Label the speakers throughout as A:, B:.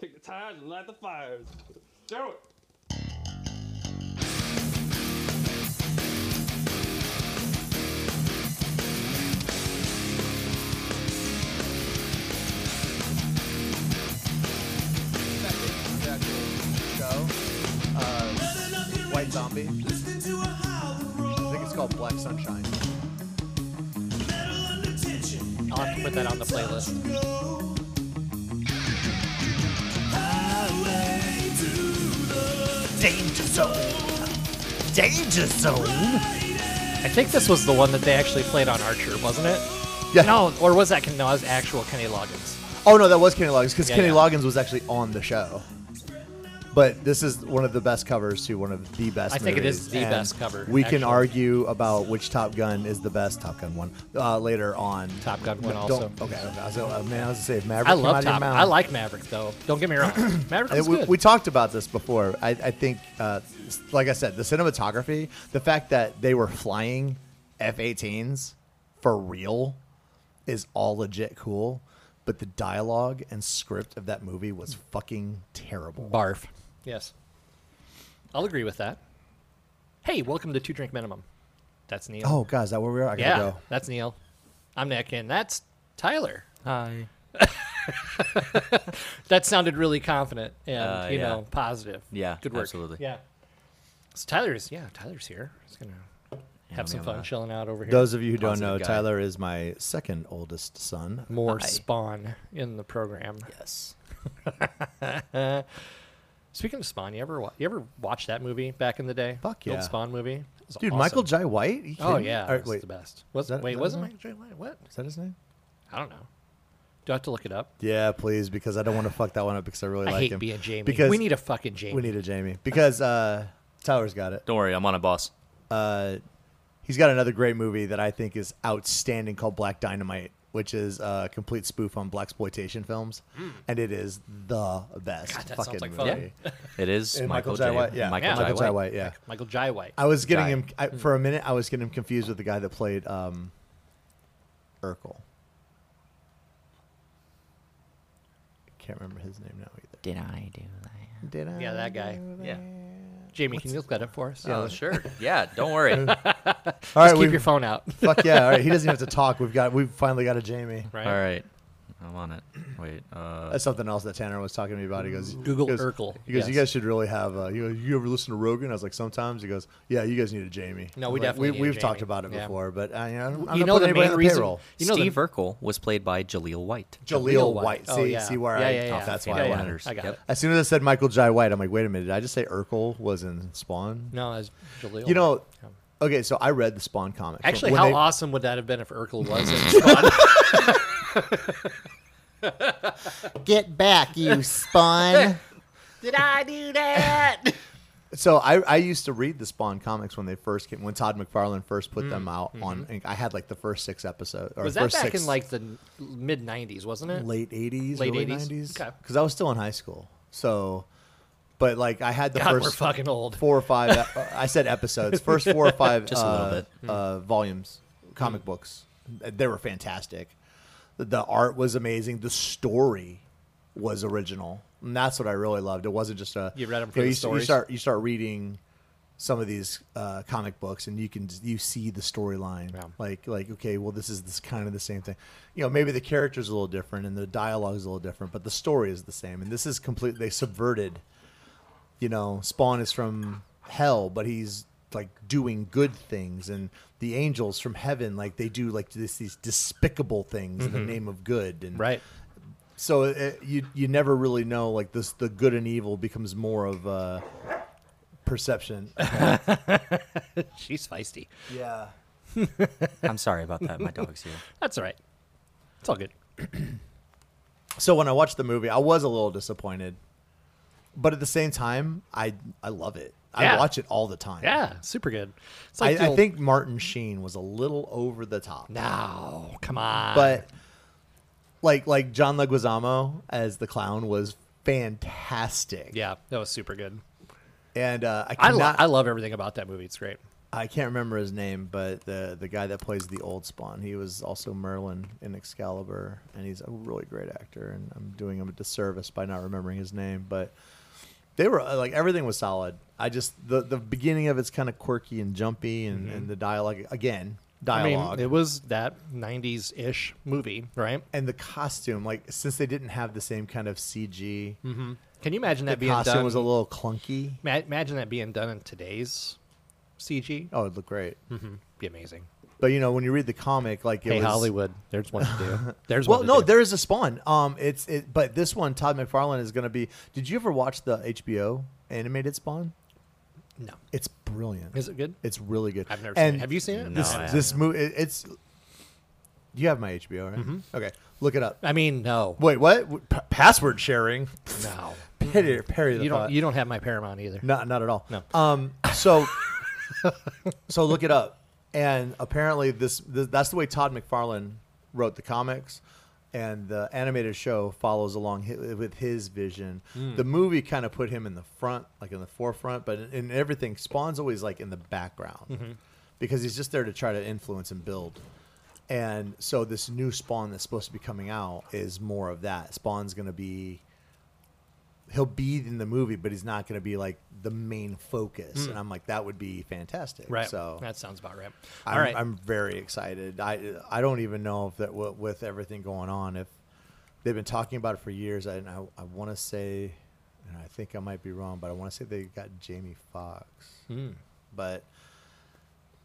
A: Kick the tires and light the fires. Do it.
B: That is that show. Uh, White Zombie. I think it's called Black Sunshine.
C: I'll have to put that on the playlist.
D: Danger Zone. Danger Zone.
C: I think this was the one that they actually played on Archer, wasn't it?
B: Yeah.
C: No, or was that? Ken- No, that was actual Kenny Loggins.
B: Oh no, that was Kenny Loggins because
C: Yeah,
B: Kenny
C: yeah.
B: Loggins was actually on the show. But this is one of the best covers to one of the best.
C: I think it
B: movies,
C: is the
B: and
C: best cover,
B: We can
C: actually.
B: argue about which Top Gun is the best Top Gun one uh, later on.
C: Top Gun one
B: No,
C: also.
B: Don't, okay, okay. I was, uh, man, I was gonna say if Maverick.
C: I
B: came out
C: love
B: of your
C: Top.
B: mouth-
C: I like Maverick though. Don't get me wrong. Maverick
B: And
C: was
B: we,
C: good.
B: we talked about this before. I, I think, uh, s- like I said, the cinematography, the fact that they were flying F-18s for real, is all legit cool. But the dialogue and script of that movie was fucking terrible.
C: Barf. Yes. I'll agree with that. Hey, welcome to Two Drink Minimum. That's Neil.
B: Oh God, is that where we are? I gotta
C: yeah,
B: go.
C: that's Neil. I'm Nick, and that's Tyler.
D: Hi.
C: That sounded really confident and
D: Uh,
C: you
D: yeah.
C: know positive.
D: Yeah,
C: good work.
D: absolutely.
C: Yeah. So Tyler's yeah, Tyler's here. He's gonna have some
D: yeah,
C: fun
D: man.
C: chilling out over here.
B: Those of you who don't
D: Positive
B: know,
D: guy.
B: Tyler is my second oldest son.
C: more spawn in the program.
D: Yes.
C: Speaking of spawn, you ever wa- you ever watch that movie back in the day?
B: Fuck
C: The old
B: yeah.
C: spawn movie. It was
B: Dude,
C: awesome.
B: Michael Jai White? You
C: Oh
B: kidding me?
C: yeah,
B: Or,
C: that's
B: wait,
C: the best. Was
B: that-
C: wait,
B: that
C: wasn't
B: his
C: Michael J. White? What?
B: is that his name?
C: I don't know. Do I have to look it up?
B: Yeah, please, because I don't want to fuck that one up because I really
C: I
B: like
C: hate
B: him.
C: being Jamie.
B: Because
C: we need a fucking Jamie.
B: We need a Jamie because uh, Tyler's got it.
D: Don't worry, I'm on a boss.
B: Uh, he's got another great movie that I think is outstanding called Black Dynamite, which is a complete spoof on black exploitation films, and it is the best
C: Hmm. God, that sounds
B: fucking
C: like fun.
B: movie.
D: It is
B: And
D: Michael,
B: Michael Jai
D: J.
B: White, yeah.
D: Michael
C: Yeah,
D: J.
B: Michael
D: White.
B: Jai White, yeah.
C: Michael Jai White.
B: I was getting
D: Jai.
B: him I, for a minute. I was getting him confused with the guy that played um, Urkel. Can't remember his name now either.
D: Did I do that?
B: Did I?
C: yeah, that guy.
D: Yeah.
C: Jamie, can you look that up for us?
D: Oh, sure. Yeah, don't worry. All
B: All right,
C: Just keep
B: we
C: your phone out.
B: fuck yeah. All right, he doesn't even have to talk. We've got we've finally got a Jamie.
C: Right.
D: right. I'm on it. Wait. Uh,
B: That's something else that Tanner was talking to me about. He goes,
C: Google
B: he goes,
C: Urkel.
B: He goes, you
C: Yes.
B: guys should really have. Uh, you you ever listen to Rogan? I was like, sometimes. He goes, yeah, you guys need a Jamie.
C: No,
B: I'm
C: we
B: like,
C: definitely need a
B: we, have talked
C: Jamie.
B: about it
C: Yeah.
B: before, but I, I'm, I'm
C: you
B: not putting
C: know the
B: anybody
C: main
B: on the
C: reason.
B: payroll.
C: You know
D: Steve
C: the,
D: Urkel was played by Jaleel White.
B: Jaleel White. See,
C: Oh, yeah.
B: see where
C: yeah,
B: I?
C: Yeah, yeah,
B: oh,
C: yeah.
B: That's
C: yeah,
B: why I
C: yeah.
B: wondered.
C: I got
D: Yep.
C: it.
B: As soon as I said Michael Jai White, I'm like, wait a minute. Did I just say Urkel was in Spawn?
C: No, that's Jaleel.
B: You know,
C: Yeah.
B: okay. So I read the Spawn comics.
C: Actually,
B: When
C: how
B: they-
C: awesome would that have been if Urkel was in Spawn?
B: Get back, you Spawn.
C: Did I do that?
B: So I, I used to read the Spawn comics when they first came when Todd McFarlane first put them out on Inc. I had like the first six episodes. Or
C: Mm, mm-hmm. Was that
B: first
C: back
B: six,
C: in like the mid '90s, wasn't it?
B: late eighties,
C: Late
B: early
C: 80s?
B: nineties?
C: Okay.
B: Because I was still in high school. So, but like I had the
C: God, we we're
B: first
C: fucking old.
B: four or five. uh, I said episodes. First four or five.
D: Just a
B: uh,
D: little bit.
B: Uh, volumes,
C: Hmm.
B: comic books. They were fantastic. The- The art was amazing. The story was original. And that's what I really loved. It wasn't just a
C: You read 'em
B: know,
C: for the
B: you, You
C: stories?
B: start you start reading some of these uh, comic books, and you can you see the storyline.
C: Yeah.
B: Like like okay, well this is this kind of the same thing. You know maybe the characters a little different and the dialogue is a little different, but the story is the same. And this is completely they subverted you know, Spawn is from hell, but he's like doing good things, and the angels from heaven, like they do like this these despicable things in the name of good, and
C: Mm-hmm. Right.
B: So it, you you never really know like this the good and evil becomes more of a perception.
C: She's feisty.
B: yeah.
D: I'm sorry about that. My dog's here.
C: That's all right. It's all good.
B: So when I watched the movie, I was a little disappointed, but at the same time, I I love it. I
C: Yeah.
B: watch it all the time.
C: Yeah, super good. It's the
B: I, I
C: old-
B: think Martin Sheen was a little over the top.
C: No, come on.
B: but like like John Leguizamo as the clown was fantastic.
C: yeah, that was super good.
B: and uh, I
C: I, lo-
B: cannot.
C: I love everything about that movie. It's great.
B: I can't remember his name, but the the guy that plays the old Spawn, he was also Merlin in Excalibur, and he's a really great actor. And I'm doing him a disservice by not remembering his name, but they were uh, like everything was solid. I just the the beginning of it's kind of quirky and jumpy, and, and the dialogue again dialogue.
C: Mm-hmm. I mean, it was that 90s ish movie, right?
B: and the costume, like since they didn't have the same kind of CG,
C: Mm-hmm. Can you imagine
B: the
C: that being
B: costume
C: done?
B: was a little clunky.
C: ma- imagine that being done in today's CG.
B: Oh, it looked great.
C: Be amazing.
B: But you know, when you read the comic, like it
C: Mm-hmm. hey,
B: was,
C: Hollywood, there's one to do. There's
B: Well,
C: one.
B: no,
C: to do.
B: there is a Spawn. Um, it's it, but this one, Todd McFarlane is going to be. Did you ever watch the HBO animated Spawn?
C: no.
B: It's brilliant.
C: Is it good?
B: It's really good.
C: I've never seen
B: And
C: it. Have you seen it?
D: No.
B: This
D: I
B: this movie, it, it's. You have my HBO, right?
C: Mm-hmm.
B: Okay, look it up.
C: I mean, no,
B: Wait, what? W- pa- password sharing?
C: no.
B: Parry, parry the
C: You
B: thought.
C: don't. You don't have my Paramount either.
B: Not not at all.
C: No.
B: Um. So. so look it up, and apparently this, this that's the way Todd McFarlane wrote the comics, and the animated show follows along hi- with his vision.
C: Hmm.
B: The movie kind of put him in the front, like in the forefront, but in, in everything, Spawn's always like in the background
C: Mm-hmm.
B: because he's just there to try to influence and build. And so this new Spawn that's supposed to be coming out is more of that. Spawn's going to be he'll be in the movie, but he's not going to be like the main focus. And I'm like, that would be fantastic.
C: Right.
B: So
C: that sounds about right.
B: I'm,
C: All right.
B: I'm very excited. I I don't even know if that wi- with everything going on, if they've been talking about it for years. I I, I want to say, and I think I might be wrong, but I want to say they got Jamie Fox.
C: Hmm.
B: But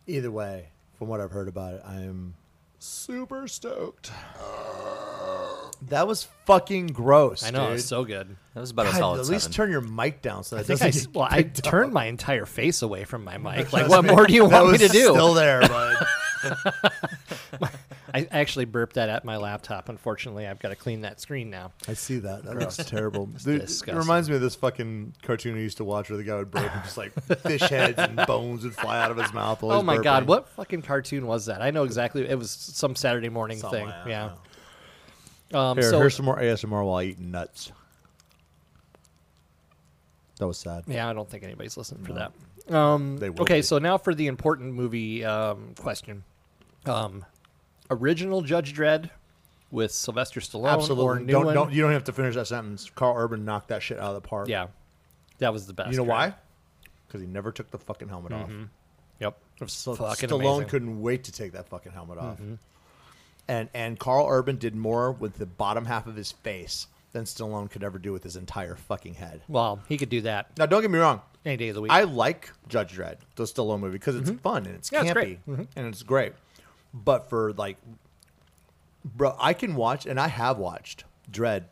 B: either way, from what I've heard about it, I am super stoked. That was fucking gross.
C: I know
B: dude.
C: it's so good.
D: That was about a
B: God,
D: solid
B: at least
D: seven.
B: turn your mic down so that
C: I think
B: doesn't
C: I,
B: get
C: s- well, I
B: picked up.
C: turned my entire face away from my mic. Like, what more do you
B: That
C: want
B: was
C: me to do?
B: Still there, bud.
C: I actually burped that at my laptop. Unfortunately, I've got to clean that screen now.
B: I see that. That looks terrible.
C: disgusting.
B: it reminds me of this fucking cartoon I used to watch where the guy would burp and just like fish heads and bones would fly out of his mouth. While
C: Oh
B: he's
C: my god,
B: burping.
C: what fucking cartoon was that? I know exactly. It was some Saturday morning
B: Something, I
C: thing.
B: don't
C: Yeah.
B: know.
C: Um,
B: Here,
C: so
B: here's some more ASMR while I eat nuts. That was sad.
C: yeah, I don't think anybody's listening for that.
B: They will
C: Mm, Okay,
B: be.
C: so now for the important movie um, question: um, original Judge Dredd with Sylvester Stallone or
B: absolutely
C: new
B: don't,
C: one?
B: don't you don't have to finish that sentence. Carl Urban knocked that shit out of the park.
C: yeah, that was the best.
B: you know
C: Dredd.
B: why? Because he never took the fucking helmet
C: Mm-hmm.
B: off.
C: Yep. It was
B: So
C: fucking
B: Stallone
C: amazing. Mm-hmm.
B: couldn't wait to take that fucking helmet off. And and Carl Urban did more with the bottom half of his face than Stallone could ever do with his entire fucking head.
C: Well, he could do that
B: Now don't get me wrong.
C: any day of the week.
B: I like Judge Dredd, the Stallone movie, because it's fun and it's
C: Mm-hmm. Yeah,
B: campy
C: it's great. Mm-hmm.
B: and it's great. But for like, bro, I can watch and I have watched Dredd.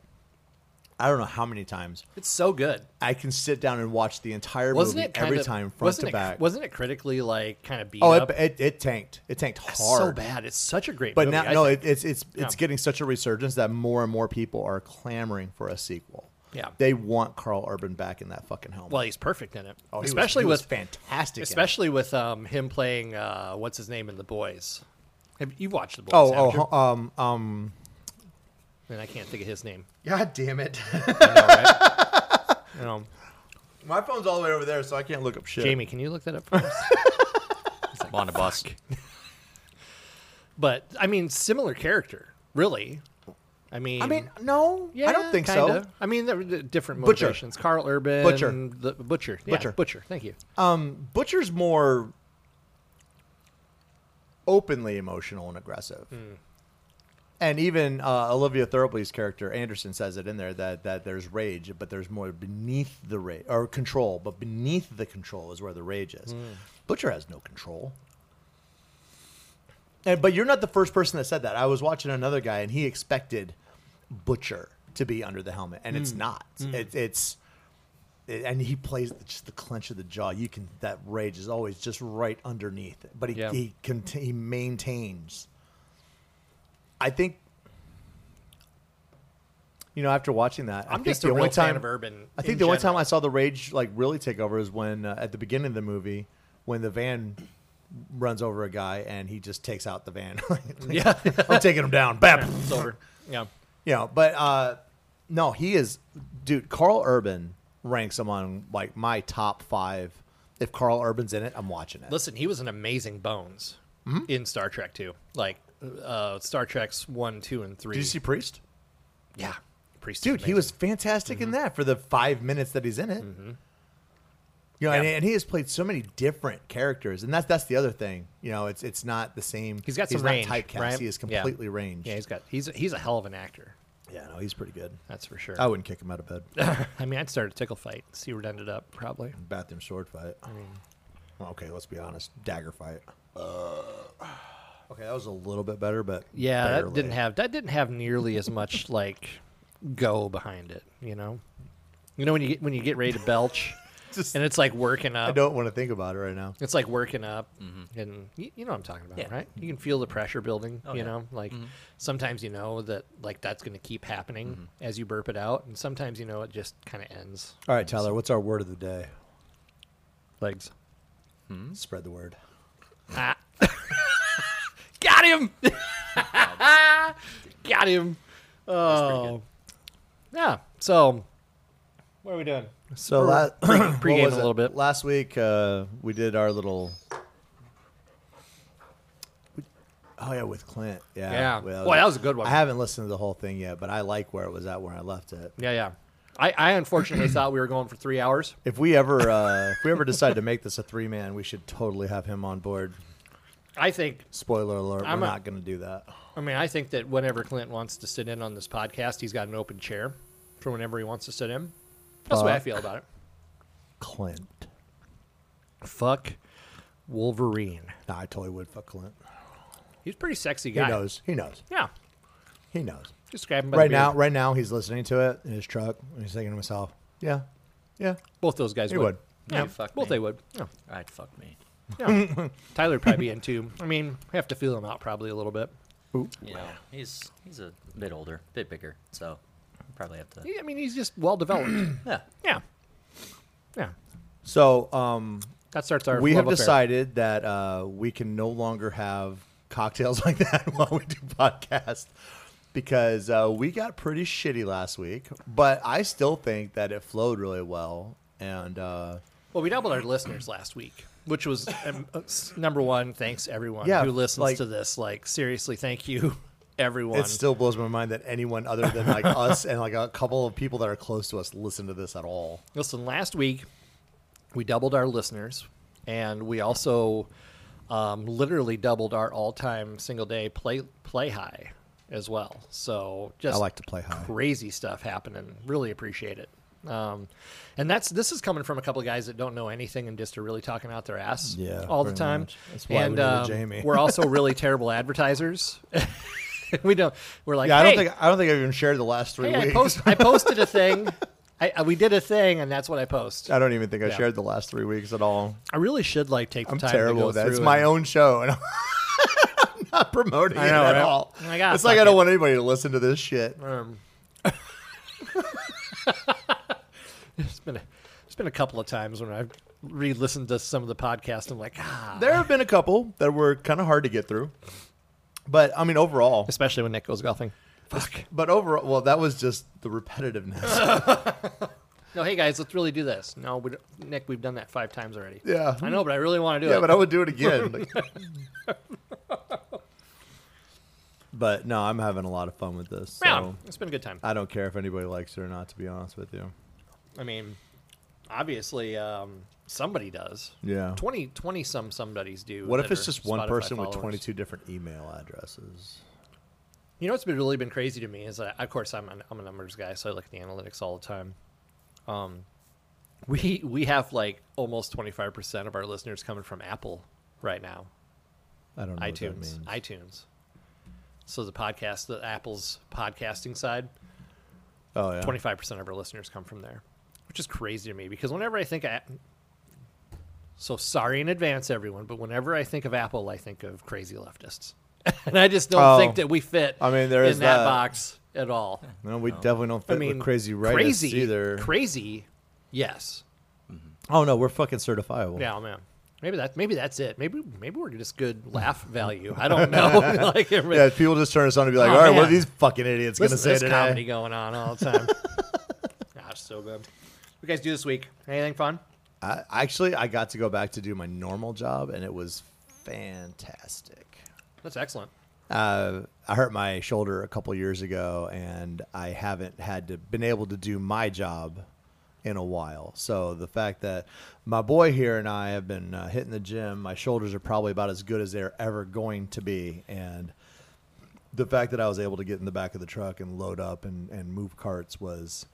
B: I don't know how many times.
C: it's so good.
B: I can sit down and watch the entire
C: Wasn't
B: movie
C: it kind
B: every
C: of-
B: time, front
C: wasn't
B: to
C: it,
B: back.
C: Wasn't it critically like kind of beat
B: oh,
C: up?
B: it, it, it tanked. It tanked hard.
C: It's so bad. It's such a great
B: But
C: movie.
B: now,
C: I
B: no,
C: think.
B: it, it's it's it's
C: Yeah.
B: getting such a resurgence that more and more people are clamoring for a sequel.
C: Yeah.
B: they want Carl Urban back in that fucking helmet.
C: well, he's perfect in it,
B: Oh, he was-
C: especially
B: he was
C: with
B: fantastic, in it.
C: especially with um, him playing uh, what's his name in The Boys. Have you watched The Boys?
B: Oh,
C: haven't you?
B: oh, um, um,
C: and I can't think of his name.
B: God damn it!
C: You know,
B: My phone's all the way over there, so I can't look up shit.
C: Um, Jamie, can you look that up for us?
D: I'm on a bus.
C: but I mean, similar character, really. I mean,
B: I mean, no,
C: yeah,
B: I don't think
C: kinda.
B: so.
C: I mean, there were d- different
B: Butcher.
C: motivations. Carl Urban,
B: Butcher.
C: the Butcher, yeah,
B: Butcher.
C: Butcher. Thank you.
B: Butcher's more openly emotional and aggressive. And even uh, Olivia Thirlby's character Anderson says it in there that that there's rage, but there's more beneath the rage or control, but beneath the control is where the rage is. Butcher has no control. And but you're not the first person that said that. I was watching another guy and he expected Butcher to be under the helmet, and
C: Mm.
B: it's not. It, it's it- and he plays just the clench of the jaw. You can that rage is always just right underneath, but he
C: Yeah.
B: he, cont- he maintains. I think. You know, after watching that, I
C: I'm
B: think
C: just
B: the
C: a
B: only
C: real
B: time
C: fan of Urban.
B: I think
C: in
B: the only
C: general.
B: time I saw the rage like really take over is when uh, at the beginning of the movie when the van runs over a guy and he just takes out the van.
C: Yeah.
B: I'm taking him down. Bap.
C: it's over. Yeah.
B: You know, but uh, no, he is, dude. Carl Urban ranks among like my top five If Carl Urban's in it, I'm watching it.
C: Listen, he was an amazing Bones
B: Mm-hmm.
C: in Star Trek Two, like uh, Star Trek's one, two, and three.
B: Did you see Priest?
C: Yeah, Priest.
B: Dude, he
C: amazing. Mm-hmm.
B: was fantastic in that for the five minutes that he's in it. You know, and,
C: Yeah.
B: and he has played so many different characters, and that's that's the other thing. You know, it's it's not the same.
C: He's got some
B: he's
C: range.
B: Not typecast.
C: right?
B: He is
C: Yeah.
B: completely ranged.
C: Yeah, he's got. He's he's a hell of an actor.
B: yeah, no, he's pretty good.
C: That's for sure.
B: I wouldn't kick him out of bed.
C: I mean, I'd start a tickle fight, see where it ended up, probably.
B: Bathroom sword fight. I mean, okay, let's be honest. Dagger fight. Uh, okay, that was a little bit better, but
C: Yeah, that
B: barely.
C: didn't have that didn't have nearly as much like go behind it. You know, you know when you get when you get ready to belch,
B: Just-
C: and it's like working
B: I
C: up.
B: don't want to think about it right now.
C: It's like working up, and you, you know what I'm talking about,
D: Yeah.
C: right? You can feel the pressure building. you
D: yeah.
C: know, like sometimes you know that like that's going to keep happening as you burp it out, and sometimes you know it just kind of ends.
B: All right, Tyler, what's our word of the day?
C: Legs. Hmm?
B: Spread the word.
C: Ah. Got him. Got him. Oh. Yeah. So, what are we doing?
B: So
C: We're
B: la-
C: pre-
B: what
C: pre-gaming
B: was
C: a
B: it?
C: little bit.
B: Last week uh, we did our little. Oh yeah, with Clint. Yeah.
C: Yeah.
B: Well,
C: Boy, that was a good one.
B: I haven't listened to the whole thing yet, but I like where it was at, where I left it.
C: Yeah, yeah. I, I unfortunately thought we were going for three hours.
B: If we ever, uh, if we ever decide to make this a three man, we should totally have him on board.
C: I think,
B: Spoiler alert:
C: I'm
B: we're
C: a-
B: not going to do that.
C: I mean, I think that whenever Clint wants to sit in on this podcast, he's got an open chair for whenever he wants to sit in. That's the way I
B: Fuck.
C: feel about it.
B: Clint.
C: Fuck Wolverine.
B: Nah, I totally would fuck Clint.
C: He's a pretty sexy
B: He
C: guy.
B: knows. He knows.
C: Yeah.
B: He knows.
C: Just grab him by the
B: Right
C: beard.
B: now, right now, he's listening to it in his truck, and he's thinking to himself, "Yeah, yeah,
C: Both those guys
B: He
C: would.
B: would.
C: Yeah,
D: You fuck
C: both
D: me.
C: they would. Yeah.
D: I'd fuck me.
C: Yeah. Tyler would probably be in too. I mean, we have to feel him out probably a little bit.
D: You know, he's he's a bit older, bit bigger, so I'd probably have to.
C: He- I mean, he's just well developed.
D: Yeah.
C: yeah. Yeah.
B: So um,
C: That starts our
B: we
C: love
B: have
C: affair.
B: decided that uh, we can no longer have cocktails like that while we do podcast because uh, we got pretty shitty last week. But I still think that it flowed really well, and uh,
C: Well, we doubled our listeners last week, which was um, uh, s- number one. Thanks everyone
B: Yeah,
C: who listens
B: like-
C: to this. Like seriously, thank you, everyone.
B: it still blows my mind that anyone other than like us and like a couple of people that are close to us listen to this at all.
C: Listen, last week we doubled our listeners, and we also um, literally doubled our all-time single-day play play high as well. So just
B: I like to play high.
C: crazy stuff happening. Really appreciate it. Um, and that's this is coming from a couple of guys that don't know anything and just are really talking out their ass
B: Yeah,
C: all the
B: pretty
C: time.
B: much. That's why we
C: and
B: did with
C: um,
B: Jamie.
C: we're also really terrible advertisers. we don't. We're like,
B: Yeah, I don't
C: "Hey,
B: think I don't think I've even shared the last three
C: hey, I,
B: weeks.
C: post, I posted a thing. I, I- we did a thing, and that's what I post.
B: I don't even think I
C: Yeah.
B: shared the last three weeks at all.
C: I really should like take the
B: I'm
C: time.
B: terrible
C: to go
B: at that. It's
C: through
B: my
C: and-
B: own show, and I'm not promoting
C: I know,
B: it at
C: right?
B: all.
C: I gotta
B: it's like
C: fuck
B: I don't
C: it.
B: want anybody to listen to this shit.
C: Um, it's been a, it's been a couple of times when I've re-listened to some of the podcast. I'm like, ah,
B: There have been a couple that were kind of hard to get through, but I mean overall,
C: especially when Nick goes golfing. Fuck.
B: but overall, well, that was just the repetitiveness.
C: No, hey guys, let's really do this. No, we don't- Nick, we've done that five times already.
B: yeah,
C: I know, but I really want to do
B: yeah,
C: it.
B: but I would do it again. but no, I'm having a lot of fun with this. So
C: yeah, it's been a good time.
B: I don't care if anybody likes it or not. To be honest with you,
C: I mean, obviously, um, somebody does.
B: yeah.
C: 20, 20 some somebody's do.
B: What
C: that
B: if it's
C: are
B: just one
C: Spotify
B: person with
C: followers.
B: 22 different email addresses?
C: You know what's been really been crazy to me is that, of course, I'm an, I'm a numbers guy, so I look at the analytics all the time. Um, we we have like almost 25 percent of our listeners coming from Apple right now,
B: I don't know what that
C: iTunes,
B: means.
C: iTunes. So the podcast, the Apple's podcasting side,
B: oh yeah.
C: 25 percent of our listeners come from there, which is crazy to me because whenever I think, I, so sorry in advance, everyone, but whenever I think of Apple, I think of crazy leftists, and I just don't
B: Oh.
C: think that we fit.
B: I mean, there
C: in
B: is
C: that
B: that.
C: box at all.
B: No, we definitely don't fit
C: Oh. I mean,
B: with crazy rightists
C: crazy
B: either.
C: Crazy, yes.
B: oh no, we're fucking certifiable.
C: Yeah, man. Maybe that. Maybe that's it. Maybe maybe we're just good laugh value. I don't know. like everybody-
B: Yeah, people just turn us on and be like,
C: Oh,
B: "All right, what
C: man.
B: are these fucking idiots going to
C: listen
B: say
C: to this
B: today?"
C: comedy going on all the time. Gosh, so good. What you guys do this week? Anything fun?
B: I, actually, I got to go back to do my normal job, and it was fantastic.
C: That's excellent.
B: Uh, I hurt my shoulder a couple years ago, and I haven't had to been able to do my job in a while. So the fact that my boy here and I have been uh, hitting the gym, my shoulders are probably about as good as they're ever going to be, and the fact that I was able to get in the back of the truck and load up and, and move carts was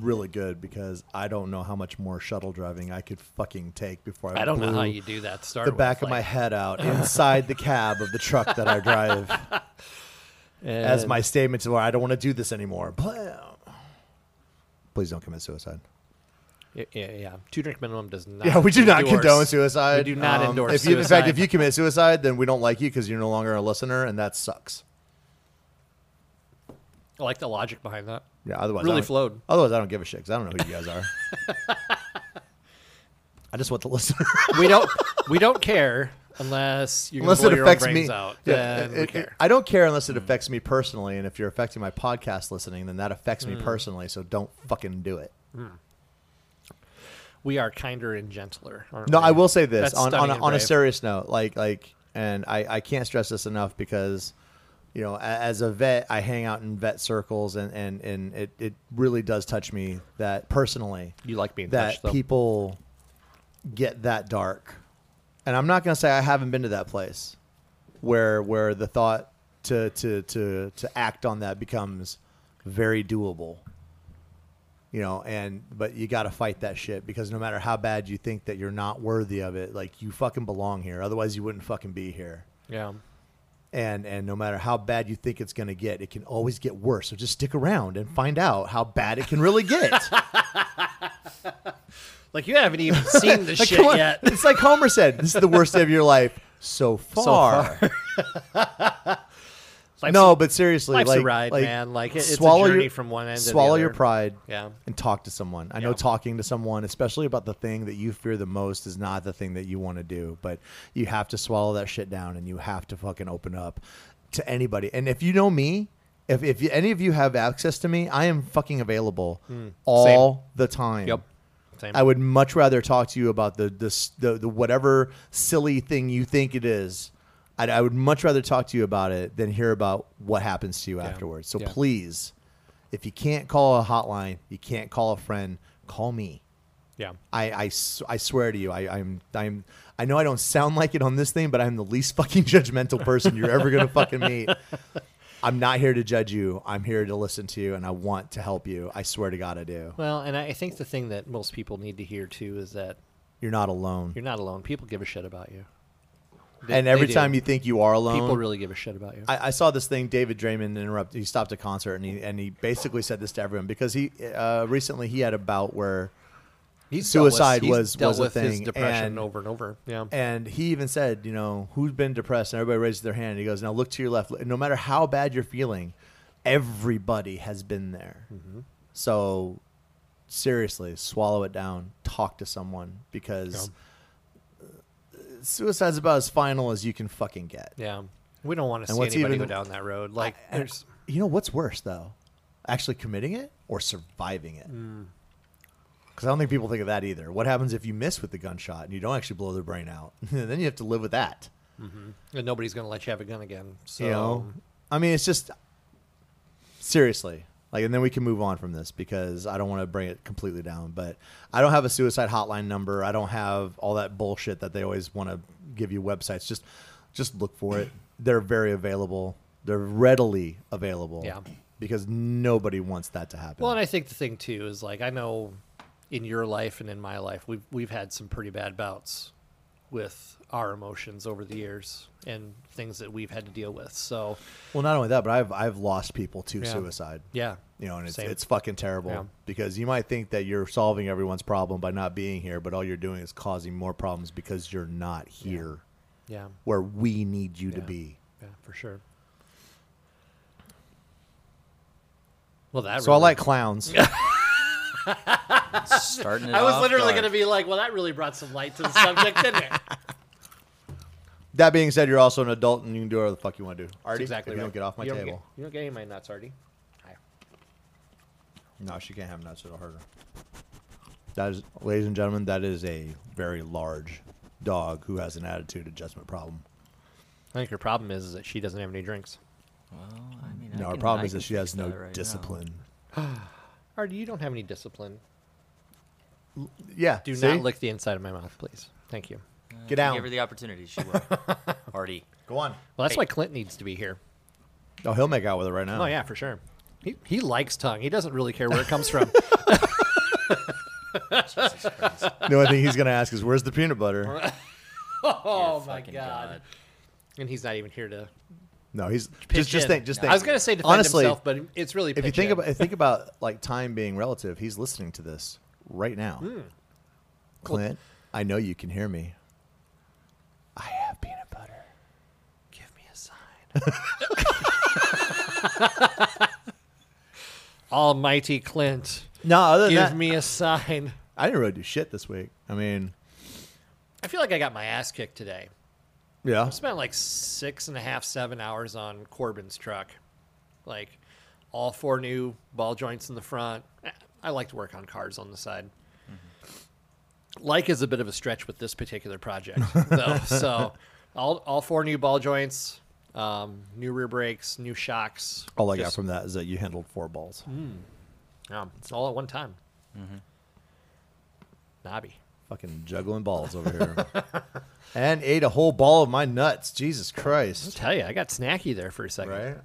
B: really good because I don't know how much more shuttle driving I could fucking take before I,
C: I don't know how
B: blew
C: you do that. to Start
B: the
C: with,
B: back of my
C: like-
B: head out inside the cab of the truck that I drive as
C: And-
B: my statement to where I don't want to do this anymore. Blam. Please don't commit suicide.
C: Yeah, yeah, yeah. Two drink minimum does not.
B: Yeah, we do not
C: endorse-
B: condone suicide. Um,
C: We do not endorse
B: if you, In fact,
C: suicide.
B: if you commit suicide, then we don't like you because you're no longer a listener, and that sucks.
C: I like the logic behind that.
B: Yeah, otherwise I
C: Really
B: don't-
C: flowed.
B: Otherwise, I don't give a shit because I don't know who you guys are. I just want the listener.
C: We don't. we don't care unless you
B: unless
C: blow
B: it
C: your own
B: affects
C: brains
B: me.
C: out.
B: Yeah,
C: then
B: it-
C: we
B: it-
C: care. Hmm.
B: I don't care unless it affects me personally, and if you're affecting my podcast listening, then that affects
C: Hmm.
B: me personally. So don't fucking do it.
C: we are kinder and gentler. aren't
B: No,
C: we?
B: I will say this
C: That's
B: on on,
C: stunning
B: a-
C: and
B: on a
C: brave.
B: serious note, like like, and I I can't stress this enough because, you know, a- as a vet, I hang out in vet circles, and and and it it really does touch me that personally
C: You like being
B: that
C: touched, though.
B: people get that dark, and I'm not gonna say I haven't been to that place where where the thought to to to to act on that becomes very doable you know and but you got to fight that shit because no matter how bad you think that you're not worthy of it like you fucking belong here otherwise you wouldn't fucking be here
C: Yeah.
B: and and no matter how bad you think it's going to get it can always get worse so just stick around and find out how bad it can really get
C: Like you haven't even seen the
B: Like,
C: shit
B: come on.
C: yet.
B: it's like homer said this is the worst day of your life so far,
C: Life's-
B: no but seriously
C: life's
B: like
C: a ride,
B: like,
C: man. Like it- it's
B: swallow
C: a journey
B: your,
C: from one end.
B: swallow
C: to the
B: your
C: other.
B: pride
C: Yeah.
B: and talk to someone. I know
C: Yeah.
B: talking to someone, especially about the thing that you fear the most, is not the thing that you want to do, but you have to swallow that shit down and you have to fucking open up to anybody. And if you know me, if, if you, any of you have access to me, I am fucking available all the time.
C: Hmm. Yep. Same.
B: I would much rather talk to you about the this the, the whatever silly thing you think it is. I'd, I would much rather talk to you about it than hear about what happens to you afterwards. So
C: Yeah.
B: please, if you can't call a hotline, you can't call a friend, call me.
C: yeah.
B: I, I s- I swear to you, I, I'm I'm I know I don't sound like it on this thing, but I'm the least fucking judgmental person you're ever gonna fucking meet. I'm not here to judge you. I'm here to listen to you, and I want to help you. I swear to God, I do.
C: Well, and I I think the thing that most people need to hear too is that
B: You're not alone.
C: you're not alone. People give a shit about you.
B: and
C: they
B: every
C: do.
B: time you think you are alone,
C: People really give a shit about you.
B: I, I saw this thing. David Draymond interrupted. He stopped a concert and he and he basically said this to everyone because he uh, recently he had a bout where
C: He's
B: suicide
C: dealt with,
B: was-
C: he's dealt
B: was a
C: with his
B: thing,
C: depression
B: and-
C: over and over. Yeah.
B: and he even said, you know, who's been depressed? And everybody raises their hand. And he goes, now look to your left. No matter how bad you're feeling, everybody has been there. So seriously, swallow it down. Talk to someone because uh, suicide's about as final as you can fucking get.
C: yeah. We don't want to see
B: what's
C: anybody
B: even-
C: go down that road. Like there's
B: You know what's worse though, actually committing it or surviving it? Because I don't think people think of that either. What happens if you miss with the gunshot and you don't actually blow their brain out? then you have to live with that.
C: and nobody's going to let you have a gun again. So
B: You know, I mean, it's just seriously like, and then we can move on from this because I don't want to bring it completely down. But I don't have a suicide hotline number. I don't have all that bullshit that they always want to give you websites. Just, just look for it. They're very available. They're readily available.
C: Yeah.
B: Because nobody wants that to happen.
C: Well, and I think the thing too is like I know in your life and in my life we've we've had some pretty bad bouts with our emotions over the years and things that we've had to deal with. So
B: Well, not only that, but I've I've lost people to
C: Yeah.
B: suicide.
C: yeah,
B: You know, and it's
C: Same.
B: it's fucking terrible
C: Yeah.
B: because you might think that you're solving everyone's problem by not being here, but all you're doing is causing more problems because you're not here
C: yeah,
B: where we need you to
C: Yeah.
B: be.
C: yeah, for sure. Well, that
B: So I
C: really-
B: like clowns.
D: Starting it
C: I was
D: off
C: literally
D: dark.
C: going to be like, well, that really brought some light to the subject, didn't it?
B: that being said, you're also an adult and you can do whatever the fuck you want to do. Artie,
C: exactly
B: if you
C: right.
B: don't get off my
C: You don't
B: table.
C: get- you don't get any of my nuts, Artie. Hi.
B: No, she can't have nuts. It'll hurt her. That is, ladies and gentlemen, that is a very large dog who has an attitude adjustment problem.
C: I think her problem is, is that she doesn't have any drinks.
D: Well, I mean, I
B: No, our
D: can-
B: problem
D: I
B: is that
D: can
B: she has
D: fix
B: no
D: that right now.
B: discipline.
C: Artie, you don't have any discipline.
B: Yeah,
C: Do
B: see?
C: not lick the inside of my mouth, please. Thank you.
B: Get
D: Give her
B: down.
D: the opportunity. She will. Hardy.
B: Go on.
C: Well, that's
D: Hey.
C: why Clint needs to be here.
B: Oh, he'll make out with it right now.
C: Oh yeah, for sure. He, he likes tongue. He doesn't really care where it comes from.
D: Jesus Christ.
B: The only thing he's gonna ask is, "Where's the peanut butter?"
C: oh
D: Dear
C: my god.
D: fucking
C: And he's not even here to.
B: No, he's
C: pitch
B: just, just
C: in.
B: think. Just think.
C: I was gonna say defend
B: honestly,
C: himself, but it's really.
B: if you
C: pitch
B: think
C: in.
B: about think about like time being relative, he's listening to this right now.
C: Hmm.
B: Clint, I know you can hear me. I have peanut butter.
C: give me a sign. Almighty Clint,
B: No, other than
C: give
B: that,
C: me a sign.
B: I didn't really do shit this week. I mean,
C: I feel like I got my ass kicked today.
B: yeah,
C: spent like six and a half, seven hours on Corbin's truck. Like all four new ball joints in the front. I- I like to work on cars on the side.
B: Mm-hmm.
C: Like is a bit of a stretch with this particular project, though. so all, all four new ball joints, um, new rear brakes, new shocks.
B: all I got
C: Just- Hmm.
B: from that is that you handled four balls.
C: um, it's all at one time. Knobby.
B: Fucking juggling balls over here, and ate a whole ball of my nuts. Jesus
C: I'll
B: Christ!
C: tell you, I got snacky there for a second.
B: Right?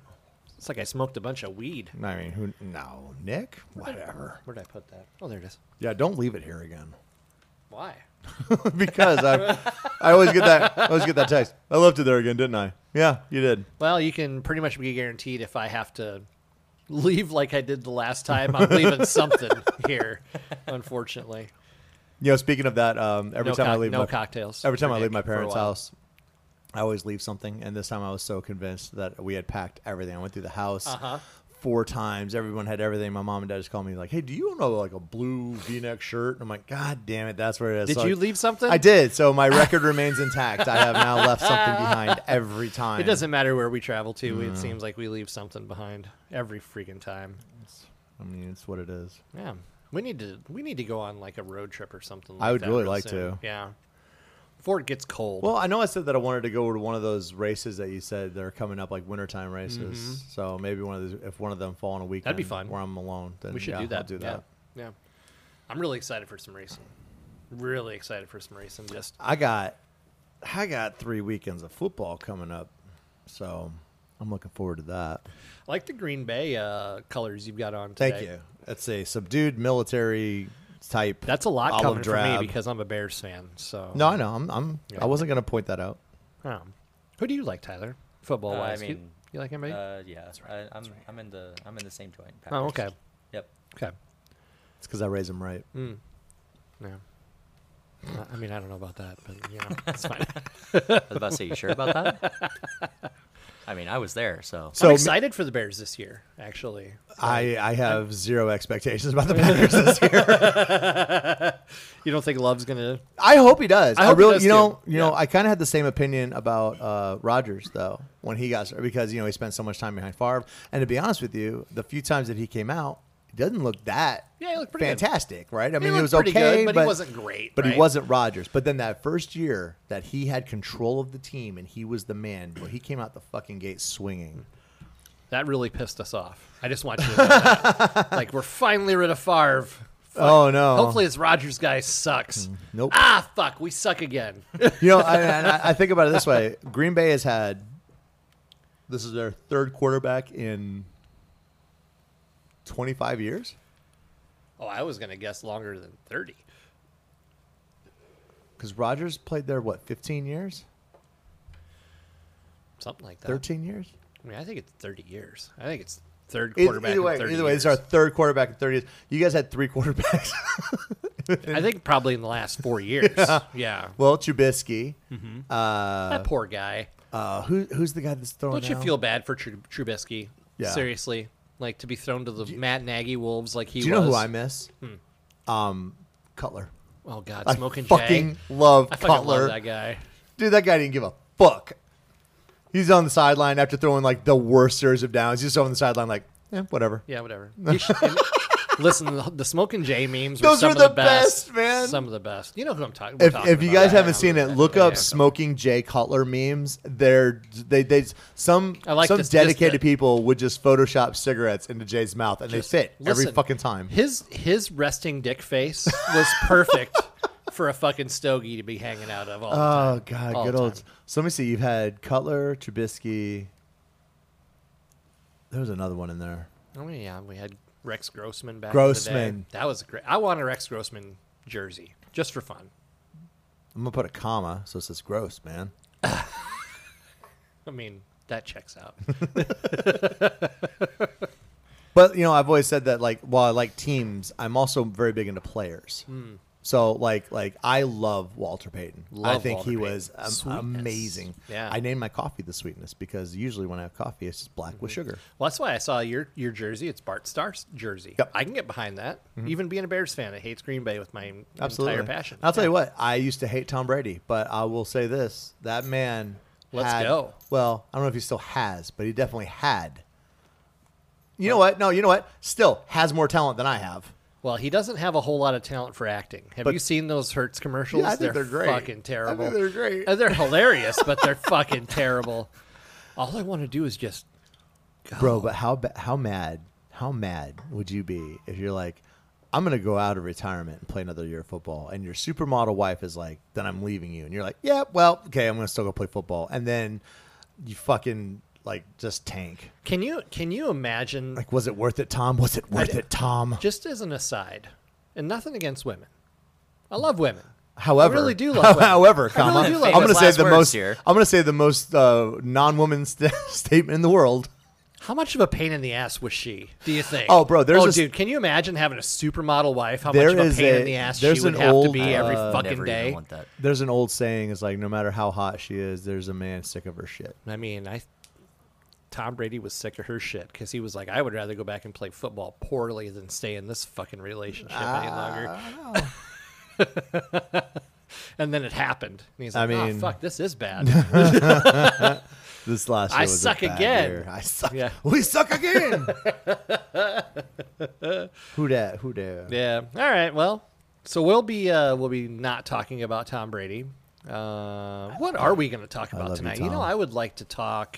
C: It's like I smoked a bunch of weed.
B: I mean, who? No, Nick. Whatever.
C: Where did I put that? Oh, there it is.
B: Yeah, don't leave it here again.
C: Why?
B: because I, I always get that. I always get that text. I left it there again, didn't I? Yeah, you did.
C: Well, you can pretty much be guaranteed if I have to leave like I did the last time, I'm leaving something here, unfortunately.
B: You know, speaking of that, um, every
C: no
B: time I
C: cock-
B: leave,
C: no
B: my,
C: cocktails.
B: Every time
C: for
B: I leave
C: Nick
B: my
C: for a
B: parents'
C: while.
B: house, I always leave something. And this time, I was so convinced that we had packed everything. I went through the house.
C: Uh-huh.
B: Four times, everyone had everything. My mom and dad just called me like, "Hey, do you know like a blue V-neck shirt?" And I'm like, "God damn it, that's where it is."
C: Did
B: So
C: you
B: I-
C: leave something?
B: I did. So my record remains intact. I have now left something behind every time.
C: It doesn't matter where we travel to. It seems like we leave something behind every freaking time.
B: I mean, it's what it is.
C: Yeah, we need to we need to go on like a road trip or something. Like
B: I would
C: that
B: really
C: real
B: like
C: soon.
B: to.
C: Yeah, before it gets cold.
B: Well, I know I said that I wanted to go to one of those races that you said that are coming up, like wintertime races. So maybe one of those, if one of them fall on a weekend,
C: Mm-hmm. fun.
B: Where I'm alone, then
C: we should
B: yeah,
C: do that.
B: I'll do that.
C: Yeah. yeah, I'm really excited for some racing. Really excited for some racing. Just
B: I got, I got three weekends of football coming up, so I'm looking forward to that.
C: I like the Green Bay uh, colors you've got on. Today.
B: Thank you. It's a subdued military type.
C: That's a lot
B: olive
C: coming
B: drab.
C: from me because I'm a Bears fan. So
B: no, I know. I'm. I'm
C: Yeah.
B: I wasn't gonna point that out.
C: Um, who do you like, Tyler? Football wise,
D: Uh, I
C: you,
D: mean,
C: you like anybody?
D: Uh, yeah, I, I'm, I'm in the I'm in the same joint.
C: oh, okay,
D: Packers. Yep.
C: okay.
B: It's because I raised them right.
C: Mm. Yeah. I- I mean, I don't know about that, but you know, it's fine.
D: I was about to say, you sure about that? I mean, I was there, so
B: So
C: I'm
B: me-
C: excited for the Bears this year, actually.
B: I I have zero expectations about the Packers this year.
C: You don't think Love's gonna?
B: I hope he does.
C: I
B: I,
C: hope he
B: really,
C: does
B: you know,
C: too.
B: you know,
C: Yeah.
B: I kind of had the same opinion about uh, Rogers though when he got started because you know he spent so much time behind Favre, and to be honest with you, the few times that he came out, he doesn't look that
C: Yeah, he looked pretty good.
B: fantastic, right? I
C: He
B: mean, he,
C: looked
B: was
C: pretty
B: okay,
C: good, but
B: but,
C: he wasn't great,
B: But
C: right?
B: he wasn't Rogers. But then that first year that he had control of the team and he was the man, but he came out the fucking gate swinging.
C: That really pissed us off. I just want you to know that. like we're finally rid of Favre.
B: Oh no!
C: Hopefully, this Rogers guy sucks.
B: nope.
C: Ah, fuck, we suck again.
B: You know, I, and I, I think about it this way: Green Bay has had this is their third quarterback in twenty five years.
C: oh, I was gonna guess longer than thirty.
B: Because Rodgers played there what fifteen years,
C: something like that.
B: thirteen years.
C: I mean, I think it's 30 years. I think it's third
B: Eith-
C: quarterback.
B: either way,
C: in 30
B: either way, this is
C: years.
B: our third quarterback in thirty years. You guys had three quarterbacks.
C: I think probably in the last four years. yeah.
B: well, Trubisky.
C: Hmm.
B: Uh,
C: that poor guy.
B: uh, who who's the guy that's throwing?
C: Don't you
B: now?
C: feel bad for Tru- Trubisky?
B: Yeah.
C: Seriously, like to be thrown to the Matt Nagy wolves like he
B: Do you know who
C: was.
B: I miss? Um, Cutler.
C: Oh God,
B: I
C: smoking
B: fucking
C: Jay.
B: love
C: I fucking
B: Cutler.
C: love that guy.
B: Dude, that guy didn't give a fuck. He's on the sideline after throwing like the worst series of downs. He's just on the sideline like, eh, whatever.
C: Yeah, whatever. He sh- and Listen, the, the Smoke and Jay memes.
B: Those
C: were some
B: are
C: of
B: the
C: the best,
B: best, man.
C: Some of the best. You know who I'm talking. we're
B: If,
C: talking
B: if you
C: about.
B: guys
C: Yeah,
B: haven't
C: yeah,
B: seen
C: yeah,
B: it,
C: yeah,
B: look
C: yeah,
B: up
C: yeah.
B: smoking Jay Cutler memes. They're they they some
C: I like
B: some
C: this- this-
B: dedicated
C: that-
B: people would just Photoshop cigarettes into Jay's mouth and they fit every
C: Listen,
B: fucking time.
C: His his resting dick face was perfect for a fucking stogie to be hanging out of all the time.
B: Oh god,
C: All
B: good
C: the
B: old.
C: time.
B: So let me see. You've had Cutler, Trubisky. There was another one in there.
C: Oh yeah, we had Rex Grossman back. In the
B: Grossman.
C: day. That was great. I want a Rex Grossman jersey just for fun.
B: I'm gonna put a comma, so it says gross, man.
C: I mean, that checks out.
B: But you know, I've always said that like while I like teams, I'm also very big into players.
C: Hmm.
B: So like like I love Walter Payton. I
C: Love
B: think
C: Walter
B: he
C: Payton.
B: was um,
C: Sweetness.
B: amazing.
C: Yeah.
B: I named my coffee the sweetness because usually when I have coffee, it's just black with sugar.
C: well, that's why I saw your your jersey. It's Bart Starr's jersey.
B: Yep. Mm-hmm.
C: I can get behind that. Even being a Bears fan, I hates Green Bay with my
B: Absolutely,
C: entire passion.
B: I'll tell you what. I used to hate Tom Brady, but I will say this: that man.
C: Let's
B: had-
C: go.
B: Well, I don't know if he still has, but he definitely had. You know what? No, you know what? Still has more talent than I have.
C: Well, he doesn't have a whole lot of talent for acting. Have
B: But-
C: you seen those Hertz commercials?
B: Yeah, I think they're great. I
C: Fucking
B: think
C: terrible.
B: they're great.
C: And they're hilarious, but they're fucking terrible. All I want to do is just
B: Bro, but how ba- how mad how mad would you be if you're like, I'm gonna go out of retirement and play another year of football, and your supermodel wife is like, then I'm leaving you, and you're like, yeah, well, okay, I'm gonna still go play football, and then you fucking like just tank.
C: Can you can you imagine
B: Like, was it worth it, Tom? Was it worth it, Tom?
C: just as an aside, and nothing against women. I love women.
B: However,
C: I really do love women.
B: however,
C: I really
B: comma,
C: do love
B: I'm gonna
D: women.
B: say
D: Last
B: the
D: words
B: most.
D: here.
B: I'm gonna say the most uh, non-woman st- statement in the world.
C: How much of a pain in the ass was she? Do you think?
B: Oh, bro, there's
C: oh,
B: a s-
C: dude. Can you imagine having a supermodel wife? How
B: There
C: much of a
B: is
C: pain
B: a-
C: in the ass
B: there's
C: she would
B: an
C: have to
B: old,
C: be every
B: uh,
C: fucking
D: Never
C: day?
D: even want that.
B: There's an old saying: "Is like no matter how hot she is, there's a man sick of her shit."
C: I mean, I. Tom Brady was sick of her shit because he was like, I would rather go back and play football poorly than stay in this fucking relationship any longer.
B: Ah,
C: and then it happened. And he's
B: I
C: like, I mean,
B: mean-
C: fuck, this is bad.
B: This last year
C: I
B: was a
C: suck
B: bad
C: again.
B: year. I suck.
C: Yeah.
B: We suck again. who dat? Who dat?
C: Yeah. All right. Well, so we'll be uh, we'll be not talking about Tom Brady. Uh, what are we going to talk about
B: love you,
C: tonight? You, know,
B: Tom.
C: I would like to talk.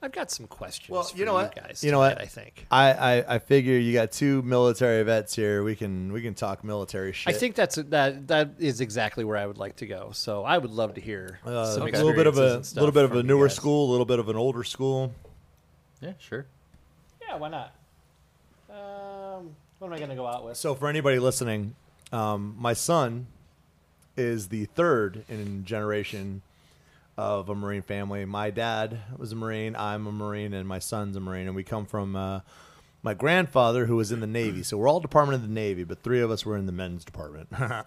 C: I've got some questions.
B: Well,
C: for
B: you know what?
C: guys.
B: You know what?
C: tonight, I think.
B: I, I I figure you got two military vets here. We can we can talk military
C: I
B: shit.
C: think that's that that is exactly where I would like to go. So I would love to hear
B: Uh,
C: some
B: a little bit of
C: experiences
B: a
C: and stuff
B: little bit of
C: from
B: a
C: you
B: newer
C: guys.
B: school, a little bit of an older school.
D: Yeah, sure.
C: Yeah. Why not? Um, what am I going to go out with?
B: So for anybody listening, um, my son is the third in generation of a Marine family. My dad was a Marine, I'm a Marine, and my son's a Marine, and we come from uh, my grandfather who was in the Navy. So we're all Department of the Navy, but three of us were in the men's department. I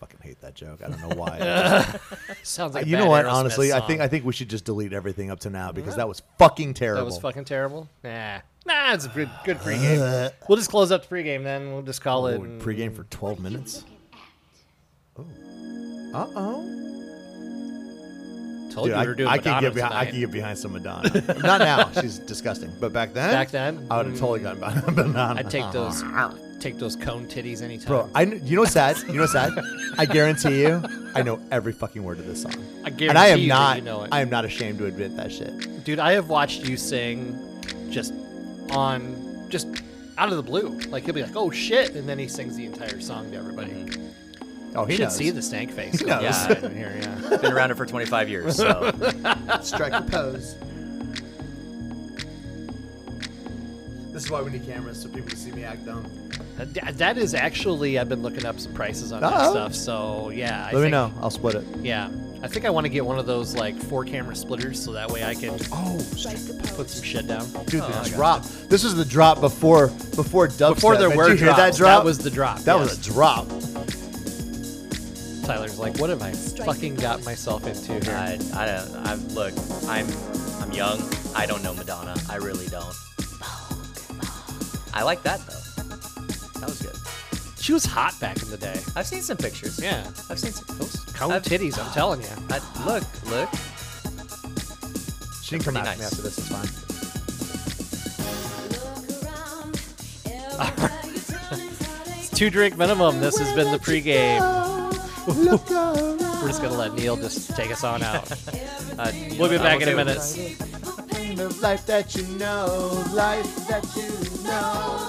B: fucking hate that joke. I don't know why.
C: Sounds like a
B: you know
C: bad
B: what?
C: Aerosmith
B: Honestly, I think
C: song.
B: I think we should just delete everything up to now because that was fucking terrible. Uh,
C: That was fucking terrible. Nah, nah, it's a good good pregame. we'll just close up the pregame then. We'll just call it.
B: Oh,
C: and-
B: pregame for 12 minutes. Uh oh.
C: Told
B: Dude,
C: you
B: I,
C: we were doing
B: I
C: Madonna
B: can get behind. I
C: tonight.
B: can get behind some Madonna. Not now. She's disgusting. But back then,
C: Back then? Mm.
B: I would have totally gotten behind Madonna.
C: I'd take those take those cone titties anytime.
B: Bro, I kn- you know what's sad? You know what's sad? I guarantee you, I know every fucking word of this song.
C: I
B: and I am
C: guarantee you that
B: not.
C: you know it.
B: I am not ashamed to admit that shit.
C: Dude, I have watched you sing just on just out of the blue. Like he'll be like, "Oh shit," and then he sings the entire song to everybody.
B: Oh, he
C: You should
B: knows.
C: see the stank face.
B: knows.
C: Yeah, I didn't hear, yeah.
D: Been around it for 25 years, so
B: Strike the pose. This is why we need cameras so people can see me act dumb.
C: That- that is actually I've been looking up some prices on that
B: Uh-oh.
C: stuff. So yeah, I
B: Oh. Let me
C: think,
B: know. I'll split it.
C: Yeah, I think I want to get one of those like four camera splitters so that way I can
B: Oh,
C: put some shit down.
B: Dude, the drop. This was the drop before before dubstep.
C: Before there
B: Did
C: were
B: you hear
C: drops,
B: that drop?
C: was the drop.
B: that
C: yes.
B: was a drop.
C: Tyler's like, what have I fucking got myself into here?
D: I, I don't. I look. I'm I'm young. I don't know Madonna. I really don't. I like that though. That was good.
C: She was hot back in the day.
D: I've seen some pictures.
C: Yeah.
D: I've seen some.
C: Those cone
D: I've-
C: titties, I'm telling you.
D: I, look, look.
B: She didn't come
D: Pretty
B: after me
D: nice.
B: after this. It's fine.
E: Look around, everywhere you turn.
C: two drink minimum. This has been the pregame.
B: pregame.
C: We're just gonna let Neil just take us on out.
D: Uh, you
C: We'll
D: know
C: be
D: what
C: back
D: I
C: in
D: will
C: a
D: do?
C: minute.
B: of life that you know, life that you know.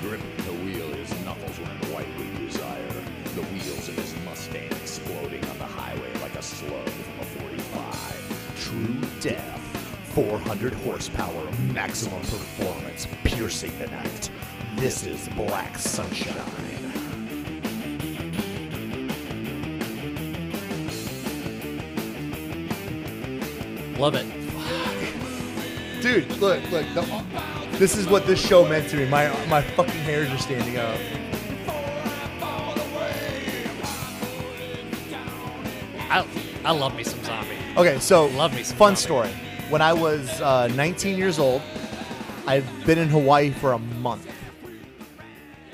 E: Gripping the wheel, his knuckles were in white with desire. The wheels of his Mustang exploding on the highway like a slug from a 45. True death. 400 horsepower of maximum performance piercing the night. This is Black Sunshine.
C: Love it.
B: Dude, look, look. The, this is what this show meant to me. My my fucking hairs are standing up.
C: I I love me some zombie.
B: Okay, so
C: Love me some
B: fun
C: zombie.
B: story. When I was uh, 19 years old, I've been in Hawaii for a month,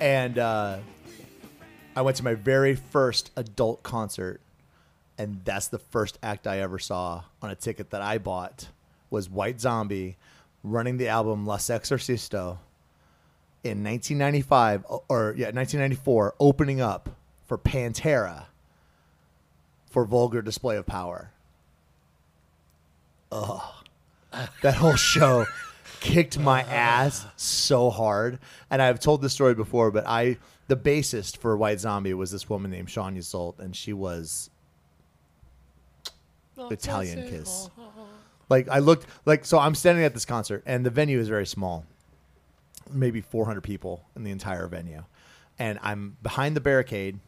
B: and uh, I went to my very first adult concert, and that's the first act I ever saw on a ticket that I bought was White Zombie, running the album Las Exorcisto, in 1995 o- or yeah 1994, opening up for Pantera for vulgar display of power. that whole show kicked my ass so hard. And I've told this story before, but I the bassist for White Zombie was this woman named Shania Salt, and she was Italian kiss. Like I looked like so I'm standing at this concert and the venue is very small. Maybe 400 people in the entire venue. And I'm behind the barricade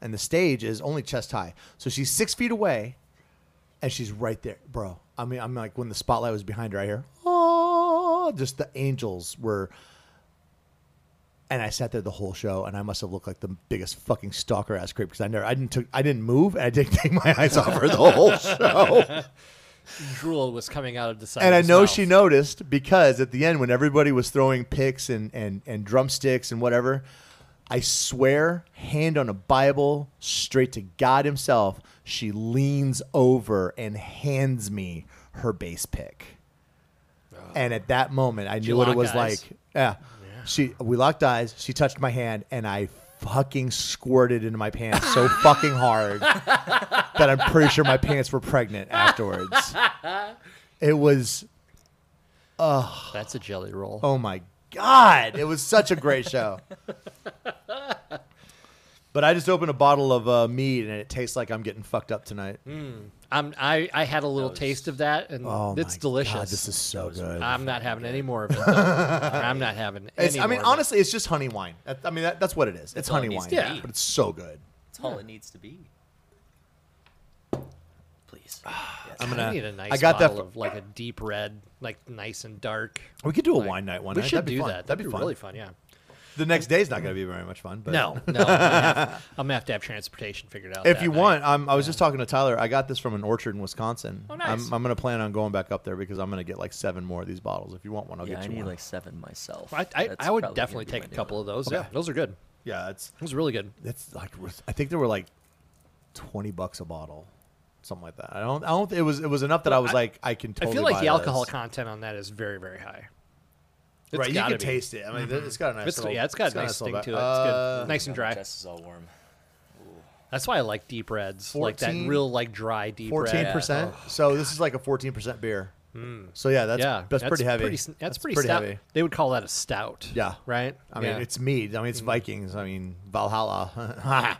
B: and the stage is only chest high. So she's 6 feet away and she's right there, bro. I mean, I'm like when the spotlight was behind her, I hear, oh, just the angels were. And I sat there the whole show, and I must have looked like the biggest fucking stalker ass creep because I never, I didn't took, I didn't move, and I didn't take my eyes off her the whole show.
C: Drool was coming out of the side.
B: and
C: of
B: I
C: his
B: know
C: mouth.
B: she noticed because at the end, when everybody was throwing picks and, and, and drumsticks and whatever, I swear, hand on a Bible, straight to God Himself, she leans over and hands me her bass pick. And at that moment, I knew what it
C: lock
B: was
C: Oh. eyes?
B: like. Yeah. She we locked eyes. She touched my hand, and I fucking squirted into my pants so fucking hard that I'm pretty sure my pants were pregnant afterwards. It was
C: That's a jelly roll.
B: oh my god! It was such a great show. But I just opened a bottle of uh, mead, and it tastes like I'm getting fucked up tonight.
C: Mm. I'm, I I had a little
D: was-
C: taste of that, and
B: Oh, my
C: it's
B: God,
C: delicious.
B: this is so good.
C: I'm not having any more of it. though. I'm not having
B: It's-
C: any.
B: I mean,
C: more of it.
B: honestly, it's just honey wine. That, I mean, that, that's what it is. It's
D: all it
B: honey
D: needs
B: wine,
D: to
C: be.
B: but it's so good.
D: That's all it needs to be. Please. Yes.
B: I'm
C: I
B: gonna.
C: need a nice
B: I got that
C: bottle
B: f-
C: of like a deep red, like nice and dark.
B: We could do a
C: Like,
B: wine night one
C: we
B: night.
C: should
B: That'd be
C: do
B: fun.
C: that. That'd, be, really fun. Yeah.
B: The next day's not going to be very much fun. But
C: No, no. I'm gonna, have, I'm gonna have to have transportation figured out.
B: If
C: that
B: you
C: night.
B: want, I'm, I was just talking to Tyler. I got this from an orchard in Wisconsin.
C: Oh, nice.
B: I'm, I'm going to plan on going back up there because I'm going to get like seven more of these bottles. If you want one, I'll
D: Yeah,
B: get
D: I
B: you
D: need
B: one.
D: like seven myself.
C: I, I,
D: That's
C: I would
D: probably gonna
C: definitely
D: be
C: take
D: my
C: a
D: new
C: couple
D: one.
C: of those.
B: Okay.
C: Yeah, those are good. It
B: yeah, it's
C: was really good.
B: it's like worth- I think they were like twenty bucks a bottle, something like that. I don't. I don't. It was it was enough that I was like I can.
C: I
B: Totally
C: feel like
B: buy
C: the alcohol
B: this.
C: content on that is very, very high. It's
B: right, you can
C: gotta be. Mm-hmm.
B: taste it. I mean, it's got a nice.
C: It's,
B: little,
C: yeah, it's got a nice
B: little
C: thing to it. It's
B: ba-
C: good,
B: Uh,
C: nice and
D: Yeah, my
C: dry.
D: chest is all warm.
C: That's why I like deep reds, like that
B: 14
C: real like dry deep
B: Fourteen
C: red.
B: percent. So this is like a fourteen percent beer. So yeah, that's
C: Hmm. yeah,
B: that's, pretty heavy.
C: s- that's, pretty, stout.
B: heavy.
C: They would call that a stout.
B: Yeah.
C: right.
B: I mean,
C: Yeah. Hmm.
B: it's mead. I mean, it's Vikings. I mean, Valhalla.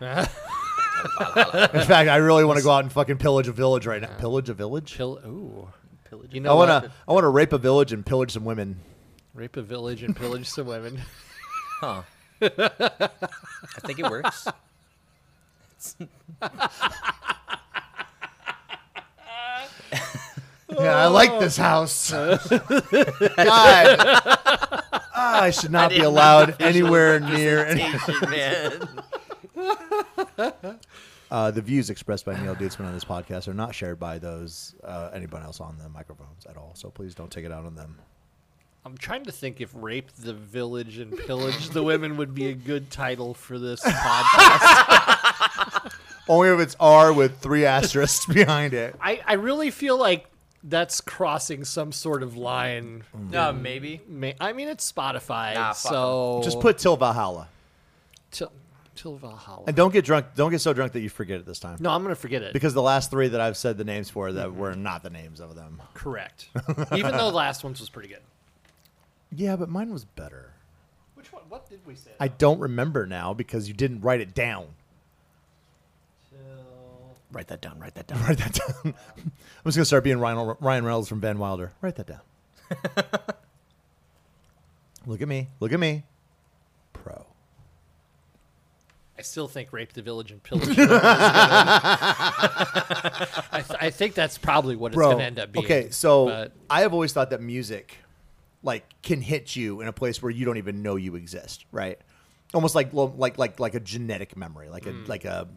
B: In fact, I really want to go out and fucking pillage a village right now. Pillage a village?
C: Pill- ooh,
D: Pillage.
C: you
B: I
C: know
B: want
C: what?
B: to. I want to rape a village and pillage some women.
C: Rape a village and pillage some women.
D: Huh. I think it works. Oh.
B: Yeah, I like this house. God. Ah, I should not be
D: didn't know
B: allowed
D: the visual
B: anywhere near. Any-
D: Asian man.
B: uh, the views expressed by Neil Dietzman on this podcast are not shared by those uh, anyone else on the microphones at all. So please don't take it out on them.
C: I'm trying to think if "Rape the Village and Pillage the Women" would be a good title for this podcast.
B: Only if it's R with three asterisks behind it.
C: I, I really feel like that's crossing some sort of line.
D: No, maybe.
C: May- I mean, it's Spotify,
D: Nah, fuck 'em.
C: so
B: Just put till Valhalla.
C: till, till Valhalla.
B: And don't get drunk. Don't get so drunk that you forget it this time.
C: No, I'm gonna forget it.
B: Because the last three that I've said the names for that were not the names of them.
C: Correct. Even though the last one's was pretty good.
B: Yeah, but mine was better.
C: Which one? What did we say?
B: I don't remember now because you didn't write it down.
D: Write that down. Write that down.
B: Write that down. I'm just gonna start being Ryan, Ryan Reynolds from Van Wilder. Write that down. Look at me. Look at me. Pro.
C: I still think "Rape the Village and Pillage." is what it's gonna- I, th- I think that's probably what
B: Bro.
C: it's gonna end up being.
B: okay, so
C: but-
B: I have always thought that music, like, can hit you in a place where you don't even know you exist, right? Almost like well, like like like a genetic memory, like a
C: Mm.
B: like a.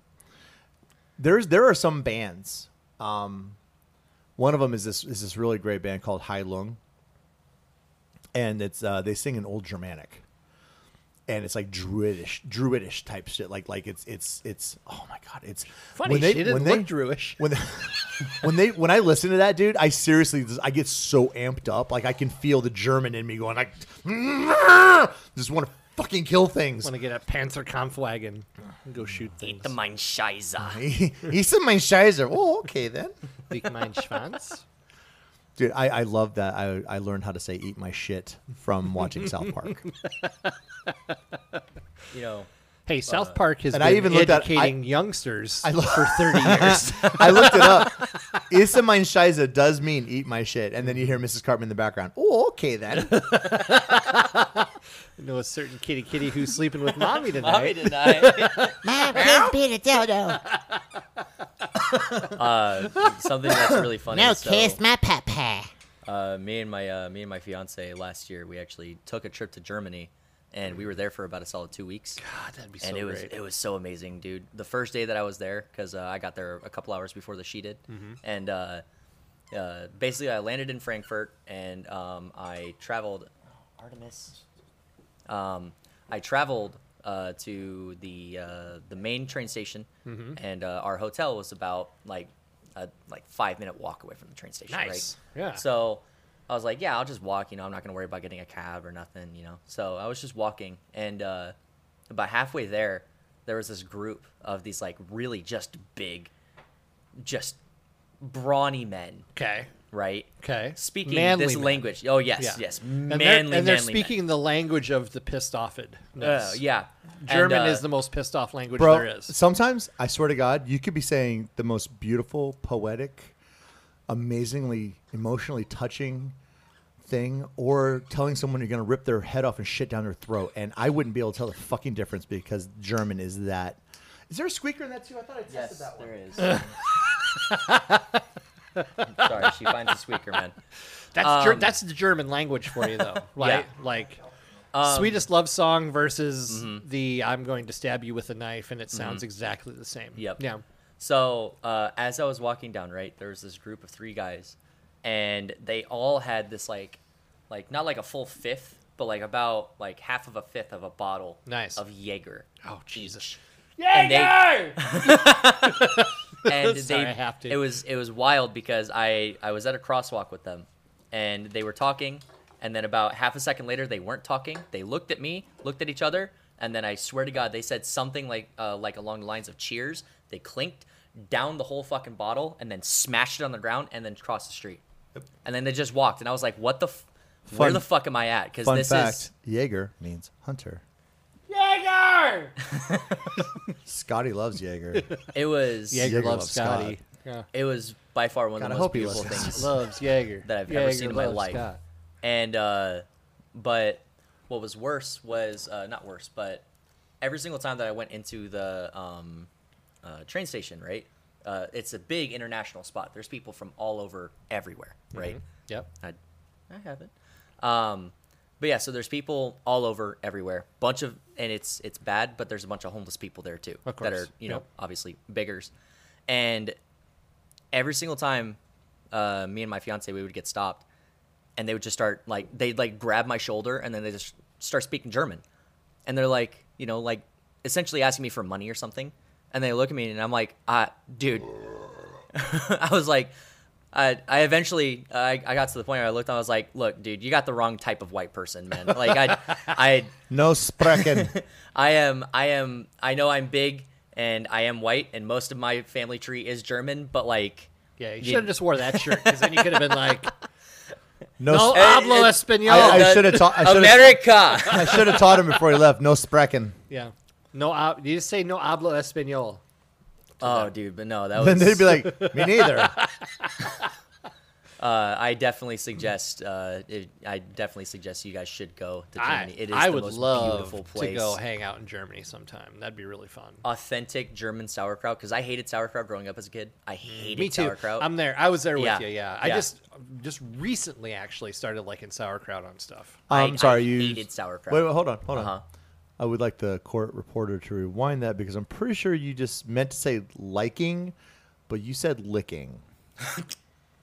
B: There's there are some bands. Um, one of them is this is this really great band called High Lung, and it's uh, they sing in old Germanic. And it's like druidish, druidish type shit. Like, like it's, it's, it's. Oh my god, it's
C: Funny, she didn't look Druish.
B: when when they when I listen to that dude, I seriously just- I get so amped up. Like I can feel the German in me going like, just want to fucking kill things.
C: Want to get a Panzerkampfwagen and go shoot things.
D: The Mein Scheiße.
B: He's in my Scheiser. Oh, okay then.
C: Eat mein Schwanz.
B: Dude, I, I love that. I, I learned how to say eat my shit from watching South Park.
D: You know,
C: Hey, South Park has
B: Uh, and
C: been
B: I even looked at- I-
C: educating youngsters
B: I lo-
C: for 30 years.
B: I looked it up. Issa mein Scheiser does mean eat my shit. And then you hear Mrs. Cartman in the background. Oh, okay then.
C: I know a certain kitty kitty who's sleeping with mommy tonight.
D: Bobby tonight.
F: Can't beat a dildo.
D: uh, something that's really funny.
F: Now
D: so,
F: kiss my papa.
D: uh, me and my uh, me and my fiance last year, we actually took a trip to Germany, and we were there for about a solid two weeks.
C: God, Ah, that'd be so
D: and it was
C: great.
D: it was so amazing, dude. The first day that I was there, because uh, I got there a couple hours before the she did,
C: Mm-hmm.
D: and uh, uh, basically I landed in Frankfurt and um, I traveled Artemis. Um, I traveled uh, to the uh, the main train station,
C: Mm-hmm.
D: and uh, our hotel was about like a like five minute walk away from the train station.
C: Nice.
D: Right?
C: Yeah.
D: So I was like, yeah, I'll just walk. You know, I'm not gonna worry about getting a cab or nothing. You know. So I was just walking, and uh, about halfway there, there was this group of these like really just big, just brawny men,
C: okay.
D: right?
C: Okay.
D: Speaking
C: Manly
D: this
C: men.
D: language. Oh yes,
C: Yeah.
D: yes.
C: And
D: Manly,
C: they're, and they're
D: manly men.
C: speaking the language of the pissed off.
D: Uh, yeah.
C: German
D: And, uh,
C: is the most pissed off language
B: Bro,
C: there is.
B: sometimes I swear to God, you could be saying the most beautiful, poetic, amazingly emotionally touching thing, or telling someone you're going to rip their head off and shit down their throat, and I wouldn't be able to tell the fucking difference because German is that. Is there a squeaker in that too? I thought I tested
D: Yes,
B: that one.
D: there is. Sorry, she finds a squeaker, man.
C: That's
D: Um,
C: ger- that's the German language for you though. Like like
D: Um,
C: sweetest love song versus
D: mm-hmm.
C: the I'm going to stab you with a knife and it sounds exactly the same.
D: Yep.
C: Yeah.
D: So uh, as I was walking down, right, there was this group of three guys, and they all had this like, like not like a full fifth, but like about like half of a fifth of a bottle
C: Nice.
D: of Jaeger.
C: Oh Jesus.
D: And they- and
C: Sorry,
D: they
C: I have to.
D: it was it was wild because I I was at a crosswalk with them and they were talking and then about half a second later they weren't talking they looked at me looked at each other and then I swear to God they said something like uh, like along the lines of cheers they clinked down the whole fucking bottle and then smashed it on the ground and then crossed the street and then they just walked and I was like what the f- where
B: Fun-
D: the fuck am I at because
B: Fun
D: this
B: fact:
D: is
B: Jaeger means hunter. Jaeger. Scotty loves Jaeger.
D: it was
C: Jaeger
B: Jaeger
C: loves
B: loves
C: Scotty.
B: Scott.
C: Yeah.
D: it was by far one of
B: God, I
D: the most
B: hope he
D: beautiful
B: listens.
D: things
C: Loves Jaeger.
D: that I've ever
C: Jaeger
D: seen in my
C: loves
D: life.
C: Scott.
D: And uh, but what was worse was uh, not worse, but every single time that I went into the um, uh, train station, right? Uh, it's a big international spot. There's
C: Mm-hmm.
D: people from all over everywhere, right?
C: Yep.
D: I, I haven't. Um, But yeah, so there's people all over everywhere. Bunch of and it's it's bad, but there's a bunch of homeless people there too
C: Of
D: that
C: course.
D: are, you know,
C: Yep.
D: obviously beggars. And every single time uh, me and my fiance we would get stopped and they would just start like they'd like grab my shoulder and then they just start speaking German. And they're like, you know, like essentially asking me for money or something. And they look at me and I'm like, ah, dude, I was like, I, I eventually I, I got to the point where I looked and I was like, look, dude, you got the wrong type of white person, man. Like I I
B: No sprechen.
D: I am I am I know I'm big and I am white and most of my family tree is German, but like
C: Yeah, you
D: You-
C: should have just wore that shirt because then you could have been like,
B: No.
C: "No
B: sp-
C: hablo
D: it-
C: español."
B: I, I
D: the-
B: should have taught. I should have.
D: America.
B: I should have taught him before he left. No sprechen.
C: yeah, no, hab- you just say "no hablo español."
D: oh, dude, but no, that was
B: Then they'd be like, "Me neither."
D: uh, I definitely suggest uh, it, I definitely suggest you guys should go to
C: I,
D: Germany. it is
C: I
D: the
C: would
D: most
C: love
D: beautiful place.
C: to go hang out in Germany sometime. That'd be really fun.
D: Authentic German sauerkraut because I hated sauerkraut growing up as a kid. I hated
C: Mm, Me too.
D: sauerkraut.
C: I'm there. I was there with
D: Yeah.
C: you. Yeah, I
D: Yeah.
C: just just recently actually started liking sauerkraut on stuff.
D: I-
B: I'm Um, sorry.
D: I
B: you
D: hated sauerkraut.
B: Wait, wait, hold on, hold
D: Uh-huh.
B: on. I would like the court reporter to rewind that because I'm pretty sure you just meant to say liking, but you said licking.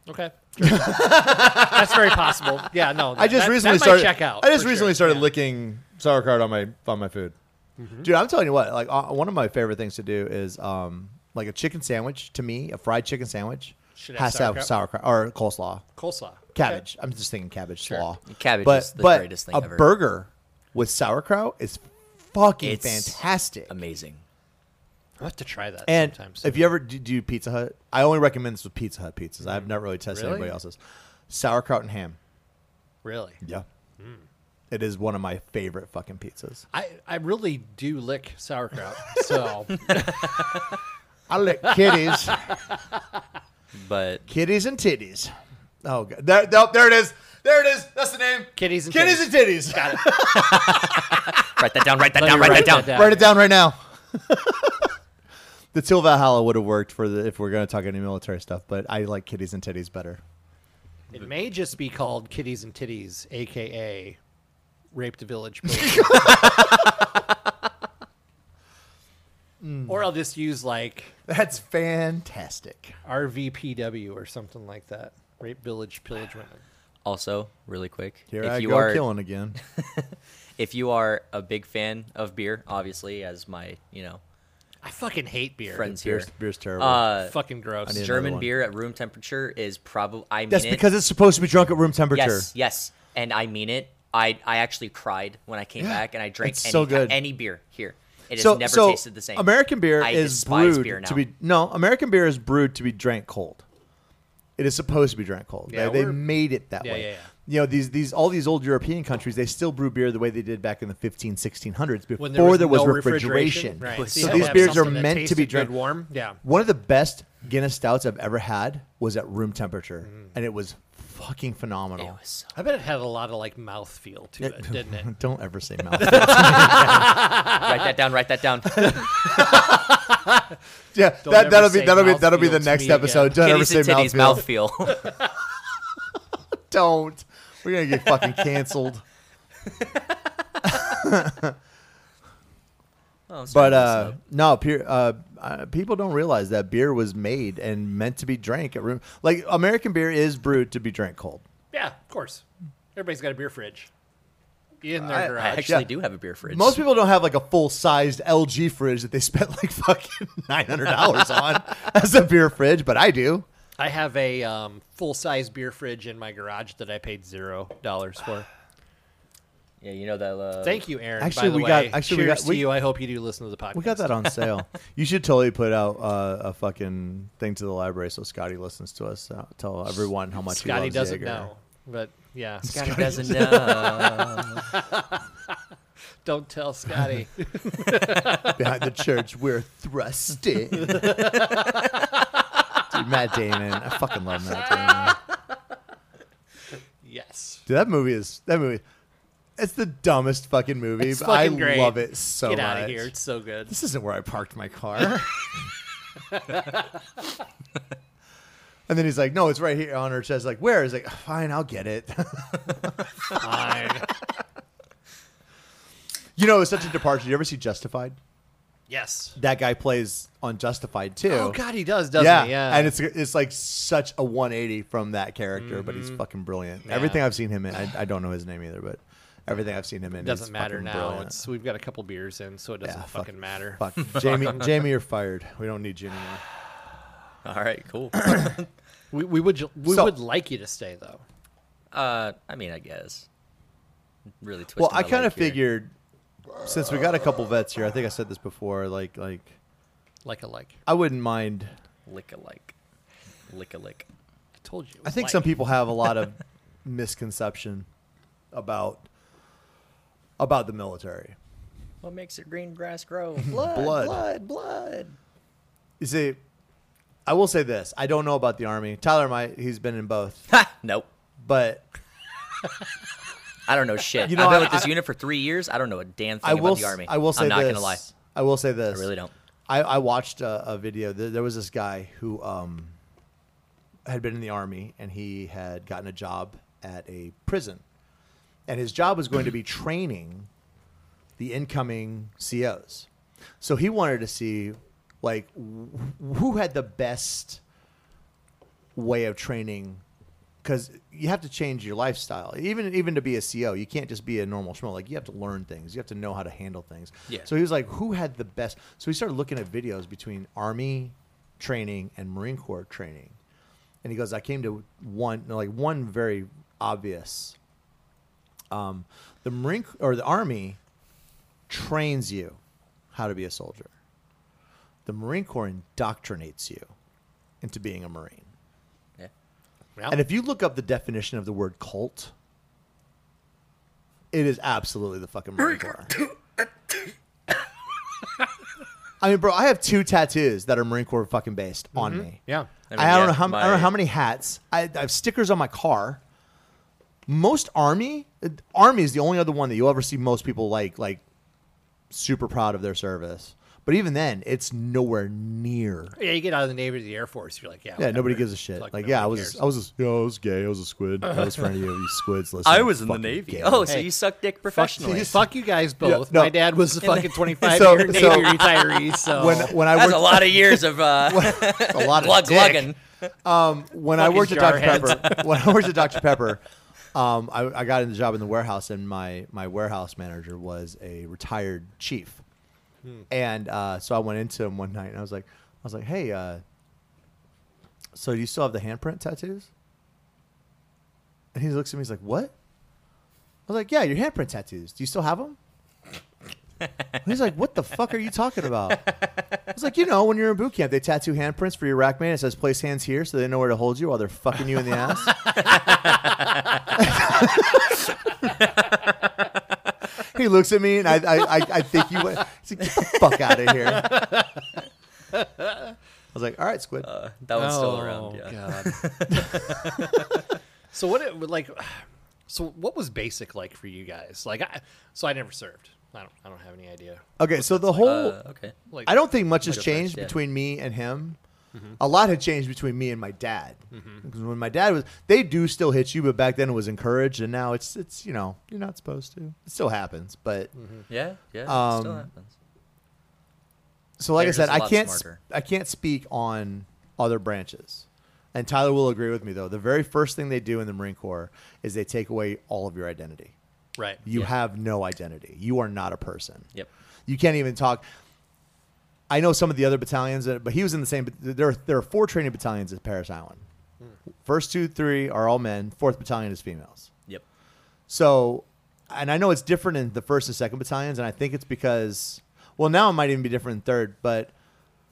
C: Okay, that's very possible. Yeah, no,
B: I just
C: that-
B: recently
C: that might
B: started.
C: Check out
B: I just
C: for
B: recently
C: sure.
B: started
C: Yeah.
B: licking sauerkraut on my on my food.
C: Mm-hmm.
B: Dude, I'm telling you what. Like uh, one of my favorite things to do is um like a chicken sandwich. To me, a fried chicken sandwich
C: Should have
B: has to have sauerkraut or coleslaw,
C: coleslaw,
B: cabbage. I'm just thinking cabbage slaw.
D: Cabbage
B: but,
D: is the
B: but
D: greatest thing
B: a
D: ever.
B: burger with sauerkraut is fucking
D: It's
B: fantastic.
D: Amazing.
C: I have to try that
B: And
C: sometime soon.
B: if you ever do, do Pizza Hut, I only recommend this with Pizza Hut pizzas. I've not really tested
C: Really?
B: anybody else's. Sauerkraut and ham.
C: really,
B: Yeah. It is one of my favorite fucking pizzas.
C: I I really do lick sauerkraut. So
B: I lick kitties,
D: But
B: kitties and titties. Oh, God. There, no, there it is. There it is. That's the name.
C: Kitties and
B: kitties
C: titties.
B: and titties. Got it.
D: write that down. Write that
C: Let
D: down.
C: me
D: Write
C: write
D: that down.
C: that down.
B: Write it down right now. the Till Valhalla would have worked for the if we're going to talk any military stuff, but I like kitties and titties better.
C: it may just be called Kitties and Titties, aka Raped a Village. Poet. Or I'll just use like
B: That's fantastic.
C: RVPW or something like that. Rape Village Pillage Women.
D: Also, really quick,
B: Here
D: if
B: I
D: you
B: go
D: are
B: killing again.
D: if you are a big fan of beer, obviously, as my you know
C: I fucking hate beer.
D: friends here,
B: Beer's, beer's terrible.
D: uh,
C: fucking gross.
B: need- another
D: German
B: one.
D: beer at room temperature is probably I mean
B: That's
D: it.
B: because it's supposed to be drunk at room temperature.
D: yes, yes, and I mean it. I I actually cried when I came back and I drank
B: it's
D: any, uh,
B: so good.
D: any beer here. It has never tasted the same.
B: American beer
D: I
B: is
D: despise
B: brewed
D: beer now.
B: to be no. American beer is brewed to be drank cold. It is supposed to be drank cold.
C: Yeah,
B: they, they
C: we're-
B: made it that
C: Yeah,
B: way.
C: yeah, yeah.
B: You know these these all these old European countries they still brew beer the way they did back in the 15 1600s before
C: When there was, no
B: refrigeration.
C: refrigeration. Right.
B: So,
C: you had to
B: these
C: have
B: beers are
C: something that
B: meant to be
C: tasted good
B: drank
C: warm. Yeah.
B: One of the best Guinness stouts I've ever had was at room temperature,
C: Mm.
B: and it was fucking phenomenal.
D: It was so-
C: I bet it had a lot of like mouth feel to it, didn't it?
B: Don't ever say mouth.
D: write that down. Write that down.
B: yeah,
C: ever
B: that, that'll be
C: say
B: that'll be
C: mouth
B: that'll be
C: feel
B: the
C: to
B: next
C: me again.
B: episode. Don't ever
D: Kitties
B: say
D: and titties,
B: mouthfeel.
D: mouthfeel.
B: Don't. We're gonna get fucking canceled.
D: Oh, I'm sorry,
B: But
D: I'm
B: uh, no, peer, uh, uh, people don't realize that beer was made and meant to be drank at room. Like American beer is brewed to be drank cold.
C: Yeah, of course. Everybody's got a beer fridge in their
D: slow. I
C: garage.
D: actually
B: yeah.
D: do have a beer fridge.
B: Most people don't have like a full sized LG fridge that they spent like fucking nine hundred dollars on as a beer fridge, but I do.
C: I have a um, full size beer fridge in my garage that I paid zero dollars for.
D: yeah, you know that. Uh,
C: Thank you, Aaron.
B: Actually,
C: by the
B: we got-
C: way.
B: actually, we
C: cheers
B: got-
C: to
B: we-
C: you. I hope you do listen to the podcast.
B: We got that on sale. you should totally put out uh, a fucking thing to the library so Scotty listens to us. Uh, tell everyone how much he
C: Scotty
B: loves
C: doesn't
B: Jaeger.
C: know, but yeah,
D: Scotty doesn't know.
C: don't tell Scotty.
B: behind the church. We're thrusting. Dude, Matt Damon. I fucking love Matt Damon.
C: yes.
B: Dude, that movie is that movie. It's the dumbest fucking movie,
C: It's
B: but I
C: fucking great.
B: love it so
C: Get
B: much.
C: out of here. It's so good.
B: This isn't where I parked my car. And then he's like, "No, it's right here on her chest." Like, where? He's like, "Fine, I'll get it."
C: Fine.
B: you know, it's such a departure. You ever see Justified?
C: yes.
B: That guy plays on Justified too.
C: Oh God, he does, doesn't
B: yeah.
C: he? Yeah.
B: and it's it's like such a 180 from that character, but
C: Mm-hmm.
B: he's fucking brilliant. Everything I've seen him in, I, I don't know his name either, but everything I've seen him in he's
C: doesn't matter
B: fucking
C: now.
B: brilliant.
C: It's we've got a couple beers in, so it doesn't
B: Yeah, fuck-
C: fucking matter.
B: Fuck, Jamie, Jamie, you're fired. We don't need you anymore.
D: All right, cool.
C: We, we would we
B: So-
C: would like you to stay though.
D: uh, I mean, I guess. Really twisting.
B: Well, I
D: my
B: kind of
D: leg here.
B: figured since we got a couple vets here, I think I said this before. Like, like
C: Like a like.
B: I wouldn't mind.
D: lick a like, lick a lick.
C: I told you. it
B: I
C: was
B: think some
C: like.
B: people have a lot of misconception about about the military.
D: What makes your green grass grow? Blood,
B: Blood.
D: blood, blood. blood.
B: You see, I will say this: I don't know about the army. Tyler might he's been in both,
D: Ha! Nope.
B: but
D: I don't know shit.
B: You know,
D: I've
B: I-
D: been with this
B: I-
D: unit for three years. I don't know a damn thing
B: I will.
D: about the
B: s-
D: army.
B: I will say
D: I'm not
B: this.
D: gonna lie.
B: I will say this.
D: I really don't.
B: I, I watched a, a video. There, there was this guy who um, had been in the army and he had gotten a job at a prison, and his job was going to be training the incoming COs. So he wanted to see, like, wh- who had the best way of training, because you have to change your lifestyle. Even even to be a CO, you can't just be a normal schmo. Like you have to learn things. You have to know how to handle things.
D: Yeah.
B: So he was like, who had the best? So he started looking at videos between Army training and Marine Corps training, and he goes, I came to one like one very obvious. Um, the Marine or the Army trains you how to be a soldier. The Marine Corps indoctrinates you into being a Marine.
D: Yeah.
C: Yeah.
B: And if you look up the definition of the word cult, it is absolutely the fucking Marine Corps. I mean, bro, I have two tattoos that are Marine Corps fucking based on me.
C: Mm-hmm. yeah.
B: I, don't
D: I mean, yeah,
B: know how I don't know
D: my-
B: how many hats. I, I have stickers on my car. Most army army is the only other one that you'll ever see most people like like super proud of their service. But even then, it's nowhere near.
C: Yeah, you get out of the Navy to the Air Force, you're like, yeah.
B: Yeah, nobody
C: whatever.
B: gives a shit. Like,
C: Like,
B: yeah, I
C: nobody
B: was,
C: cares.
B: I was, a, you know, I was gay. I was a squid. I was friend of you, you squids. Listen,
D: I was in the
B: fucking
D: Navy.
B: gay.
D: Oh, so
C: Hey,
D: you suck dick
C: Fuck
D: professionally.
C: you- Fuck you guys both.
B: no.
C: My dad was a fucking 25
B: So-
C: year Navy
B: so-
C: retiree, so
B: when when I
D: That's
B: worked
D: a lot of years of uh,
B: a lot of
D: glug
B: dick.
D: glugging.
B: when I worked at Dr.
C: Fucking
B: Pepper, when I worked at Dr. Pepper, um, I, I got in the job in the warehouse, and my my warehouse manager was a retired chief, and uh, so I went into him one night, and I was like, I was like, hey, uh, so do you still have the handprint tattoos? And he looks at me, he's like, what? I was like, yeah, your handprint tattoos. Do you still have them? He's like, what the fuck are you talking about? It's like, you know, when you're in boot camp, they tattoo handprints for your rack man. It says place hands here so they know where to hold you while they're fucking you in the ass. he looks at me and I I, I, I think he went, he's like, get the fuck out of here. I was like, all right, Squid.
D: Uh, that one's
B: Oh,
D: still around. Yeah.
C: God. so what it like so what was basic like for you guys? Like I so I never served. I don't I don't have any idea.
B: okay, so the whole.
D: Uh, okay.
C: Like
B: I don't think much has
D: Like a friend,
B: changed
D: yeah. Mm-hmm.
B: between me and him. A lot had changed between me and my dad. Because when my dad was, they do still hit you, but back then it was encouraged, and now it's it's you know you're not supposed to. It still happens, but
D: Yeah. Yeah. it still
B: Um,
D: happens.
B: so like
D: They're just
B: I said,
D: a
B: I
D: lot
B: can't sp-
D: smarter.
B: I can't speak on other branches. And Tyler will agree with me though. The very first thing they do in the Marine Corps is they take away all of your identity.
C: right.
B: You
D: Yeah.
B: have no identity. You are not a person.
D: Yep.
B: You can't even talk. I know some of the other battalions, that- but he was in the same. but There, are- there are four training battalions at Paris Island. First two, three are all men. Fourth battalion is females.
D: Yep.
B: So, and I know it's different in the first and second battalions, and I think it's because, well, now it might even be different in third, but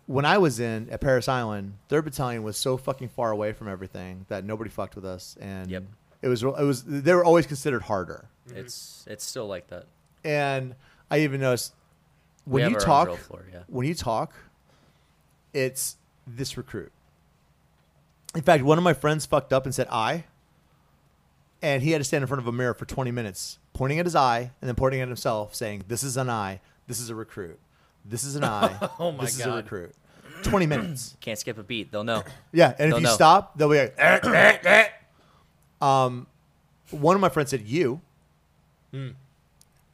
B: when I was in at Paris Island, third battalion was so fucking far away from everything that nobody fucked with us, and
D: Yep.
B: it was it was they were always considered harder,
D: It's it's still like that.
B: and I even noticed when
D: have
B: you
D: our own
B: talk,
D: drill floor, yeah.
B: when you talk, it's this recruit. In fact, one of my friends fucked up and said "I," and he had to stand in front of a mirror for 20 minutes, pointing at his eye and then pointing at himself, saying, "This is an eye. This is a recruit. This is an eye.
C: Oh my
B: this is a
C: God.
B: recruit." 20 minutes.
D: Can't skip a beat. They'll know.
B: Yeah, and if
D: No,
B: you
D: no.
B: stop, they'll be like, "Eh, eh, eh." um, one of my friends said, "You."
D: Hmm.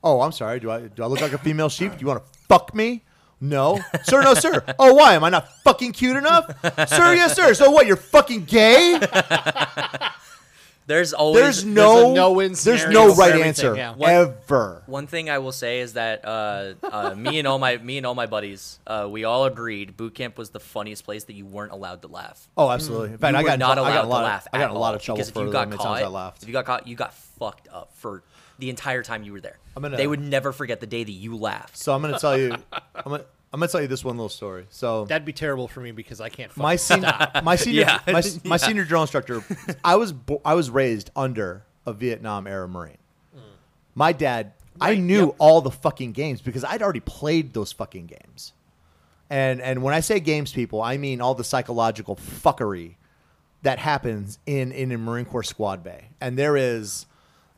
B: Oh, I'm sorry. Do I do I look like a female sheep? Do you want to fuck me? No, sir. No, sir. Oh, why am I not fucking cute enough, sir? Yes, sir. So what? You're fucking gay.
D: There's always
B: There's no
C: a no-win
B: There's
C: scenario
B: no
C: for
B: right
C: everything,
B: answer
C: yeah.
D: What-
B: ever.
D: One thing I will say is that uh, uh, me and all my me and all my buddies, uh, we all agreed boot camp was the funniest place that you weren't allowed to laugh.
B: Oh, absolutely. In fact,
D: you
B: I
D: were
B: got
D: not
B: I
D: allowed
B: got a
D: to
B: lot of-
D: laugh.
B: I got
D: at
B: a lot
D: all,
B: of trouble
D: because if
B: for
D: you
B: the
D: got
B: many
D: caught,
B: times I laughed.
D: if you got caught, you got fucked up for the entire time you were there.
B: I'm gonna-
D: they would never forget the day that you laughed.
B: So I'm gonna tell you, I'm gonna, I'm gonna tell you this one little story. So
C: That'd be terrible for me because I can't.
B: my
C: Fucking
B: senior, my senior,
C: Yeah.
B: my, my senior drill instructor, I was bo- I was raised under a Vietnam era Marine.
C: Mm.
B: My dad, I knew all the fucking games because I'd already played those fucking games, and and when I say games, people, I mean all the psychological fuckery that happens in in a Marine Corps squad bay, and there is.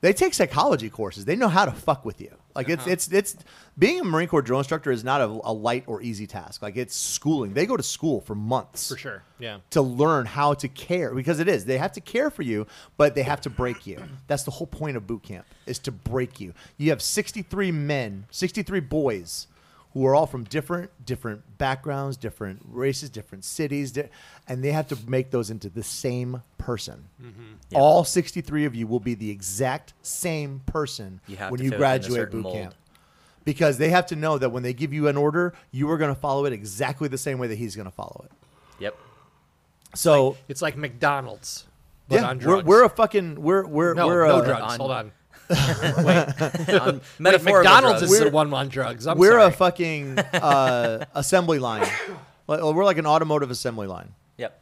B: They take psychology courses. They know how to fuck with you. Like
C: Uh-huh.
B: it's it's it's being a Marine Corps drill instructor is not a, a light or easy task. Like it's schooling. They go to school for months
C: for sure. Yeah.
B: to learn how to care because it is they have to care for you but they have to break you that's the whole point of boot camp is to break you you have 63 men 63 boys who are all from different different backgrounds different races different cities di- and they have to make those into the same person
D: Mm-hmm.
B: all 63 of you will be the exact same person
D: You have
B: when
D: to
B: you
D: fit within a
B: graduate
D: certain
B: boot
D: mold.
B: camp because they have to know that when they give you an order you are going to follow it exactly the same way that he's going to follow it
D: yep.
B: so
C: It's like McDonald's, but
B: yeah,
C: on
B: we're,
C: drugs.
B: we're a fucking we're we're
C: no,
B: we're
C: no
B: a
C: drugs.
D: on-
C: Hold on.
D: On
C: Wait,
D: metaphorical
C: McDonald's
D: drugs.
C: is the one on drugs. I'm
B: we're
C: sorry.
B: a fucking uh, assembly line. Like, We're like an automotive assembly line.
D: yep.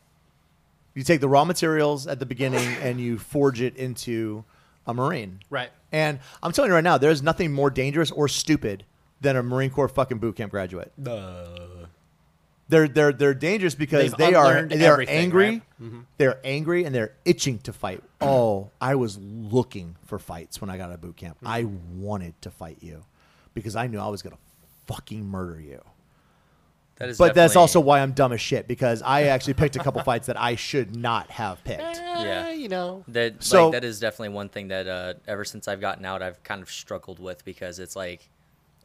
B: You take the raw materials at the beginning and you forge it into a marine.
C: Right.
B: And I'm telling you right now, there's nothing more dangerous or stupid than a Marine Corps fucking boot camp graduate. They're they're they're dangerous because
C: They've
B: they are
C: unlearned
B: they are
C: everything,
B: angry.
C: right?
B: They're angry and they're itching to fight. Oh, I was looking for fights when I got out of boot camp.
C: Mm-hmm.
B: I wanted to fight you because I knew I was gonna fucking murder you.
D: That is
B: But that's
D: definitely-
B: also why I'm dumb as shit because I actually picked a couple fights that I should not have picked.
D: Yeah.
C: Eh, You know.
D: That
B: So-
D: like that is definitely one thing that uh, ever since I've gotten out, I've kind of struggled with because it's like,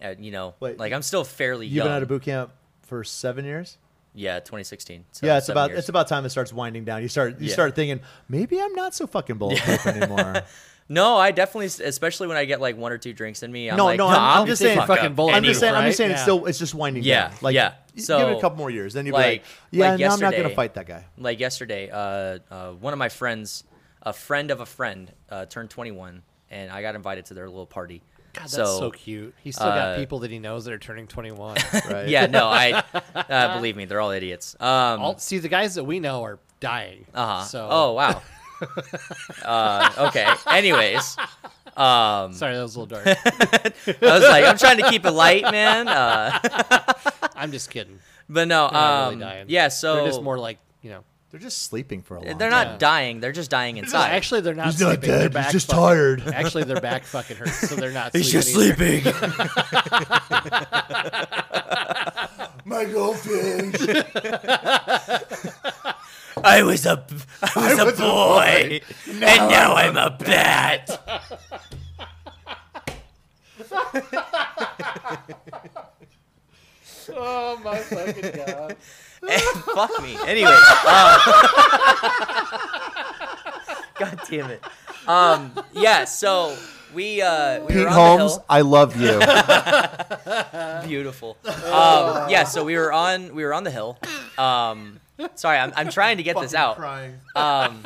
D: uh, you know,
B: Wait,
D: like I'm still fairly
B: You've
D: young.
B: been out of boot camp for seven years.
D: yeah, 2016. So
B: yeah, it's
D: seven
B: about
D: years.
B: it's about time it starts winding down. You start you
D: Yeah.
B: start thinking maybe I'm not so fucking bulletproof anymore.
D: No, I definitely, especially when I get like one or two drinks in me. I'm
B: No,
D: like,
B: no,
D: "Nah,
B: I'm- I'm just
D: gonna
B: saying
D: fuck
C: fucking
D: up
C: bulletproof,
B: I'm just saying I'm
C: right?
B: just saying it's
C: Yeah.
B: still it's just winding
D: Yeah,
B: down. Like
D: yeah.
B: y- give it
D: So,
B: a couple more years, then you
D: like-
B: like, yeah,
D: like
B: no, I'm not gonna
D: yesterday-
B: fight that guy.
D: like yesterday, uh, uh, one of my friends, a friend of a friend, uh, turned 21, and I got invited to their little party.
C: God, that's so, cute. He's still got people that he knows that are turning 21.
B: Right?
D: Yeah, no, I uh, believe me, they're all idiots. Um,
C: All, see, the guys that we know are dying.
D: uh-huh.
C: So,
D: oh wow. uh, okay. Anyways,
C: sorry, that was a little dark.
D: I was like, I'm trying to keep it light, man. Uh,
C: I'm just kidding.
D: but no,
C: They're not
D: um,
C: really dying.
D: yeah. So
C: they're just more like you know.
B: They're just sleeping for a long
D: they're
B: time.
D: not dying. They're just dying
C: No,
D: inside.
C: actually, they're not.
B: He's not
C: sleeping. Their
B: dead, he's
C: back
B: just
C: fucking-
B: tired.
C: Actually, their back fucking hurts, so they're not.
D: He's just
C: sleeping either.
D: sleeping.
B: My girlfriend.
D: I was a, I was a boy, and now I'm a bat.
C: Oh my fucking god!
D: Eh, Fuck me. Anyway. um, God damn it. Um, yeah. So we uh, we
B: Pete
D: were on
B: Holmes,
D: the
B: I love you.
D: hill. Beautiful. Um, yeah. So we were on we were on the hill. Um, sorry, I'm, I'm trying to get this out.
B: Crying.
D: um,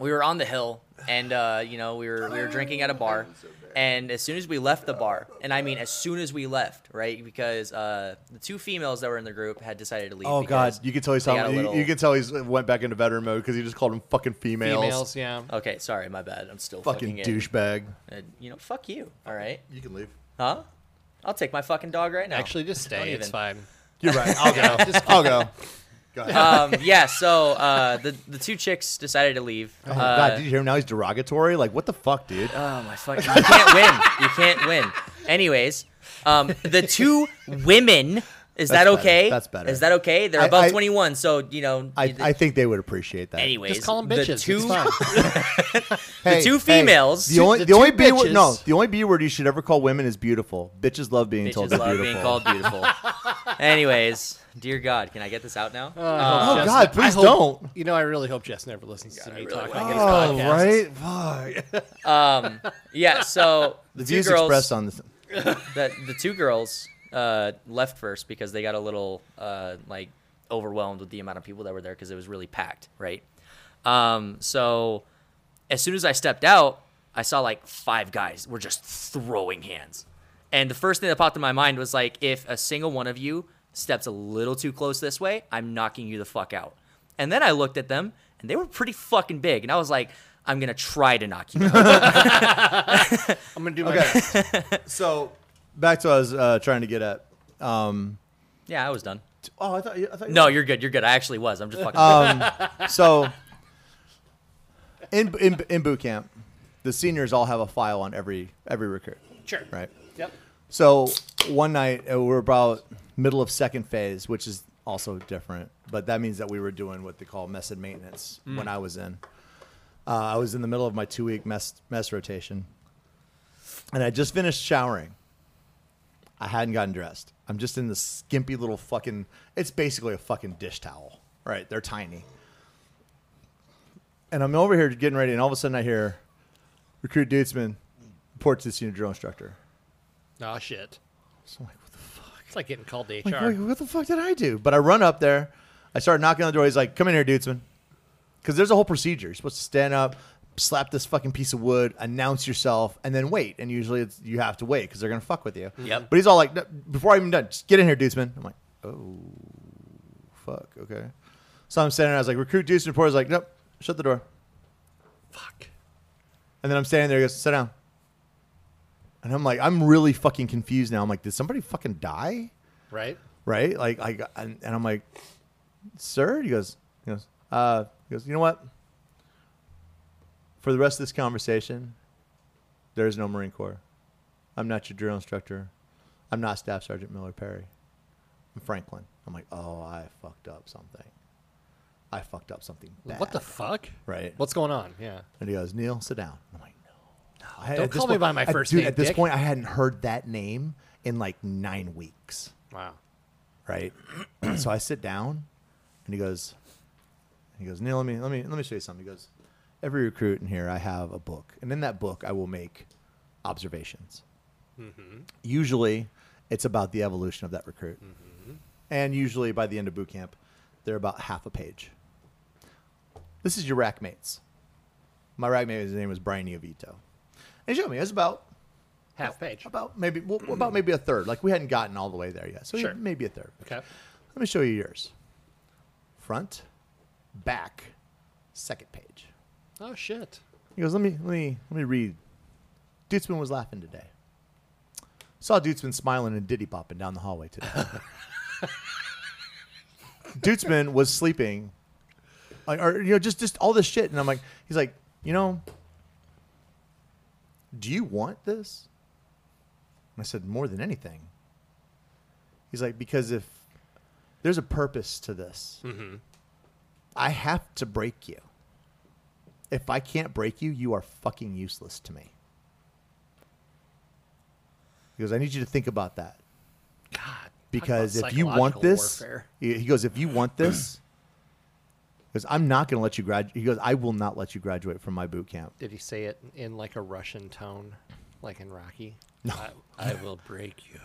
D: we were on the hill, and uh, you know we were we were drinking at a bar, and as soon as we left the bar, and I mean as soon as we left, right? Because uh, the two females that were in the group had decided to leave.
B: Oh god,
D: because-
B: you can tell he's
D: they got
B: talking,
D: a
B: you,
D: little-
B: you can tell he's went back into veteran mode because he just called him fucking females.
C: Females, yeah.
D: Okay, sorry, my bad. I'm still
B: Fucking
D: fucking it.
B: douchebag.
D: Uh, you know, fuck you. All right,
B: You can leave.
D: huh? I'll take my fucking dog right now.
C: Actually, just
D: Don't
C: stay. It's
D: even.
C: fine.
B: You're right. I'll go. I'll go. Go ahead.
D: um, yeah. So uh, the the two chicks decided to leave.
B: Oh,
D: uh,
B: God, did you hear him? Now he's derogatory. Like, what the fuck, dude?
D: Oh my fucking! You can't win. You can't win. Anyways, um, the two women Is
B: That's
D: that
B: better.
D: okay?
B: That's better.
D: Is that okay? They're
B: I-
D: above
B: I-
D: 21, so you know.
B: I,
D: you-
B: I think they would appreciate that.
D: anyways,
C: Just call them
D: the
C: bitches. It's
D: two-
C: fine. Uh,
B: Hey,
D: two
B: hey,
D: females-
B: the only
C: the
B: the,
C: two
B: only b word, no,
C: bitches-
B: the only b word you should ever call women is beautiful. Bitches love being told
D: Bitches
B: they're
D: love
B: beautiful.
D: being called beautiful. Anyways, dear God, can I get this out now?
C: Uh,
D: Um,
B: oh
C: Jess-
B: God,
C: I
B: please
C: hope-
B: don't.
C: You know, I really hope Jess never listens to
D: God, I
C: me
D: really
C: talk
D: hope
C: like
D: I
C: this
D: get
B: Oh
C: podcast.
B: right, fuck.
D: um, yeah, so
B: The
D: two
B: views
D: girls,
B: expressed on this.
D: the, the two girls uh, left first because they got a little uh, like overwhelmed with the amount of people that were there because it was really packed, right? Um, so as soon as I stepped out, I saw like five guys were just throwing hands. And the first thing that popped in my mind was like, if a single one of you steps a little too close this way, I'm knocking you the fuck out. And then I looked at them and they were pretty fucking big. And I was like, I'm going to try to knock you out.
C: I'm gonna do my best.
B: Okay, so back to what I was uh, trying to get at. Um,
D: yeah, I was done.
B: oh, I thought you. I thought you
D: No, you're good. You're good. I actually was. I'm just fucking.
B: so in, in in boot camp, the seniors all have a file on every every recruit.
C: Sure.
B: Right.
C: Yep.
B: So one night uh, we're about middle of second phase, which is also different, but that means that we were doing what they call mess and maintenance
C: Mm.
B: when I was in. Uh, I was in the middle of my two week mess mess rotation, and I just finished showering. I hadn't gotten dressed. I'm just in this skimpy little fucking. It's basically a fucking dish towel, right? They're tiny. And I'm over here getting ready, and all of a sudden I hear recruit Dudesman report to the senior drill instructor.
C: Oh shit.
B: So I'm like, what the fuck?
C: It's like getting called to HR.
B: Like, wait, what the fuck did I do? But I run up there. I start knocking on the door. He's like, come in here, Dudesman. Because there's a whole procedure. You're supposed to stand up, slap this fucking piece of wood, announce yourself, and then wait. And usually it's, you have to wait because they're going to fuck with you.
D: Yep.
B: But he's all like, no, before I'm even done, just get in here, Dudesman. I'm like, oh, fuck, okay. So I'm standing there. I was like, recruit Dudesman. Reporter's like, nope, shut the door.
C: Fuck.
B: And then I'm standing there. He goes, sit down. And I'm like, I'm really fucking confused now. I'm like, did somebody fucking die?
C: Right.
B: right? Like I got- and, and I'm like, sir. He goes, he goes, uh, he goes. You know what? For the rest of this conversation, there is no Marine Corps. I'm not your drill instructor. I'm not Staff Sergeant Miller Perry. I'm Franklin. I'm like, oh, I fucked up something. I fucked up something. Bad.
C: What the fuck?
B: Right.
C: What's going on? Yeah.
B: And he goes, Neil, sit down. I'm like, no. no. I-
C: Don't
B: at this
C: call me
B: point-
C: by my
B: I-
C: first
B: dude,
C: name,
B: At this
C: dick.
B: point, I hadn't heard that name in like nine weeks
C: Wow.
B: right? so I sit down, and he goes, he goes, Neil, let me let me let me show you something. He goes, every recruit in here, I have a book, and in that book, I will make observations. Usually, it's about the evolution of that recruit, and usually by the end of boot camp, they're about half a page. This is your rack mates. My rack mate, his name was Brian Iovito. And he showed me it was about
C: Half page.
B: about maybe well, about maybe a third. Like we hadn't gotten all the way there yet, so
C: Sure.
B: maybe a third.
C: Okay.
B: Let me show you yours. Front, back, second page.
C: Oh shit.
B: He goes, let me let me let me read. Dutzman was laughing today. Saw Dutzman smiling and diddy popping down the hallway today. Dutzman was sleeping, like, or you know, just just all this shit. And I'm like, he's like, you know, do you want this? And I said, more than anything. He's like, because if there's a purpose to this, I have to break you if I can't break you, you are fucking useless to me. He goes, I need you to think about that.
C: God.
B: Because if you want this, he he goes, if you want this, because I'm not going to let you graduate. He goes, I will not let you graduate from my boot camp.
C: Did he say it in like a Russian tone, like in Rocky? No. I, I will break you.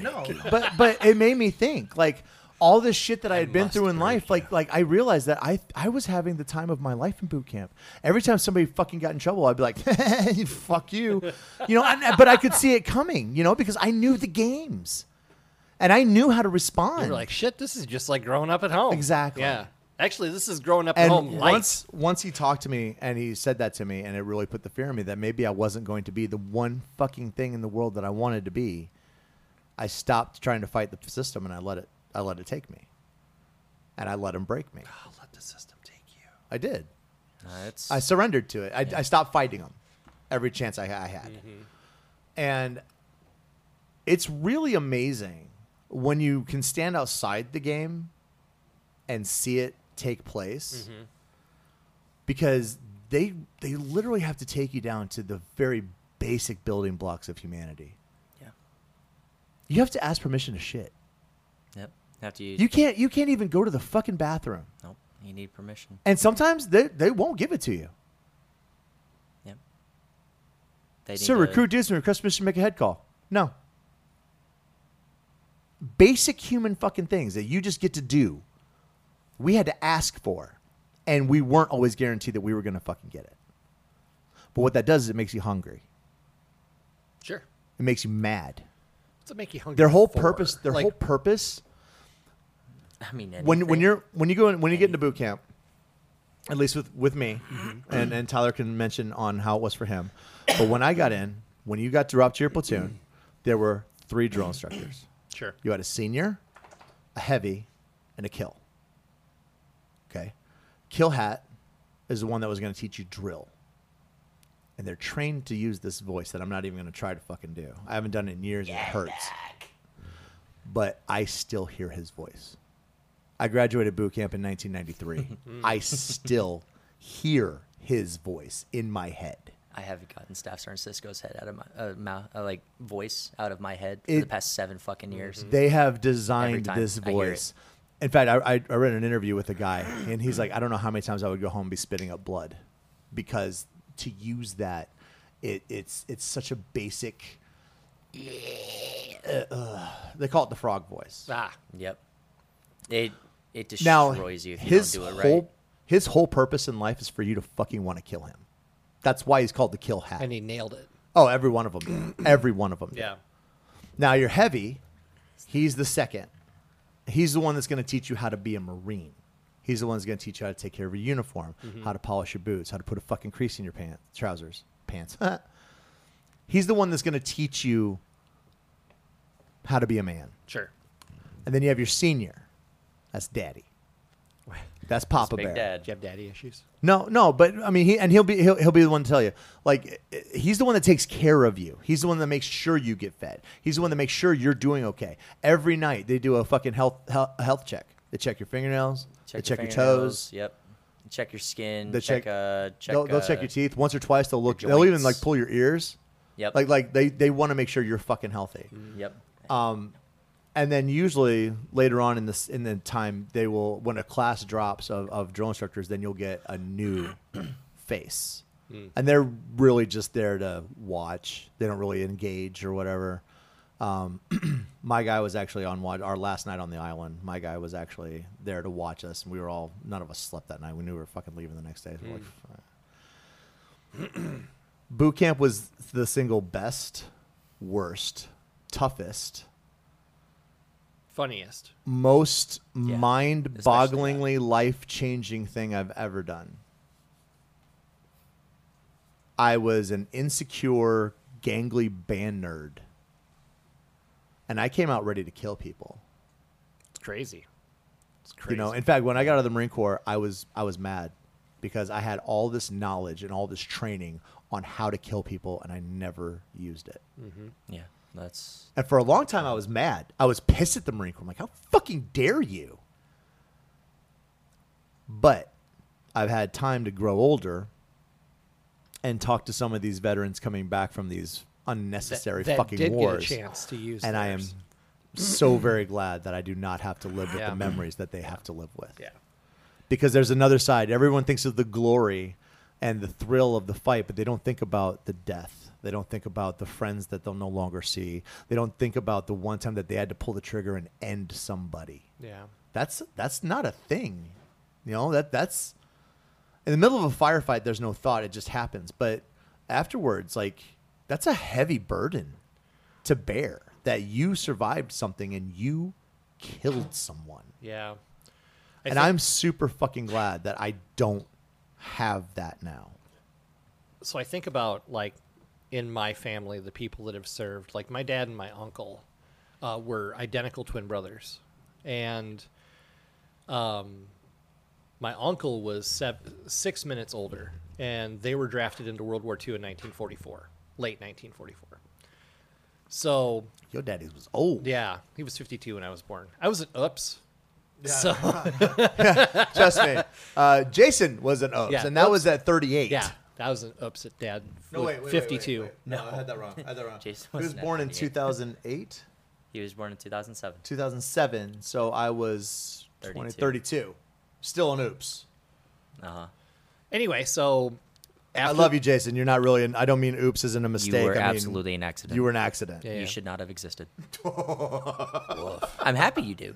B: No, but but it made me think like all this shit that I had been
C: must
B: through in
C: break
B: life. Like like I realized that I I was having the time of my life in boot camp. Every time somebody fucking got in trouble, I'd be like, "Fuck you," you know. And, but I could see it coming, you know, because I knew the games, and I knew how to respond.
C: You're like shit. This is just like growing up at home.
B: Exactly.
C: Yeah. Actually, this is growing up at
B: and
C: home. life.
B: once once he talked to me and he said that to me, and it really put the fear in me that maybe I wasn't going to be the one fucking thing in the world that I wanted to be. I stopped trying to fight the system and I let it I let it take me. And I let him break me.
C: I'll let the system take you.
B: I did.
D: That's-
B: I surrendered to it. I, I stopped fighting him every
D: Mm-hmm.
B: chance I, I had. And it's really amazing when you can stand outside the game and see it take place
D: Mm-hmm.
B: because they they literally have to take you down to the very basic building blocks of humanity.
D: Yeah.
B: You have to ask permission to shit.
D: Yep. After you,
B: You can't you can't even go to the fucking bathroom.
D: nope, you need permission.
B: And sometimes they, they won't give it to you.
D: Yep. They need
B: Sir,
D: to-
B: recruit dudes and request permission to make a head call. No. Basic human fucking things that you just get to do. We had to ask for, and we weren't always guaranteed that we were going to fucking get it. But what that does is it makes you hungry.
C: Sure.
B: It makes you mad.
C: What's it make you hungry?
B: Their whole
C: for?
B: purpose. Their
C: Like,
B: whole purpose
D: I mean,
B: when when
D: anything.
B: you're when you go in, when you get into boot camp, at least with with me,
D: Mm-hmm.
B: and and Tyler can mention on how it was for him. But when I got in, when you got dropped to your platoon, there were three drill instructors.
C: Sure.
B: You had a senior, a heavy, and a kill. Okay, kill hat is the one that was going to teach you drill. And they're trained to use this voice that I'm not even going to try to fucking do. I haven't done it in years. and it hurts. But I still hear his voice. I graduated boot camp in 1993. I still hear his voice in my head.
D: I have gotten Staff Sergeant Cisco's head out of my uh, mouth, uh, like voice out of my head for the
B: It-
D: past seven fucking years.
B: They have designed
D: Mm-hmm. time
B: this
D: I hear it.
B: voice. In fact, I, I, I read an interview with a guy, and he's like, I don't know how many times I would go home and be spitting up blood because to use that, it, it's it's such a basic. uh, they call it the frog voice.
C: Ah.
D: Yep. It it destroys
B: now
D: you if
B: his
D: you don't do it
B: whole
D: right.
B: his whole purpose in life is for you to fucking want to kill him. That's why he's called the kill hat.
C: And he nailed it.
B: oh, every one of them, did. every one of them. did.
C: Yeah.
B: Now you're heavy. He's the second. He's the one that's going to teach you how to be a Marine. He's the one that's going to teach you how to take care of your uniform,
D: Mm-hmm.
B: how to polish your boots, how to put a fucking crease in your pants, trousers, pants. He's the one that's going to teach you how to be a man.
C: Sure.
B: And then you have your senior. That's daddy. That's Papa
D: Big
B: Bear.
C: Do
D: Dad.
C: you have daddy issues?
B: No, no, but I mean, he and he'll be he'll, he'll be the one to tell you. Like, eh, he's the one that takes care of you. He's the one that makes sure you get fed. He's the one that makes sure you're doing okay. Every night they do a fucking health health, health check. They check your fingernails. they check your,
D: fingernails,
B: toes.
D: Yep. Check your skin.
B: They
D: check,
B: check-
D: uh, check.
B: they'll, they'll check
D: uh,
B: your teeth once or twice. They'll look. They'll even
D: joints.
B: like pull your ears.
D: Yep. Mm-hmm.
B: Like Uh, like they they want to make sure you're fucking healthy.
D: Yep.
B: and then usually later on in this in the time they will when a class drops of, of drill instructors then you'll get a new face and they're really just there to watch they don't really engage or whatever um, my guy was actually on watch our last night on the island my guy was actually there to watch us and we were all none of us slept that night we knew we were fucking leaving the next day so we're like, "Fuck." boot camp was the single best worst toughest
C: Funniest.
B: most mind
D: especially
B: bogglingly life changing thing I've ever done. I was an insecure, gangly band nerd. And I came out ready to kill people.
C: It's crazy. It's crazy.
B: You know, in fact, when I got out of the Marine Corps, I was I was mad because I had all this knowledge and all this training on how to kill people and I never used it.
D: Yeah. That's
B: And for a long time I was mad. I was pissed at the Marine Corps. I'm like, how fucking dare you? But I've had time to grow older and talk to some of these veterans coming back from these unnecessary
C: that
B: fucking
C: did get a
B: wars.
C: chance to use
B: and I am
C: theirs.
B: so very glad that I do not have to live with
C: Yeah.
B: the memories that they have to live with
C: yeah.
B: because there's another side. Everyone thinks of the glory and the thrill of the fight, but they don't think about the death. They don't think about the friends that they'll no longer see. They don't think about the one time that they had to pull the trigger and end somebody.
C: Yeah.
B: That's that's not a thing. You know, that that's in the middle of a firefight there's no thought, it just happens. But afterwards, like that's a heavy burden to bear that you survived something and you killed someone
C: Yeah.
B: and
C: think-
B: I'm super fucking glad that I don't have that now.
C: so I think about like in my family, the people that have served, like my dad and my uncle, uh, were identical twin brothers, and um, my uncle was sev- six minutes older, and they were drafted into World War II in 1944, late 1944. So
B: Your daddy was old.
C: yeah, he was 52 when I was born. I was an ups. so
B: Trust me. Uh, Jason was an Oaks,
C: Yeah,
B: and that
C: Oaks-
B: was at 38.
C: yeah, that was an ups at dad. with 52.
B: No, I had that wrong. I had that wrong.
D: Jason
B: he was
D: wasn't at
B: born in
D: 38.
B: 2008,
D: He was born in 2007.
B: 2007, so I was 20,
D: 32.
B: 32. Still an Oops.
D: Uh huh.
C: Anyway, so
B: I
C: after-
B: love you, Jason. You're not really an, I don't mean Oops isn't a mistake.
D: You were
B: I mean,
D: absolutely an accident.
B: You were an accident.
C: Yeah, yeah.
D: You should not have existed. I'm happy you do.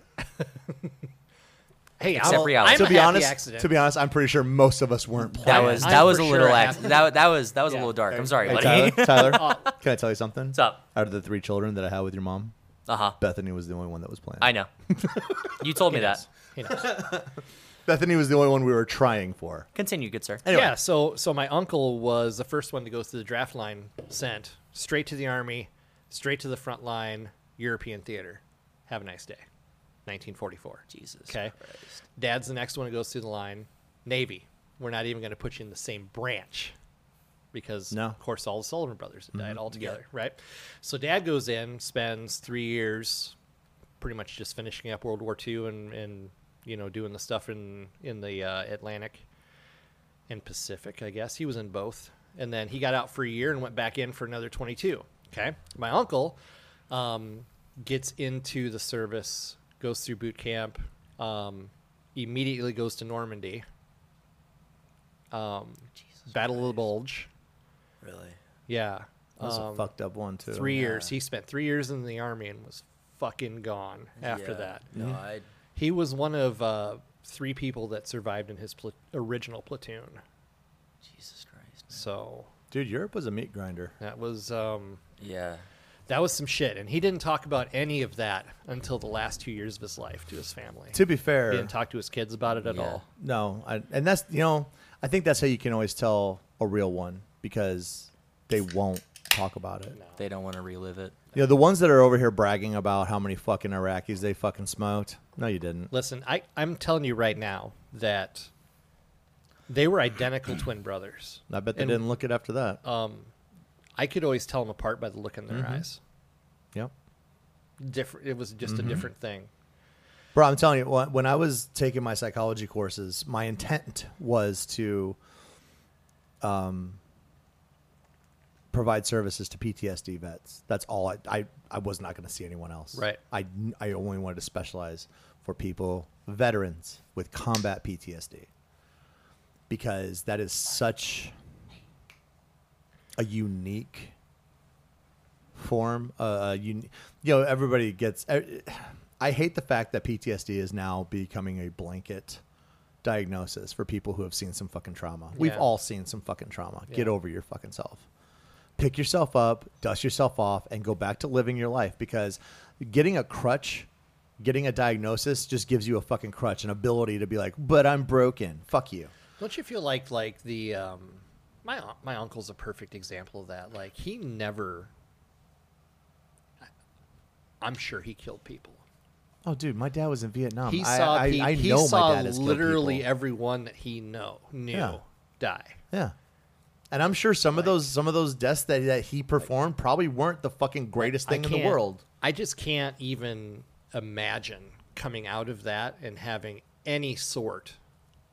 C: Hey,
D: Except
C: I'm,
D: reality.
C: I'm
B: to
C: a
B: be
C: happy
B: honest,
C: accident.
B: to be honest, I'm pretty sure most of us weren't. Playing.
D: That
C: I-
D: was
C: I'm
D: that was
C: for
D: a little
C: sure
D: ac-
C: happy.
D: that that was that was
C: Yeah.
D: a little dark. I'm sorry,
B: Hey,
D: buddy.
B: Tyler, Tyler can I tell you something? What's
D: up?
B: Out of the three children that I had with your mom,
D: Uh huh.
B: Bethany was the only one that was playing.
D: I know. You told me that.
C: You know.
B: Bethany was the only one we were trying for.
D: Continue, good sir.
C: Yeah, so so my uncle was the first one to go through the draft line, sent straight to the army, straight to the front line, European theater. Have a nice day. 1944.
D: Jesus.
C: Okay. Dad's the next one who goes through the line. Navy. We're not even going to put you in the same branch because,
B: No.
C: of course, all the Sullivan brothers had died altogether, right? So dad goes in, spends three years pretty much just finishing up World War II and, and you know, doing the stuff in, in the uh, Atlantic and Pacific, I guess. He was in both. And then he got out for a year and went back in for another 22. Okay. My uncle um, gets into the service, goes through boot camp, um, immediately goes to Normandy, um, Battle of the Bulge.
D: Really?
C: Yeah.
B: That was a
C: Um,
B: fucked up one too.
C: three years. He spent three years in the army and was fucking gone after
D: Yeah.
C: that.
D: No, I
C: He was one of uh, three people that survived in his pla- original platoon.
D: Jesus Christ.
C: So
B: Dude, Europe was a meat grinder.
C: that was um,
D: Yeah.
C: that was some shit, and he didn't talk about any of that until the last two years of his life to his family.
B: To be fair,
C: he didn't talk to his kids about it at
D: Yeah.
C: all.
B: no, I, and that's you know, I think that's how you can always tell a real one because they won't talk about it.
D: They don't want to relive it.
B: You know, the ones that are over here bragging about how many fucking Iraqis they fucking smoked. No, you didn't.
C: Listen, I, I'm telling you right now that they were identical twin brothers.
B: I bet they
C: And- Uh,
B: didn't look it after that.
C: I could always tell them apart by the look in their
B: Mm-hmm.
C: eyes.
B: yep.
C: Different. It was
B: Mm-hmm.
C: just a different thing.
B: Bro, I'm telling you, wh- when I was taking my psychology courses, my intent was to um, provide services to PTSD vets. That's all. I I, I was not going to see anyone else.
C: Right.
B: I I only wanted to specialize for people, veterans with combat PTSD, because that is such a unique form. Uh, you, you know, everybody gets. I, I hate the fact that PTSD is now becoming a blanket diagnosis for people who have seen some fucking trauma. We've
C: Yeah.
B: all seen some fucking trauma. Get
C: Yeah.
B: over your fucking self. Pick yourself up, dust yourself off, and go back to living your life because getting a crutch, getting a diagnosis just gives you a fucking crutch, an ability to be like, but I'm broken. Fuck you.
C: Don't you feel like like the um, my un- my uncle's a perfect example of that. Like he never. I, I'm sure he killed people.
B: Oh, dude, my dad was in Vietnam.
C: He
B: Um, I-
C: saw
B: I,
C: pe-
B: I
C: he
B: know my
C: saw
B: dad has killed
C: literally
B: people.
C: everyone that he know knew
B: Yeah.
C: die.
B: Yeah. And I'm sure some of those some of those deaths that, that he performed probably weren't the fucking greatest
C: I
B: thing in the
C: can't-
B: world.
C: I just can't even imagine coming out of that and having any sort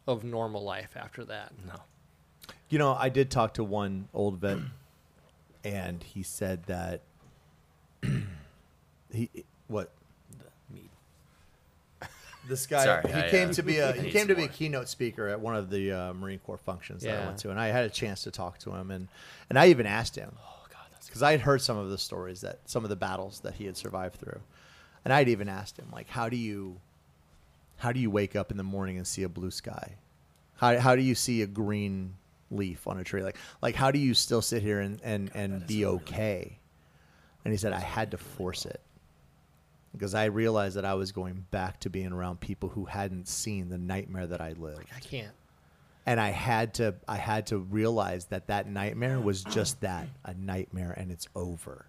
C: of normal life after that.
D: No.
B: You know, I did talk to one old vet and he said that he what this guy
D: Sorry,
B: he
D: I,
B: came
D: uh,
B: to be a
D: I
B: he
D: need
B: came
D: some
B: to be a
D: water.
B: keynote speaker at one of the uh, Marine Corps functions that I
C: Yeah.
B: went to and I had a chance to talk to him and and I even asked him
D: Oh God, that's
B: because I had heard some of the stories that some of the battles that he had survived through, and I'd even asked him like, "How do you, how do you wake up in the morning and see a blue sky? How how do you see a green leaf on a tree? Like like how do you still sit here and and and be okay?" And he said, "I had to force it." Because I realized that I was going back to being around people who hadn't seen the nightmare that I lived
C: I can't.
B: and I had to I had to realize that that nightmare was just that a nightmare and it's over.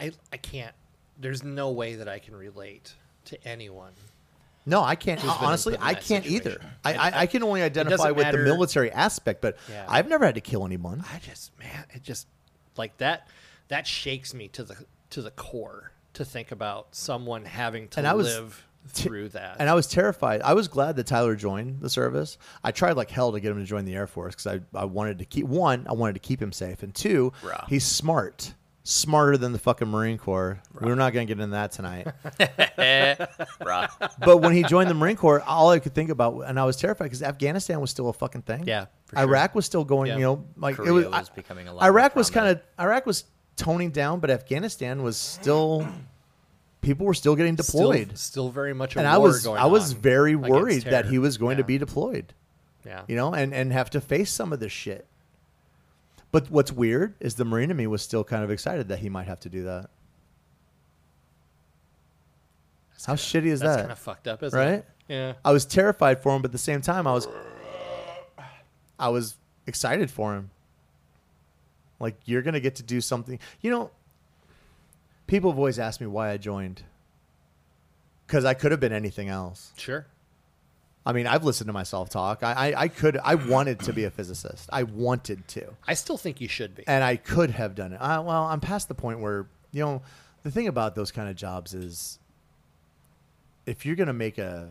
C: I I can't. There's no way that I can relate to anyone.
B: No, I can't.
C: been
B: Honestly,
C: put in
B: I
C: that
B: can't either.
C: situation?
B: I, I, I can only identify with the
C: matter-
B: military aspect, but
C: Yeah.
B: I've never had to kill anyone.
C: I just man, it just like that that shakes me to the to the core to think about someone having to
B: And I was-
C: live through that.
B: And I was terrified. I was glad that Tyler joined the service. I tried like hell to get him to join the Air Force because I, I wanted to keep one, I wanted to keep him safe, and two,
C: Bruh.
B: he's smart, smarter than the fucking Marine Corps. We're not gonna get into that tonight.
D: Bruh.
B: but when he joined the Marine Corps, all I could think about, and I was terrified because Afghanistan was still a fucking thing.
C: Yeah, for sure.
B: Iraq was still going.
C: Yeah.
B: You know, like it
D: Korea
B: was,
D: was
B: I-
D: becoming a lot more
B: Iraq was kind
D: prominent.
B: of Iraq was toning down, but Afghanistan was still. People were still getting
C: still,
B: deployed,
C: still very much a
B: and
C: war
B: I was
C: going
B: I was
C: on
B: very
C: against
B: worried that
C: terror.
B: he was going to
C: Yeah.
B: be deployed.
C: yeah.
B: You know, and and have to face some of this shit. But what's weird is the Marine in me was still kind of excited that he might have to do that. How shitty is
C: That's
B: that?
C: kind of fucked up, isn't
B: Right?
C: it? Yeah.
B: I was terrified for him, but at the same time, I was, I was excited for him. Like you're gonna get to do something. You know, people have always asked me why I joined. Because I could have been anything else.
C: Sure.
B: I mean, I've listened to myself talk. I, I, I could, I wanted to be a physicist. I wanted to,
C: I still think you should be.
B: and I could have done it. I, well, I'm past the point where you know the thing about those kind of jobs is if you're gonna make a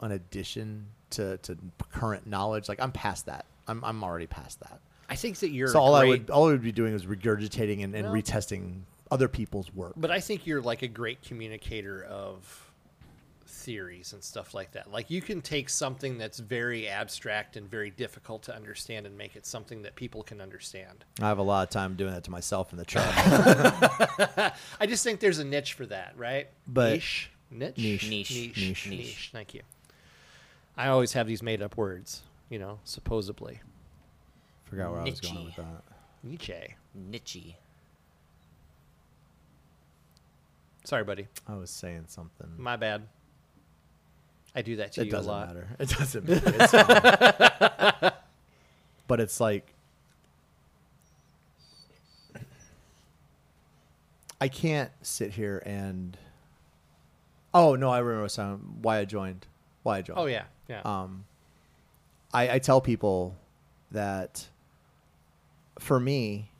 B: an addition to to current knowledge, like I'm past that. I'm I'm already past that.
C: I think that you're
B: so all I
C: great-
B: would all I would be doing is regurgitating and, and retesting other people's work.
C: But I think you're like a great communicator of theories and stuff like that. Like you can take something that's very abstract and very difficult to understand and make it something that people can understand.
B: I have a lot of time doing that to myself in the truck.
C: I just think there's a niche for that, right?
B: But-
C: niche, niche,
B: Niche.
D: Niche.
C: niche,
B: Niche.
C: niche, niche. Thank you. I always have these made up words, you know, supposedly.
B: Forgot where I was going
D: Niche-y.
B: with that.
C: Nietzsche.
D: Nichey.
C: Sorry, buddy.
B: I was saying something.
C: My bad. I do that to
B: It
C: you
B: doesn't
C: a lot.
B: matter. It doesn't matter. It's fine. but it's like I can't sit here and oh no, I remember some why I joined. Why I joined.
C: Oh yeah, yeah.
B: I, I tell people that for me,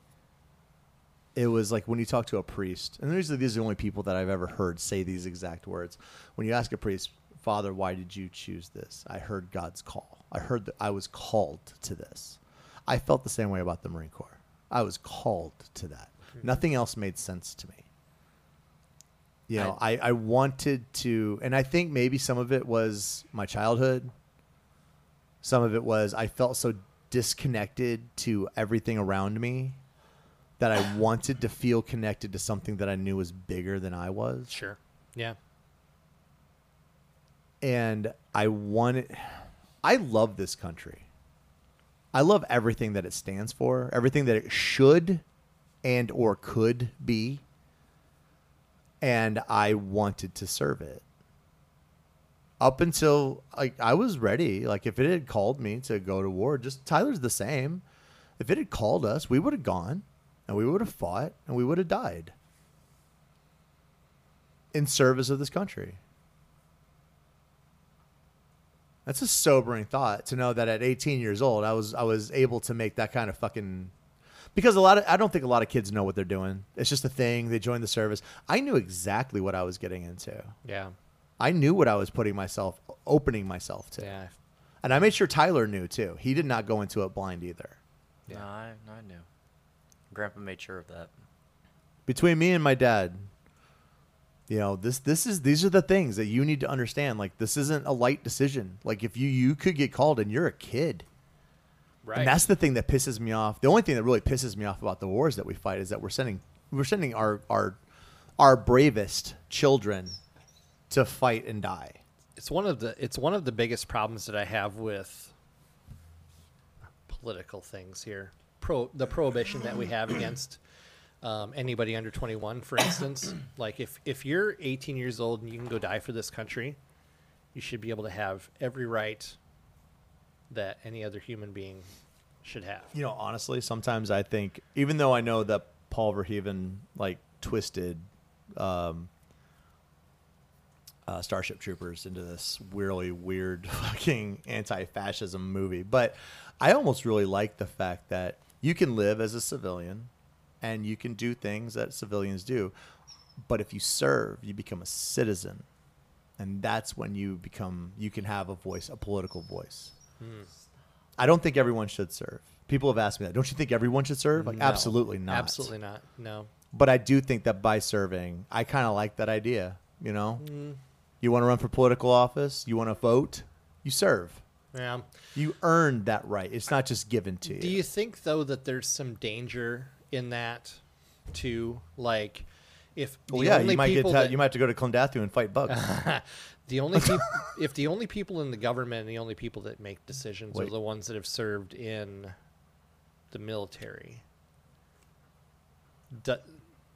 B: it was like when you talk to a priest, and usually these are the only people that I've ever heard say these exact words. When you ask a priest, Father, why did you choose this? I heard God's call. I heard that I was called to this. I felt the same way about the Marine Corps. I was called to that. Nothing else made sense to me you know I, I wanted to and i think maybe some of it was my childhood some of it was i felt so disconnected to everything around me that i wanted to feel connected to something that i knew was bigger than i was
C: sure. Yeah.
B: and I wanted. I love this country. I love everything that it stands for, everything that it should and or could be. And I wanted to serve it. Up until like I was ready. Like if it had called me to go to war, just Tyler's the same. If it had called us, we would have gone and we would have fought and we would have died in service of this country. That's a sobering thought to know that at 18 years old, I was I was able to make that kind of fucking because a lot of I don't think a lot of kids know what they're doing. It's just a thing. They join the service. I knew exactly what I was getting into.
C: Yeah.
B: I knew what I was putting myself opening myself to.
C: Yeah.
B: And I made sure Tyler knew too. He did not go into it blind either.
D: No, I, I knew. Grandpa made sure of that.
B: Between me and my dad, you know, this this is these are the things that you need to understand. Like this isn't a light decision. Like if you you could get called and you're a kid.
C: Right.
B: And that's the thing that pisses me off. The only thing that really pisses me off about the wars that we fight is that we're sending we're sending our our our bravest children to fight and die.
C: it's one of the it's one of the biggest problems that I have with political things here. Pro the prohibition that we have against um, anybody under 21, for instance. like if if you're 18 years old and you can go die for this country, you should be able to have every right that any other human being should have.
B: You know, honestly, sometimes I think even though I know that Paul Verhoeven like twisted um, uh, Starship Troopers into this really weird fucking anti-fascism movie, but I almost really like the fact that you can live as a civilian and you can do things that civilians do. But if you serve, you become a citizen, and that's when you become you can have a voice, a political voice.
C: Hmm.
B: I don't think everyone should serve. People have asked me that. Don't you think everyone should serve? Like,
C: No.
B: absolutely not.
C: Absolutely not. No.
B: But I do think that by serving, I kind of like that idea. You know,
C: Hmm.
B: you want to run for political office, you want to vote, you serve.
C: Yeah.
B: You earned that right. It's not just given to you.
C: Do you think though that there's some danger in that too? Like if
B: well,
C: the
B: yeah,
C: only
B: you might get
C: people
B: ta-
C: that,
B: you might have to go to Clondathu and fight bugs.
C: the only peop- if the only people in the government and the only people that make decisions are
B: Wait.
C: the ones that have served in the military. Do,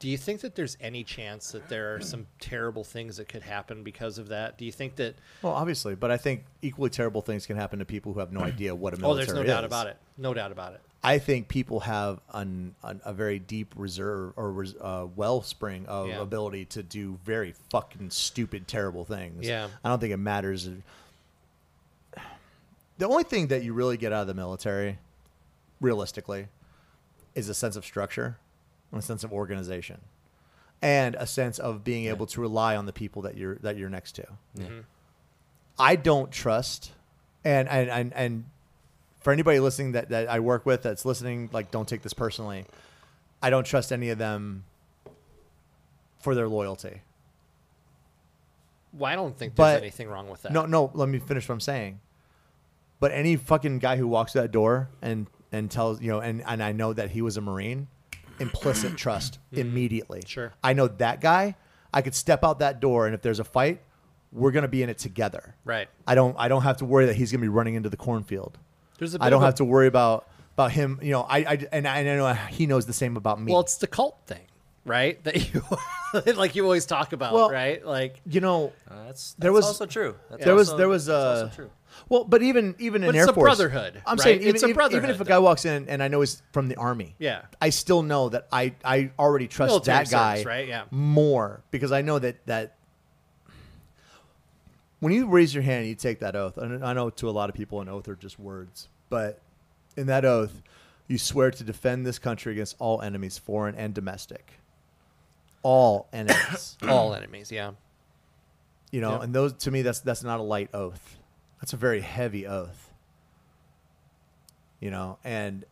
C: do you think that there's any chance that there are some terrible things that could happen because of that? Do you think that
B: well, obviously, but I think equally terrible things can happen to people who have no idea what a military
C: oh, there's no
B: is.
C: doubt about it. No doubt about it.
B: I think people have an, an, a very deep reserve or res, uh, wellspring of
C: Yeah.
B: ability to do very fucking stupid, terrible things.
C: Yeah.
B: I don't think it matters. The only thing that you really get out of the military, realistically, is a sense of structure and a sense of organization and a sense of being able to rely on the people that you're that you're next to. I don't trust, and and and, and for anybody listening that, that I work with that's listening, like don't take this personally. I don't trust any of them for their loyalty.
C: Well, I don't think there's
B: But-
C: anything wrong with that.
B: No, no, let me finish what I'm saying. But any fucking guy who walks that door and and tells you know, and, and I know that he was a Marine, implicit trust immediately.
C: Mm-hmm. Sure.
B: I know that guy, I could step out that door and if there's a fight, we're gonna be in it together.
C: Right.
B: I don't I don't have to worry that he's gonna be running into the cornfield.
C: There's a bit
B: I don't
C: of a-
B: have to worry about about him. You know, I, I and I, and I know he knows the same about me.
C: Well, it's the cult thing, right? That you like you always talk about,
B: Well-
C: right? Like
B: you know,
D: Uh, That's,
B: There
D: there
B: was-
D: was also true. That's
B: there was
D: also-
B: there was
D: that's also
B: uh,
D: true.
B: well, but even even in
C: But
B: Air
C: it's a
B: Force
C: brotherhood,
B: I'm
C: right?
B: saying even,
C: It's a
B: even- even if a
C: brotherhood,
B: guy
C: though.
B: walks in and I know he's from the army,
C: Yeah.
B: I still know that I I already trust
C: Military
B: that guy
C: service, right? Yeah.
B: more because I know that that when you raise your hand and you take that oath, and I know to a lot of people an oath are just words, but in that oath, you swear to defend this country against all enemies, foreign and domestic. All enemies.
C: all enemies, yeah.
B: you know,
C: Yeah.
B: and those to me that's that's not a light oath. That's a very heavy oath. You know, and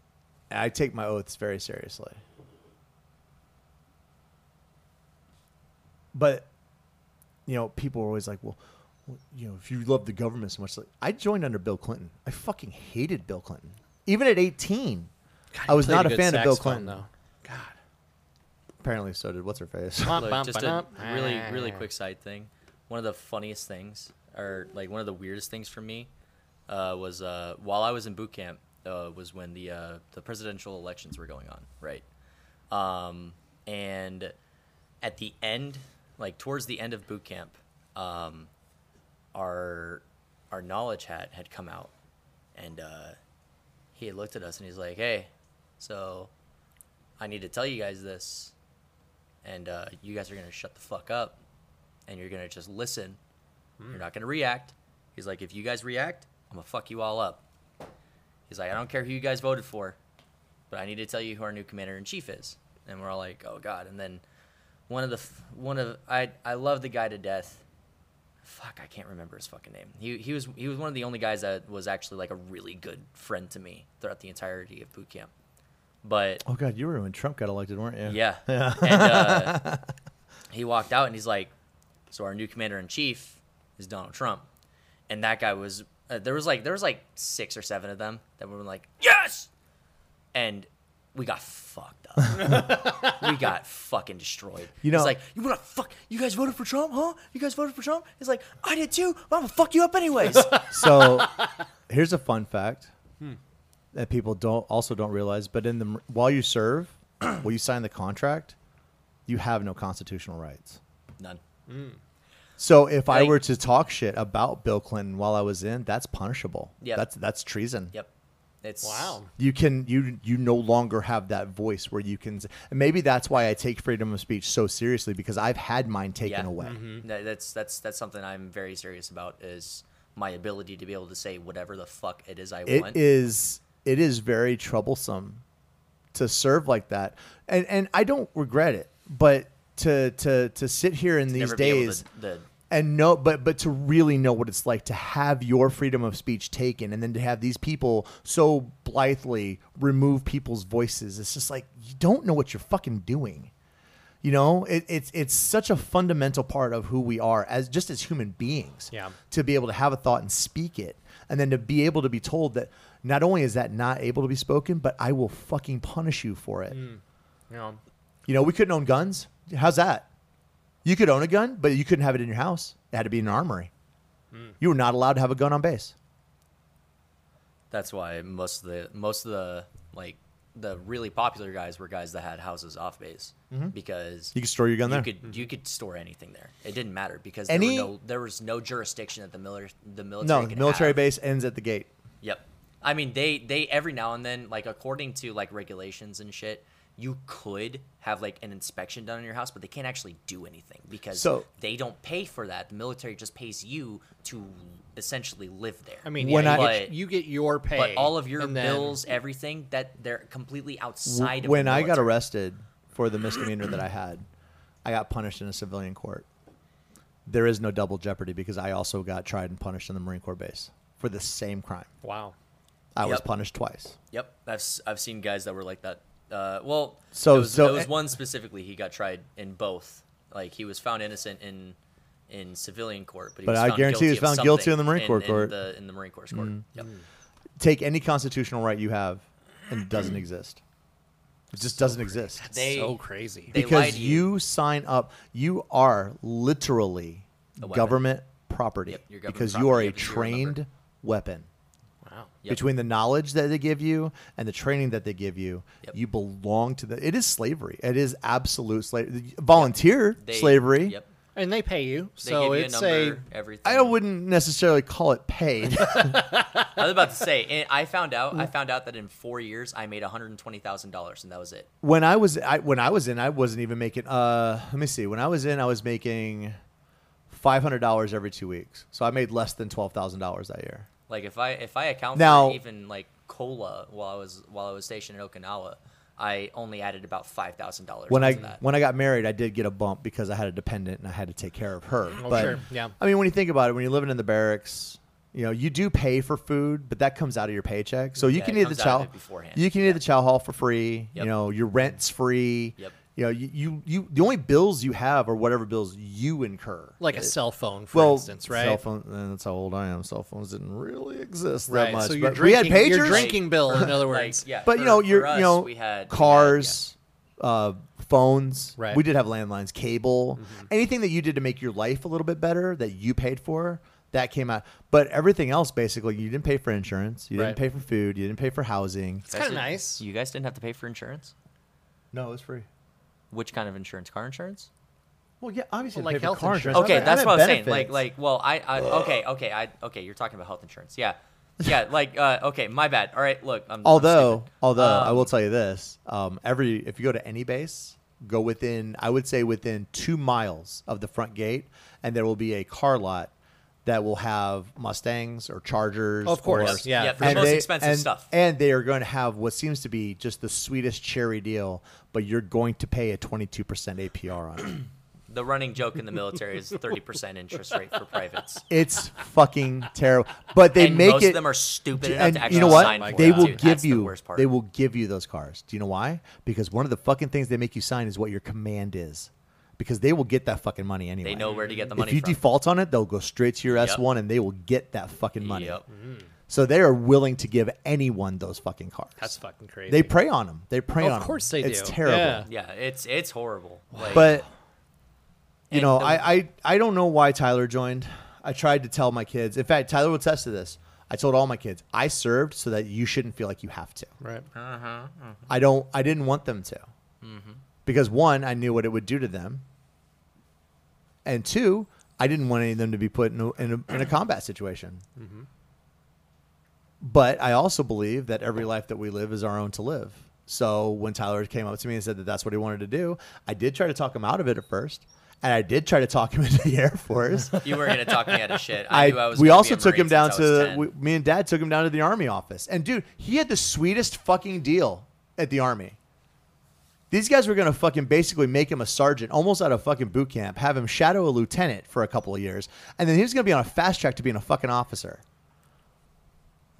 B: I take my oaths very seriously. But you know, people are always like, "Well, well, you know, if you love the government so much, like I joined under Bill Clinton. I fucking hated Bill Clinton. Even at 18,
C: God,
B: I
C: he
B: was
C: played
B: not a
C: good
B: fan of Bill
C: saxophone,
B: Clinton.
C: though.
B: Apparently, so did what's her face.
C: God.
D: Look,
C: Bum,
D: just
C: bum,
D: a
C: bum.
D: really, really quick side thing. One of the funniest things, or like one of the weirdest things for me, uh, was uh, while I was in boot camp, uh, was when the uh, the presidential elections were going on, right? Um, and at the end, like towards the end of boot camp, um, our our knowledge hat had come out, and uh, he had looked at us and he's like, "Hey, so I need to tell you guys this." and uh, you guys are gonna shut the fuck up, and you're gonna just listen. You're not gonna react. He's like, if you guys react, I'm gonna fuck you all up. He's like, I don't care who you guys voted for, but I need to tell you who our new commander in chief is. And we're all like, oh god. And then one of the f- one of I I love the guy to death. Fuck, I can't remember his fucking name. He he was he was one of the only guys that was actually like a really good friend to me throughout the entirety of boot camp. But
B: Oh God, you were when Trump got elected, weren't you?
D: yeah. And uh, he walked out and he's like, "So our new commander in chief is Donald Trump," and that guy was uh, there was like there was like six or seven of them that were like, "Yes," and we got fucked up. we got fucking destroyed.
B: You know-
D: it's like you want to fuck? You guys voted for Trump, huh? You guys voted for Trump? He's like, I did too. But I'm gonna fuck you up anyways.
B: So, here's a fun fact
D: Hmm.
B: that people don't also don't realize. But in the while you serve, while you sign the contract, you have no constitutional rights.
D: None.
B: So if I
D: Like-
B: were to talk shit about Bill Clinton while I was in, that's punishable.
D: Yep.
B: that's that's treason.
D: Yep. It's
C: Wow.
B: You can you you no longer have that voice where you can. s- And maybe that's why I take freedom of speech so seriously because I've had mine taken
D: Yeah. Mm-hmm.
B: away.
D: That, that's that's that's something I'm very serious about is my ability to be able to say whatever the fuck it is I
B: It
D: want.
B: is it is very troublesome to serve like that, and and I don't regret it, but to to to sit here in these
D: Never be able
B: days
D: to- the-
B: and no but but to really know what it's like to have your freedom of speech taken and then to have these people so blithely remove people's voices it's just like you don't know what you're fucking doing you know it, it's it's such a fundamental part of who we are as just as human beings
C: Yeah.
B: to be able to have a thought and speak it and then to be able to be told that not only is that not able to be spoken but i will fucking punish you for it
C: You know,
B: you know, we couldn't own guns. How's that? You could own a gun, but you couldn't have it in your house. It had to be in an armory.
D: Hmm.
B: You were not allowed to have a gun on base.
D: That's why most of the most of the like the really popular guys were guys that had houses off base because
B: Mm-hmm. You could store your gun there. Mm-hmm.
D: you could you could store anything there. It didn't matter because
B: Any-
D: there, were no, there was no jurisdiction that the military the military
B: no, the
D: could
B: military
D: have.
B: base ends at the gate.
D: Yep. I mean, they they every now and then, like according to like regulations and shit, you could have like an inspection done on your house, but they can't actually do anything because
B: So-
D: they don't pay for that. The military just pays you to essentially live there.
C: I mean,
B: When
C: yeah,
B: I-
C: you, get,
D: But-
C: you get your pay,
D: but all of your
C: and then-
D: bills, everything that they're completely outside.
B: W-
D: of
B: When
D: the
B: I got
D: military.
B: arrested for the misdemeanor that I had, I got punished in a civilian court. There is no double jeopardy because I also got tried and punished in the Marine Corps base for the same crime.
C: Wow.
B: I was
D: Yep.
B: punished twice.
D: Yep, I've s- I've seen guys that were like that. Uh, well,
B: So-
D: so there was,
B: so-
D: there was one specifically. He got tried in both. Like he was found innocent in in civilian court, but, he
B: But
D: was
B: I
D: found
B: guarantee
D: guilty
B: he was
D: of
B: found guilty
D: something
B: in the Marine Corps
D: in
B: court. Mm.
D: the, in the Marine Corps court. Yep.
B: Take any constitutional right you have, and it doesn't exist. It just doesn't exist.
D: They
C: so crazy.
D: they- lie
B: because
D: to you.
B: you sign up you are literally
D: weapon.
B: government property
D: Yep, you're government
B: because you
D: property.
B: are
D: You
B: a
D: have to zero number.
B: trained weapon
C: wow.
D: Yep.
B: between the knowledge that they give you and the training that they give you
D: Yep.
B: you belong to the it is slavery it is absolute slavery volunteer
D: They-
B: slavery
D: Yep.
C: And they pay you,
D: They
C: so
D: give you
C: it's
D: a
C: a,
D: number, everything.
B: i wouldn't necessarily call it paid
D: I was about to say. And I found out. I found out that in four years, I made one hundred twenty thousand dollars, and that was it.
B: when I was I, when I was in, I wasn't even making. Uh, let me see. When I was in, I was making five hundred dollars every two weeks, so I made less than twelve thousand dollars that year.
D: Like if I if I account
B: Now-
D: for even like cola while I was while I was stationed in Okinawa, I only added about five thousand dollars.
B: When I
D: that.
B: when I got married, I did get a bump because I had a dependent and I had to take care of her.
C: Oh,
B: but
C: sure. Yeah.
B: I mean, when you think about it, when you're living in the barracks. You know, you do pay for food, but that comes out of your paycheck. So you
D: Yeah,
B: can eat
D: it
B: the
D: comes out of
B: chow.
D: it beforehand.
B: You can eat the chow hall for free.
D: Yep.
B: You know, your rent's free.
D: Yep.
B: You know, you, you you the only bills you have are whatever bills you incur.
C: like a cell phone, for instance, right?
B: Cell phone. and That's how old I am. Cell phones didn't really exist that
C: right.
B: much.
C: so you're
B: but
C: drinking,
B: we had pagers.
C: Your drinking bill, in other
D: Like,
C: words.
D: yeah,
B: but
D: for-
B: you know,
D: for
B: you're
D: us,
B: you know,
D: we had we had-
B: cars, uh, phones.
C: Right.
B: We did have landlines, cable,
D: Mm-hmm.
B: anything that you did to make your life a little bit better that you paid for. That came out, but everything else basically you didn't pay for insurance, you
C: Right.
B: didn't pay for food, you didn't pay for housing.
C: It's kind of nice.
D: You guys didn't have to pay for insurance.
B: No, it was free.
D: Which kind of insurance? Car insurance?
B: Well, yeah, obviously
C: Well, like
B: like health
C: health
B: car
C: insurance.
B: insurance.
D: Okay,
B: I'm-
D: that's
B: I'm
D: what
B: at
D: I'm saying. Like,
B: benefits.
D: like, well, I, I okay, okay, I, okay. You're talking about health insurance, yeah, yeah. Like, uh, okay, my bad. All right, look, I'm, I'm
B: although
D: stupid.
B: although I will tell you this, um, every if you go to any base, go within I would say within two miles of the front gate, and there will be a car lot that will have Mustangs or Chargers.
C: Of course,
B: or-
C: yeah.
D: yeah,
C: for
D: for the
C: sure.
D: most
B: they-
D: expensive
B: and-
D: stuff.
B: And they are going to have what seems to be just the sweetest cherry deal, but you're going to pay a 22% APR on it.
D: the running joke in the military is 30 percent interest rate for privates.
B: It's fucking terrible. But they
D: and
B: make
D: most
B: it.
D: of them are stupid
B: Do-
D: enough to actually
B: you know what?
D: sign for
B: they
D: it,
B: will
D: too.
B: give
D: That's
B: you.
D: the worst part.
B: They will give you those cars. Do you know why? Because one of the fucking things they make you sign is what your command is, because they will get that fucking money anyway.
D: They know where to get the
B: If
D: money
B: you
D: from.
B: default on it, they'll go straight to your
D: Yep.
B: S one, and they will get that fucking money.
D: Yep.
B: So they are willing to give anyone those fucking cars.
C: That's fucking crazy.
B: they prey on them. They prey
C: Of
B: on 'em.
C: course they
B: It's
C: do.
B: terrible.
C: Yeah.
D: Yeah, it's it's horrible. Like,
B: But you
D: And
B: know,
D: the-
B: I, I I don't know why Tyler joined. I tried to tell my kids. In fact, Tyler will attest to this. I told all my kids, I served so that you shouldn't feel like you have to.
C: right.
D: Uh-huh,
B: I don't. I didn't want them to,
D: Mm-hmm.
B: because one, I knew what it would do to them, and two, I didn't want any of them to be put in a, in a, in a combat situation. But I also believe that every life that we live is our own to live. So when Tyler came up to me and said that that's what he wanted to do, I did try to talk him out of it at first, and I did try to talk him into the Air Force.
D: you were gonna talk me out of shit. I,
B: I,
D: knew I was.
B: we
D: gonna be
B: also
D: a
B: took
D: Marine
B: him down
D: since
B: to
D: I was
B: the,
D: 10.
B: we, me and dad took him down to the army office and dude he had the sweetest fucking deal at the army These guys were gonna fucking basically make him a sergeant, almost out of fucking boot camp, have him shadow a lieutenant for a couple of years, and then he was gonna be on a fast track to being a fucking officer.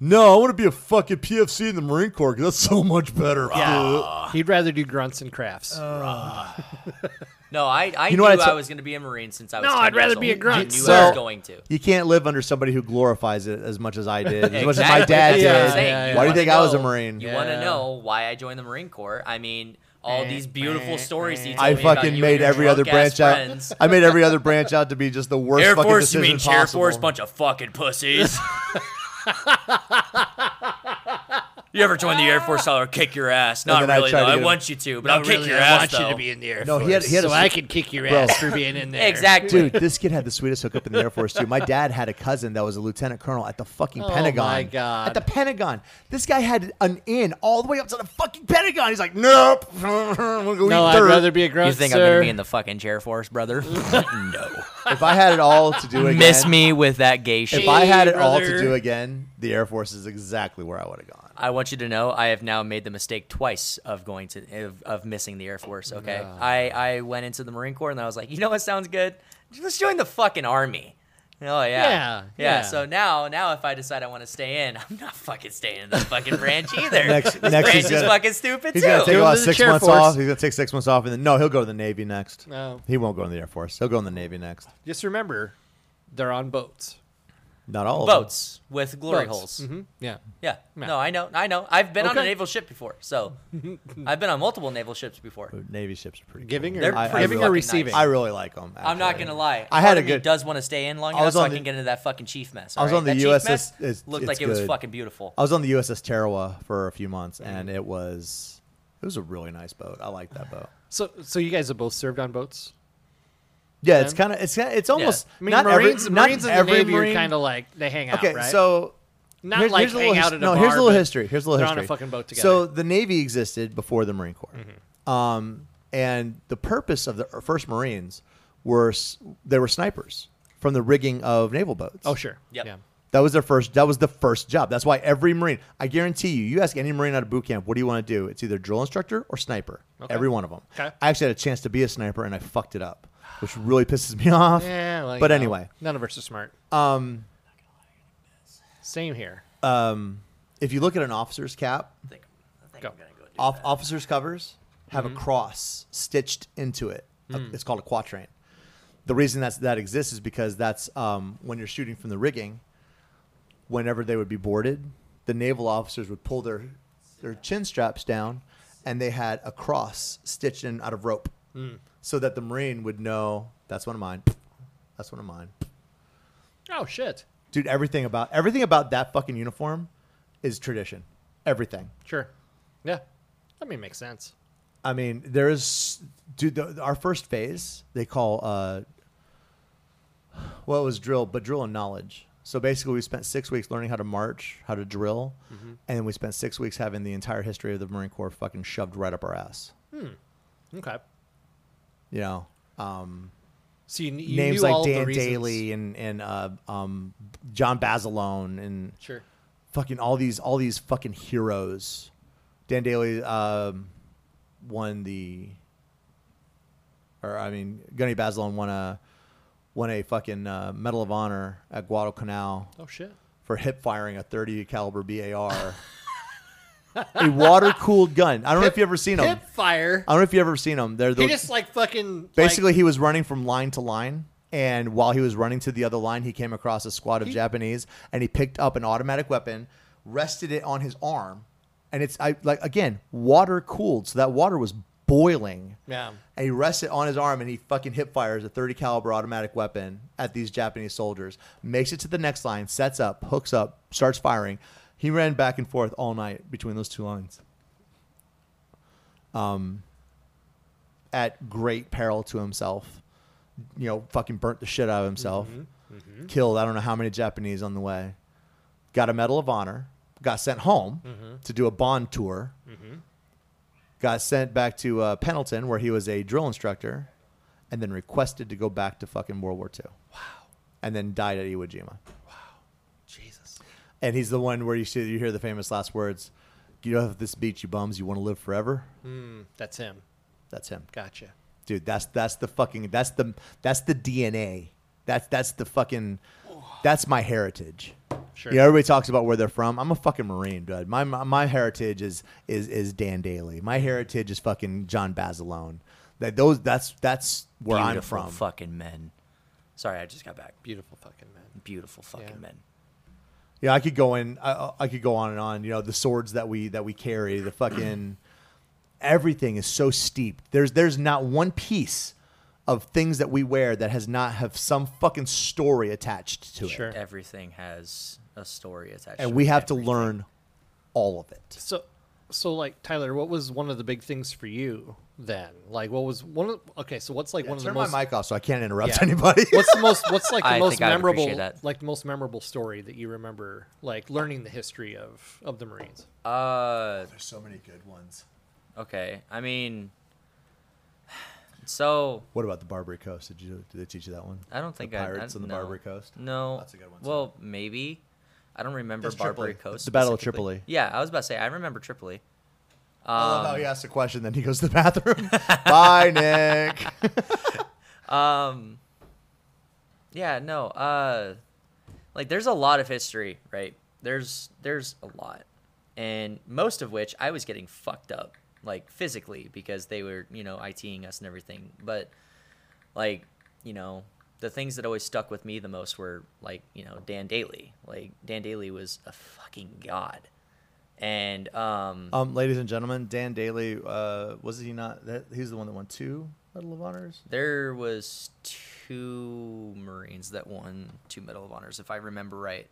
B: No, I want to be a fucking PFC in the Marine Corps because that's so much better.
C: Yeah. He'd rather do grunts and crafts.
D: No, I, I
B: You know
D: knew
B: what I
D: I
B: t-
D: was going to be a Marine since I was
C: No,
D: 10
C: I'd rather
D: years
C: be a
D: old. I
C: grunt.
D: knew I
B: So-
D: was going to.
B: You can't live under somebody who glorifies it as much as I did, as much as my
D: Exactly,
B: dad
D: that's
B: did.
D: what I'm
C: yeah,
D: saying.
C: yeah.
D: You
B: Why do you
D: wanna
B: think I was a
D: know-
B: Marine?
D: You want to
C: Yeah.
D: know why I joined the Marine Corps. I mean, all these beautiful stories he told
B: I
D: me about you
B: fucking
D: and
B: made
D: your
B: every other
D: drunk-ass
B: branch out.
D: friends.
B: I made every other branch out to be just the worst
D: Air
B: fucking
D: Force,
B: decision
D: you mean
B: possible.
D: Air Force? Bunch of fucking pussies. you ever join the Air Force? I'll kick your ass. Not
B: then I
D: really.
B: try
D: though.
B: to
D: I
B: get-
D: want you to, but
G: I
D: I'll kick your
G: I
D: ass
G: want
D: though.
G: you to be in the Air
B: No,
G: Force,
B: he had- he had a
G: so
B: s-
G: I could kick your
B: Bro.
G: ass for being in there.
D: exactly.
B: Dude, this kid had the sweetest hookup in the Air Force too. My dad had a cousin that was a lieutenant colonel at the fucking
C: Oh
B: Pentagon.
C: my God.
B: At the Pentagon, this guy had an in all the way up to the fucking Pentagon. He's like, nope. we'll go
C: no,
B: eat
C: I'd
B: dirt."
C: rather be a grunt,
D: You think I'm
C: sir.
D: gonna be in the fucking chair force, brother? no.
B: If I had it all to do again,
D: Miss me with that gay shit.
B: If I had it all to
C: brother.
B: do again, the Air Force is exactly where I would have gone.
D: I want you to know I have now made the mistake twice of going to of, of missing the Air Force. Okay, I I went into the Marine Corps and I was like, you know what sounds good? Let's join the fucking army. Oh yeah.
C: Yeah, yeah.
D: So now, now if I decide I want to stay in, I'm not fucking staying in this fucking branch either.
B: Next-
D: this
B: next he's
D: branch is
B: gonna-
D: fucking stupid
B: He's
D: too.
B: gonna take
C: Go
B: about
C: to the
B: six
C: Air
B: months
C: Force.
B: off. He's gonna take six months off, and then no, he'll go to the Navy next.
C: No.
B: He won't go to the Air Force. He'll go in the Navy next.
C: Just remember, they're on boats.
B: Not all of them.
D: Boats with glory holes.
B: Mm-hmm.
C: hmm Yeah.
D: Yeah.
C: Yeah.
D: No, I know. I know. I've been on a
C: Okay.
D: naval ship before, so I've been on multiple naval ships before.
B: But Navy ships are pretty.
C: Giving
B: cool.
C: or,
B: I- I
C: giving
B: really-
C: or receiving.
B: I really like them.
D: I'm not gonna lie.
B: I had
D: Part
B: a
D: of me
B: good-
D: Does want to stay in long
B: I was
D: enough so
B: on
D: I
B: the-
D: can get into that fucking chief mess.
B: I was
D: alright?
B: on the
D: that
B: USS
D: Chief mess
B: it's-
D: looked
B: it's
D: like it was
B: good.
D: fucking beautiful.
B: I was on the USS Tarawa for a few months,
C: Mm-hmm.
B: and it was it was a really nice boat. I like that boat.
C: so, so you guys have both served on boats.
B: Yeah, it's kind of it's kinda, it's almost
C: I mean,
B: not
C: Marines,
B: every,
C: Marines
B: not
C: and the
B: every
C: Navy
B: Marine-
C: are kind of like they hang out,
B: okay.
C: right?
B: So
C: not
B: Here's-
C: like
B: here's a
C: hang
B: little
C: out
B: his-
C: at a
B: no,
C: bar,
B: here's a little
C: but
B: history. Here's a little
C: they're
B: history.
C: on a fucking boat together. Mm-hmm.
B: So the Navy existed before the Marine Corps, um, and the purpose of the first Marines were s- they were snipers from the rigging of naval boats.
C: oh sure,
D: Yep.
C: yeah.
B: That was their first. That was the first job. That's why every Marine. I guarantee you. You ask any Marine out of boot camp, what do you want to do? It's either drill instructor or sniper. Every one of them.
C: Okay.
B: I actually had a chance to be a sniper and I fucked it up, which really pisses me off.
C: Yeah, well, you
B: but
C: know,
B: anyway,
C: none of us are smart.
B: um,
C: Same here.
B: if you look at an officer's cap,
D: I think, I think
C: Go.
D: I'm gonna go do
B: off, officers' covers have a cross stitched into it. A- It's called a quatrain. The reason that's, that exists is because that's um, when you're shooting from the rigging, whenever they would be boarded, the naval officers would pull their, their chin straps down and they had a cross stitched in out of rope so that the Marine would know that's one of mine. That's one of mine.
C: oh shit,
B: Dude, everything about everything about that fucking uniform is tradition. Everything.
C: sure, yeah. That may make sense.
B: I mean, there is, dude. The, our first phase they call, uh, well, it was drill, but drill and knowledge. So basically, we spent six weeks learning how to march, how to drill,
C: Mm-hmm.
B: and then we spent six weeks having the entire history of the Marine Corps fucking shoved right up our ass.
C: Okay,
B: You know, um,
C: so you, you
B: names
C: knew
B: like
C: all the
B: Dan
C: reasons.
B: Daly and and uh, um, John Basilone and
C: Sure.
B: fucking all these all these fucking heroes. Dan Daly um, won the, or I mean, Gunny Basilone won a won a fucking uh, Medal of Honor at Guadalcanal
C: Oh shit.
B: for hip firing a 30 caliber BAR, a water cooled gun. I don't know if you have ever seen them.
C: Hip fire.
B: I don't know if you have ever seen them. They're the,
C: He just like fucking
B: basically he was running from line to line and while he was running to the other line he came across a squad of japanese and he picked up an automatic weapon rested it on his arm and it's I, like again water cooled so that water was boiling
C: Yeah.
B: and he rests it on his arm and he fucking hip fires a 30 caliber automatic weapon at these japanese soldiers makes it to the next line sets up hooks up starts firing he ran back and forth all night between those two lines Um, at great peril to himself. You know, fucking burnt the shit out of himself. Killed I don't know how many Japanese on the way. Got a Medal of Honor. Got sent home to do a bond tour. Got sent back to uh, Pendleton where he was a drill instructor, and then requested to go back to fucking World War II. Wow. And then died at Iwo Jima. Wow. Jesus. And he's the one where you see you hear the famous last words. You know, if this beats you bums, you want to live forever.
C: That's him.
B: That's him,
C: Gotcha.
B: dude. That's that's the fucking that's the that's the DNA. That's that's the fucking that's my heritage.
C: Sure.
B: You know, everybody talks about where they're from. I'm a fucking Marine, dude. My my, my heritage is is is Dan Daly. My heritage is fucking John Basilone. That those that's that's where I'm
D: Beautiful
B: from.
D: fucking men. Sorry, I just got back.
C: Beautiful fucking man.
D: Beautiful fucking
C: Yeah.
D: men.
B: Yeah, I could go in. I, I could go on and on. You know, the swords that we that we carry, the fucking everything is so steeped. There's there's not one piece of things that we wear that has not have some fucking story attached to it.
C: Sure.
D: Everything has a story attached.
B: And
D: to
B: we
D: it.
B: have to
D: Everything.
B: learn all of it.
C: So, so like Tyler, what was one of the big things for you then? Like, what was one of? Okay, so what's like one of the
B: Turn
C: most?
B: my mic off so I can't interrupt
C: Yeah.
B: anybody.
C: What's the most? What's like the
D: I
C: most
D: think I would appreciate
C: memorable?
D: that.
C: Like the most memorable story that you remember? Like learning the history of of the Marines.
D: Uh,
B: There's so many good ones.
D: okay. I mean, so
B: What about the Barbary Coast? Did you did they teach you that one?
D: I don't think
B: the
D: I- I-
B: pirates on the
D: no.
B: Barbary Coast. Oh,
D: no.
B: That's a good one, too.
D: Well, maybe. I don't remember
B: That's
D: Barbary
B: Tripoli.
D: Coast.
B: The Battle of
D: specifically.
B: Tripoli.
D: Yeah, I was about to say I remember Tripoli. Um,
B: I love how Oh, he asks a question, then he goes to the bathroom. Bye, Nick.
D: Um, yeah, no. Uh, like there's a lot of history, right? There's there's a lot, and most of which I was getting fucked up, like physically, because they were you know ITing us and everything. But like you know the things that always stuck with me the most were like you know Dan Daly. Like Dan Daly was a fucking god, and um,
B: Um, ladies and gentlemen, Dan Daly uh, was he not? That, he's the one that won two Medal of Honors.
D: There was two Marines that won two Medal of Honors, if I remember right.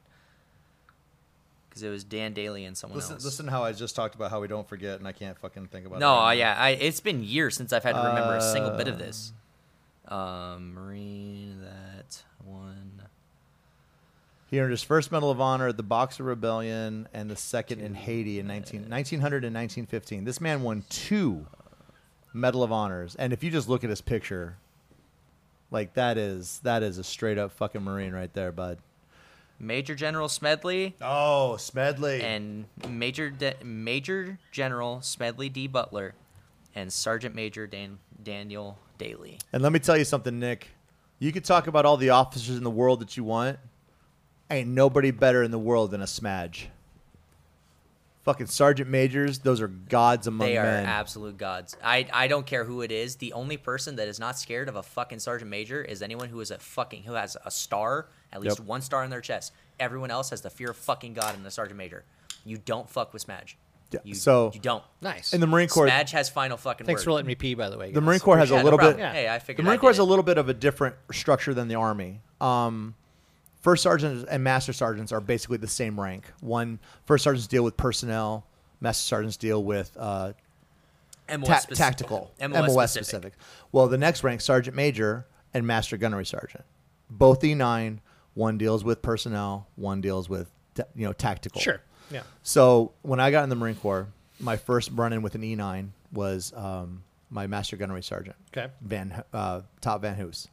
D: Because it was Dan Daly and someone
B: Listen,
D: else.
B: listen, to how I just talked about how we don't forget, and I can't fucking think about.
D: no,
B: it
D: uh,
B: right
D: yeah, I, it's been years since I've had to remember a single bit of this.
B: Uh,
D: Um, Marine that won.
B: now. He earned his first Medal of Honor at the Boxer Rebellion and the second in Haiti in 19, 1900 and 1915. This man won two Medal of Honors, and if you just look at his picture, like that is that is a straight up fucking Marine right there, bud.
D: Major General Smedley
B: Oh, Smedley.
D: and Major De- Major General Smedley D. Butler and Sergeant Major Dan- Daniel Daly.
B: And let me tell you something, Nick. You could talk about all the officers in the world that you want. Ain't nobody better in the world than a smudge. Fucking sergeant majors, those are gods among
D: They are
B: men.
D: absolute gods. I, I don't care who it is. The only person that is not scared of a fucking sergeant major is anyone who is a fucking who has a star, at least
B: Yep.
D: one star in their chest. Everyone else has the fear of fucking god in a sergeant major. You don't fuck with Smadge.
B: Yeah,
D: You,
B: so-
D: you don't.
C: Nice.
B: in the Marine Corps,
D: Smadge has final fucking
C: Thanks for
D: word.
C: letting me pee, by the way.
B: the
C: guys.
B: Marine Corps has
D: Yeah,
B: a
D: no
B: little
D: problem.
B: bit.
D: Hey, I
B: the
D: figured.
B: Marine
D: I
B: Corps
D: did
B: has a
D: it.
B: little bit of a different structure than the Army. Um, first sergeants and master sergeants are basically the same rank. One first sergeants deal with personnel. Master sergeants deal with uh,
D: MOS
B: ta-
D: specific.
B: tactical,
D: MOS, specific.
B: Well, the next rank, sergeant major and master gunnery sergeant, both E9. One deals with personnel. One deals with ta- you know tactical.
C: Sure. Yeah.
B: So when I got in the Marine Corps, my first run-in with an E9 was um, my master gunnery sergeant,
C: Okay.
B: Van uh, Top Van Hoos.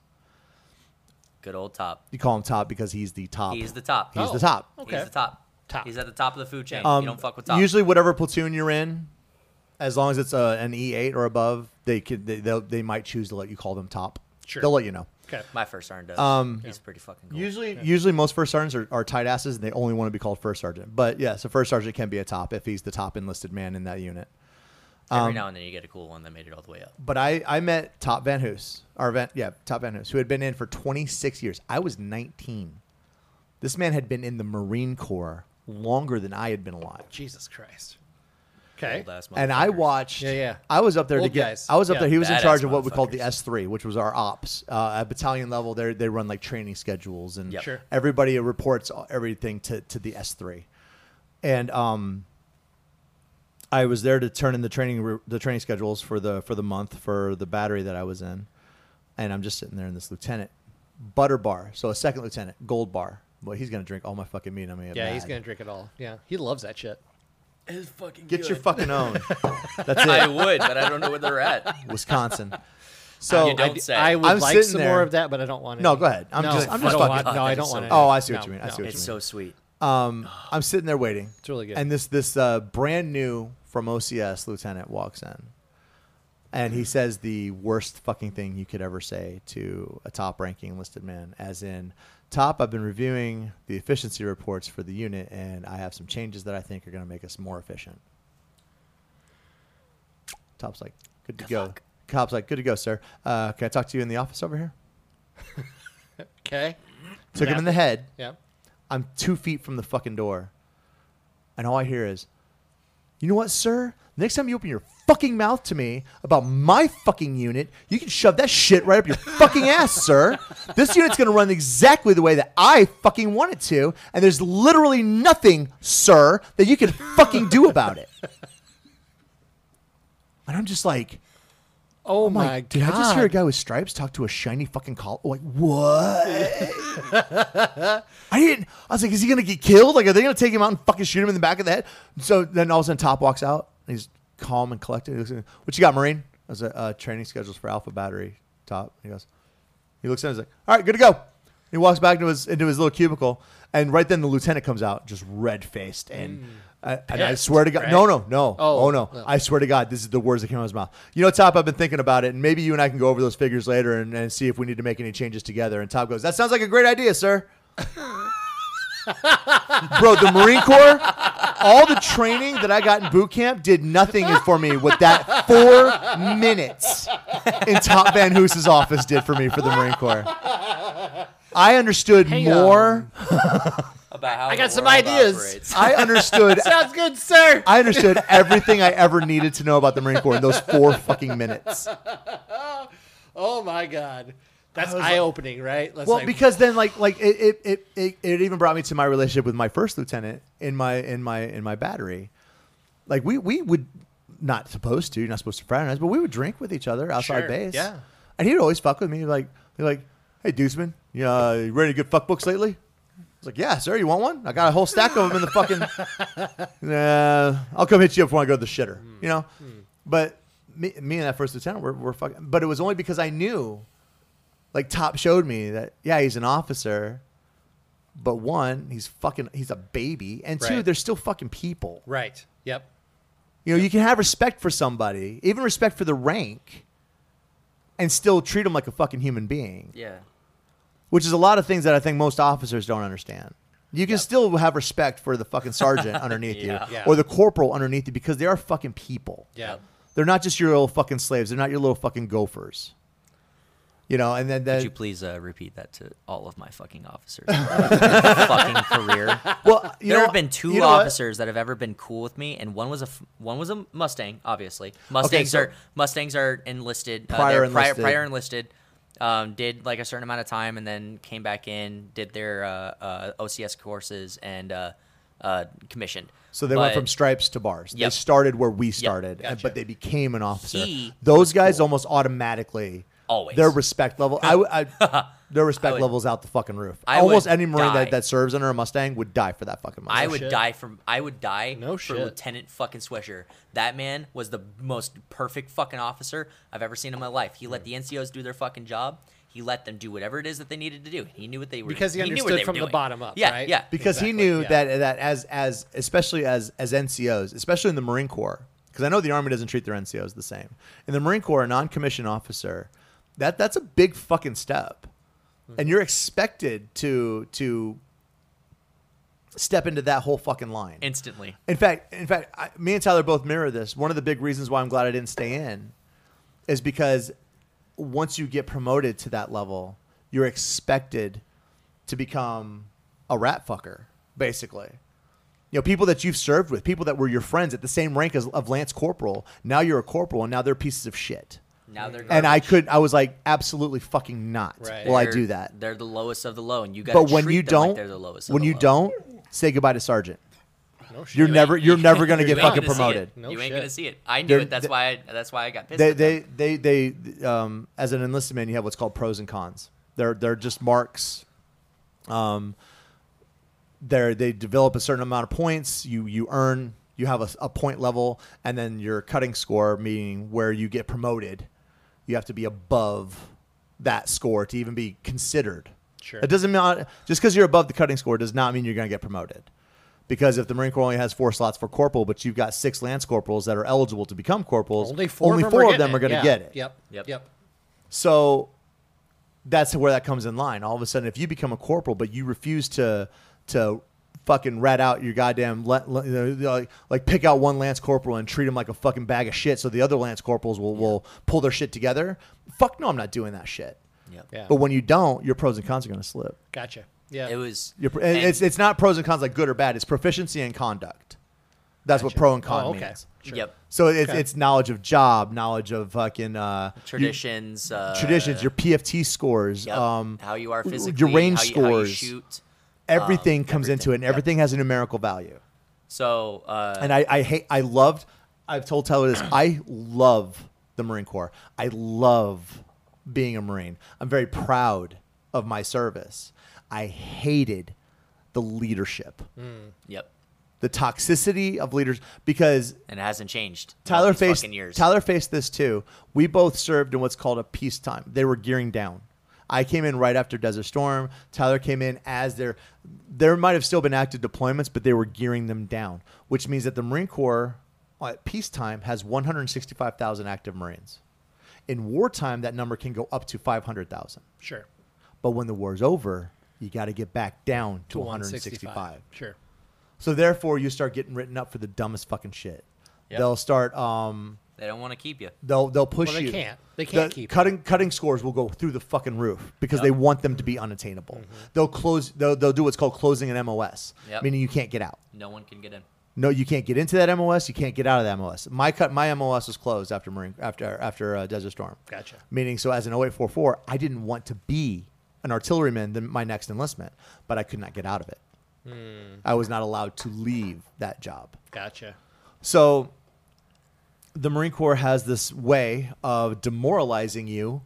D: Good old top.
B: You call him Top because he's the top.
D: He's the top.
B: He's the
C: Oh.
B: top.
C: Okay.
D: He's the top.
C: Top.
D: He's at the top of the food chain.
B: Um,
D: you don't fuck with top.
B: Usually, whatever platoon you're in, as long as it's uh, an E8 or above, they could they they'll- they might choose to let you call them top.
C: Sure.
B: They'll let you know.
C: Okay.
D: my first sergeant does. He's pretty fucking cool.
B: um, Usually, usually most first sergeants are, are tight asses, and they only want to be called first sergeant. But yes, a first sergeant can be a top if he's the top enlisted man in that unit.
D: Every
B: Um,
D: now and then you get a cool one that made it all the way up.
B: But I, I met Top Van Hoos, or Van, yeah, Top Van Hoos, who had been in for 26 years. I was 19. This man had been in the Marine Corps longer than I had been alive.
C: Jesus Christ. Okay.
D: Old ass
B: And I
D: motherfuckers.
B: watched.
C: Yeah, yeah.
B: I was up there
C: Old
B: to get.
C: guys.
B: I was up
C: Yeah.
B: there. He was in
D: Badass
B: charge of what we called the
D: motherfuckers.
B: S three, which was our ops uh, at battalion level. They they run like training schedules, and
D: Yep.
C: Sure.
B: everybody reports everything to to the S three. And um, I was there to turn in the training ru- the training schedules for the for the month for the battery that I was in, and I'm just sitting there in this lieutenant butter bar, so a second lieutenant gold bar. Well, he's gonna drink all my fucking meat. I mean,
C: Yeah, he's gonna drink it all. Yeah, he loves that shit.
B: get your fucking own. That's it.
D: I would, but I don't know where they're at.
B: Wisconsin. So
D: You don't
C: I,
D: say.
C: I would
B: Oh, I'm
C: like
B: sitting
C: some
B: there-
C: more of that, but I don't want.
B: No,
C: any.
B: go ahead. I'm
C: No,
B: just- I'm
C: I
B: just fucking-
C: don't want- No,
D: Oh,
C: I
D: that
C: don't
D: is
C: want.
D: so
C: any.
B: Oh, I see what
C: No,
B: you mean. I
C: no.
B: see what
D: It's
B: you mean.
D: so sweet.
B: I'm sitting there waiting. It's
C: really good.
B: And this this uh, brand new from OCS lieutenant walks in, and he says the worst fucking thing you could ever say to a top ranking enlisted man as in top i've been reviewing the efficiency reports for the unit and i have some changes that i think are going to make us more efficient top's like good to go cop's like good to go sir uh, can i talk to you in the office over here
C: Okay.
B: took him in the head
C: Yeah.
B: I'm two feet from the fucking door. And all I hear is, you know what, sir? Next time you open your fucking mouth to me about my fucking unit, you can shove that shit right up your fucking ass, sir. This unit's gonna run exactly the way that I fucking want it to, and there's literally nothing, sir, that you can fucking do about it. And I'm just like,
C: Oh,
B: I'm
C: my,
B: like,
C: god.
B: did I just hear a guy with stripes talk to a shiny fucking collar? Like, what? I didn't. I was like, is he gonna get killed? Like, are they gonna take him out and fucking shoot him in the back of the head? So then all of a sudden, Top walks out and he's calm and collected. He looks at me, what you got, Marine? I was like, uh, training schedules for Alpha Battery. Top. He goes. He looks at him. He's like, all right, good to go. He walks back into his into his little cubicle, and right then the lieutenant comes out, just red faced, and I, and I
C: Mm. Pissed,
B: swear to God,
C: right?
B: no, no, no,
C: Oh,
B: oh, no,
C: no.
B: I swear to God, this is the words that came out of his mouth. You know, Top, I've been thinking about it, and maybe you and I can go over those figures later and, and see if we need to make any changes together. And Top goes, "That sounds like a great idea, sir." Bro, the Marine Corps, all the training that I got in boot camp did nothing for me what that four minutes in Top Van Hoos's office did for me for the Marine Corps. I understood
C: Hang
B: more.
D: About how
C: I got
D: the
C: some
D: world
C: ideas.
D: operates.
B: I understood.
C: Sounds good, sir.
B: I understood everything I ever needed to know about the Marine Corps in those four fucking minutes.
C: Oh my god. That's eye opening, right? That's
B: well
C: like-
B: because then like like it it, it it it even brought me to my relationship with my first lieutenant in my in my in my battery like we we would not supposed to you're not supposed to fraternize but we would drink with each other outside
C: Sure,
B: base
C: yeah.
B: and he would always fuck with me like he'd like hey deuceman you, uh, you read any good fuck books lately I was like, yeah, sir, you want one? I got a whole stack of them in the fucking. Nah, I'll come hit you up when I go to the shitter,
C: Hmm.
B: you know. But me, me and that first lieutenant, we're, we're fucking. But it was only because I knew like Top showed me that yeah, he's an officer, but one, he's fucking he's a baby, and two,
C: Right.
B: they're still fucking people.
C: right. Yep.
B: You know, you can have respect for somebody, even respect for the rank, and still treat them like a fucking human being,
D: yeah.
B: which is a lot of things that I think most officers don't understand. You can still have respect for the fucking sergeant underneath
D: Yeah.
B: you
C: Yeah.
B: or the corporal underneath you because they are fucking people.
C: Yeah.
B: They're not just your little fucking slaves. They're not your little fucking gophers. You know, and then, then
D: Could you please uh, repeat that to all of my fucking officers? fucking career.
B: well, you
D: there
B: know,
D: have been two
B: you know what?
D: officers that have ever been cool with me, and one was a f- one was a Mustang, obviously. Mustangs
B: so-
D: are Mustangs are enlisted. Uh,
B: Prior
D: they're
B: enlisted.
D: Prior, prior enlisted. Um, did like a certain amount of time, and then came back in, did their uh, uh, OCS courses, and uh, uh, commissioned.
B: So they went
D: But
B: from stripes to bars. They
D: Yep.
B: started where we started, and-
C: Gotcha.
B: but they became an officer.
D: He
B: Those guys almost automatically
D: Always.
B: their respect level. I, would- I- their respect
D: would-
B: levels out the fucking roof.
D: I
B: almost
D: would
B: any marine
D: die.
B: that, that serves under a Mustang would die for that fucking. Mustang.
D: I would
C: shit.
D: die from I would die
C: No
D: for
C: shit.
D: Lieutenant fucking Swisher. That man was the most perfect fucking officer I've ever seen in my life. He let the NCOs do their fucking job. He let them do whatever it is that they needed to do. He knew what they were
C: Because he
D: knew what
C: understood
D: they were
C: from the
D: doing.
C: bottom up,
D: Yeah,
C: right?
D: yeah.
B: because he
C: Exactly,
B: knew
C: yeah.
B: that that as as especially as as NCOs, especially in the Marine Corps, because I know the Army doesn't treat their NCOs the same. In the Marine Corps, a non-commissioned officer, that that's a big fucking step,
C: Mm-hmm.
B: and you're expected to to step into that whole fucking line.
D: Instantly.
B: In fact, in fact, I, me and Tyler both mirror this. One of the big reasons why I'm glad I didn't stay in is because once you get promoted to that level, you're expected to become a rat fucker, basically. You know, people that you've served with, people that were your friends at the same rank as of Lance Corporal. Now you're a corporal, and now they're pieces of shit.
D: Now they're
B: And I
D: garbage.
B: could, I was like, absolutely fucking not.
C: Right.
B: Will I
D: They're-
B: do that?
D: They're the lowest of the low, and you got.
B: But when you
D: them like
B: don't,
D: they're the lowest. of
B: when
D: the
B: you
D: low.
B: don't, say goodbye to sergeant.
C: No shit.
B: You're never, you're never gonna get
D: You ain't
B: fucking
D: gonna see it.
B: promoted.
C: No
D: you ain't
C: shit.
D: gonna see it. I knew
B: They're-
D: it. That's
B: they-
D: why. I, that's why I got pissed.
B: they,
D: at them.
B: they, they, they, um, as an enlisted man, you have what's called pros and cons. They're, they're just marks. Um, they're, they develop a certain amount of points. You, you earn, you have a, a point level, and then your cutting score, meaning where you get promoted, you have to be above that score to even be considered.
C: Sure.
B: It doesn't matter. Just because you're above the cutting score does not mean you're going to get promoted. Because if the Marine Corps only has four slots for corporal, but you've got six lance corporals that are eligible to become corporals,
C: Only four of them are getting
B: are going to
C: Yeah.
B: get it.
C: Yep.
D: Yep.
C: Yep.
B: So that's where that comes in line. All of a sudden, if you become a corporal, but you refuse to to fucking rat out your goddamn le- le- you know, like, like pick out one lance corporal and treat him like a fucking bag of shit, so the other lance corporals will will pull their shit together. Fuck no, I'm not doing that shit.
D: Yep.
C: Yeah.
B: But when you don't, your pros and cons are going to slip.
C: Gotcha. Yeah.
D: It was.
B: Your, pro-
D: and-
B: and it's it's not pros and cons like good or bad. It's proficiency and conduct. That's what pro and con
C: Oh, okay.
B: means.
C: Sure.
D: Yep.
B: So it's,
C: Okay.
B: it's knowledge of job, knowledge of fucking uh, you-
D: Traditions. uh,
B: traditions, your PFT scores,
D: yep,
B: um,
D: how you are
B: w-
D: physically.
B: your range
D: how you, how you
B: scores,
D: shoot.
B: everything comes into it, and everything has a numerical value.
D: So. Uh,
B: And I, I hate, I loved, I've told Tyler this, I love the Marine Corps. I love being a Marine. I'm very proud of my service. I hated the leadership,
D: yep.
B: the toxicity of leaders, because
D: And it hasn't changed. in all
B: Tyler
D: these
B: faced
D: fucking years.
B: Tyler faced this too. We both served in what's called a peacetime. They were gearing down. I came in right after Desert Storm. Tyler came in as their there might have still been active deployments, but they were gearing them down, which means that the Marine Corps uh, at peacetime has 165,000 active Marines. In wartime, that number can go up to 500,000.
C: Sure.
B: But when the war's over, you got to get back down to 165.
C: Sure.
B: So therefore, you start getting written up for the dumbest fucking shit.
D: Yep.
B: They'll start um,
D: They don't want to keep you.
B: They'll they'll push
C: Well, they
B: you.
C: can't. They can't
B: The
C: keep it.
B: cutting cutting scores will go through the fucking roof because they want them to be unattainable.
C: Mm-hmm.
B: They'll close. They'll, they'll do what's called closing an MOS,
D: Yep.
B: meaning you can't get out.
D: No one can get in.
B: No, you can't get into that MOS. You can't get out of that MOS. My cut. My MOS was closed after Marine after after uh, Desert Storm.
C: Gotcha.
B: Meaning, so as an 0844, I didn't want to be an artilleryman than my next enlistment, but I could not get out of it.
C: Hmm.
B: I was not allowed to leave that job.
C: Gotcha.
B: So the Marine Corps has this way of demoralizing you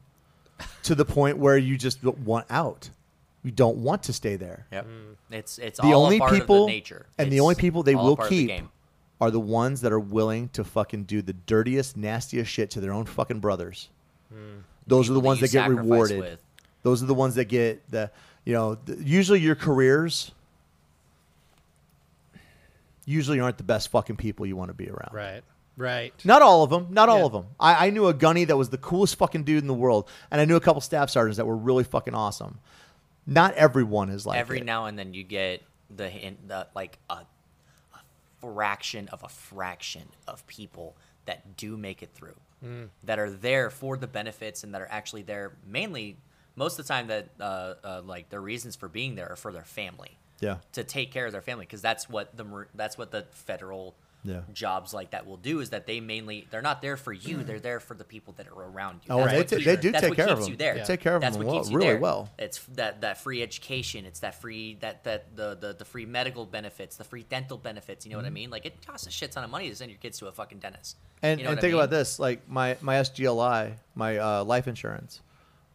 B: to the point where you just want out. You don't want to stay there.
D: Yep. Mm. It's it's
B: The
D: all a
B: only
D: part
B: people
D: of the nature.
B: and the
D: It's
B: only people they
D: all a
B: will
D: part of the
B: keep
D: game.
B: are the ones that are willing to fucking do the dirtiest, nastiest shit to their own fucking brothers. Those are the
D: Hmm. People that
B: ones
D: you
B: that get
D: sacrifice
B: rewarded.
D: with.
B: Those are the ones that get the you know, th- usually your careers usually aren't the best fucking people you want to be around.
C: Right. Right.
B: Not all of them. Not all
C: Yeah.
B: of them. I, I knew a gunny that was the coolest fucking dude in the world, and I knew a couple staff sergeants that were really fucking awesome. Not everyone is like
D: Every
B: it.
D: now and then you get the hint that like a, a fraction of a fraction of people that do make it through,
B: Mm.
D: that are there for the benefits and that are actually there mainly most of the time that uh, uh, like their reasons for being there are for their family.
B: Yeah.
D: to take care of their family because that's what the mar- that's what the federal
B: Yeah.
D: jobs like that will do is that they mainly they're not there for you they're there for the people that are around you.
B: Oh,
D: That's
B: they
D: what
B: ta-
D: keeps-
B: they do
D: that's
B: take
D: what
B: care of
D: keeps
B: them.
D: You there.
B: They take care of
D: that's
B: them
D: what
B: well-
D: keeps you
B: really
D: there.
B: well.
D: It's that that free education. It's that free that that the, the the free medical benefits, the free dental benefits. You know what
B: Mm-hmm.
D: I mean? Like it costs a shit ton of money to send your kids to a fucking dentist.
B: And,
D: you know
B: and
D: what I
B: think about
D: mean?
B: this: like my my SGLI, my uh, life insurance,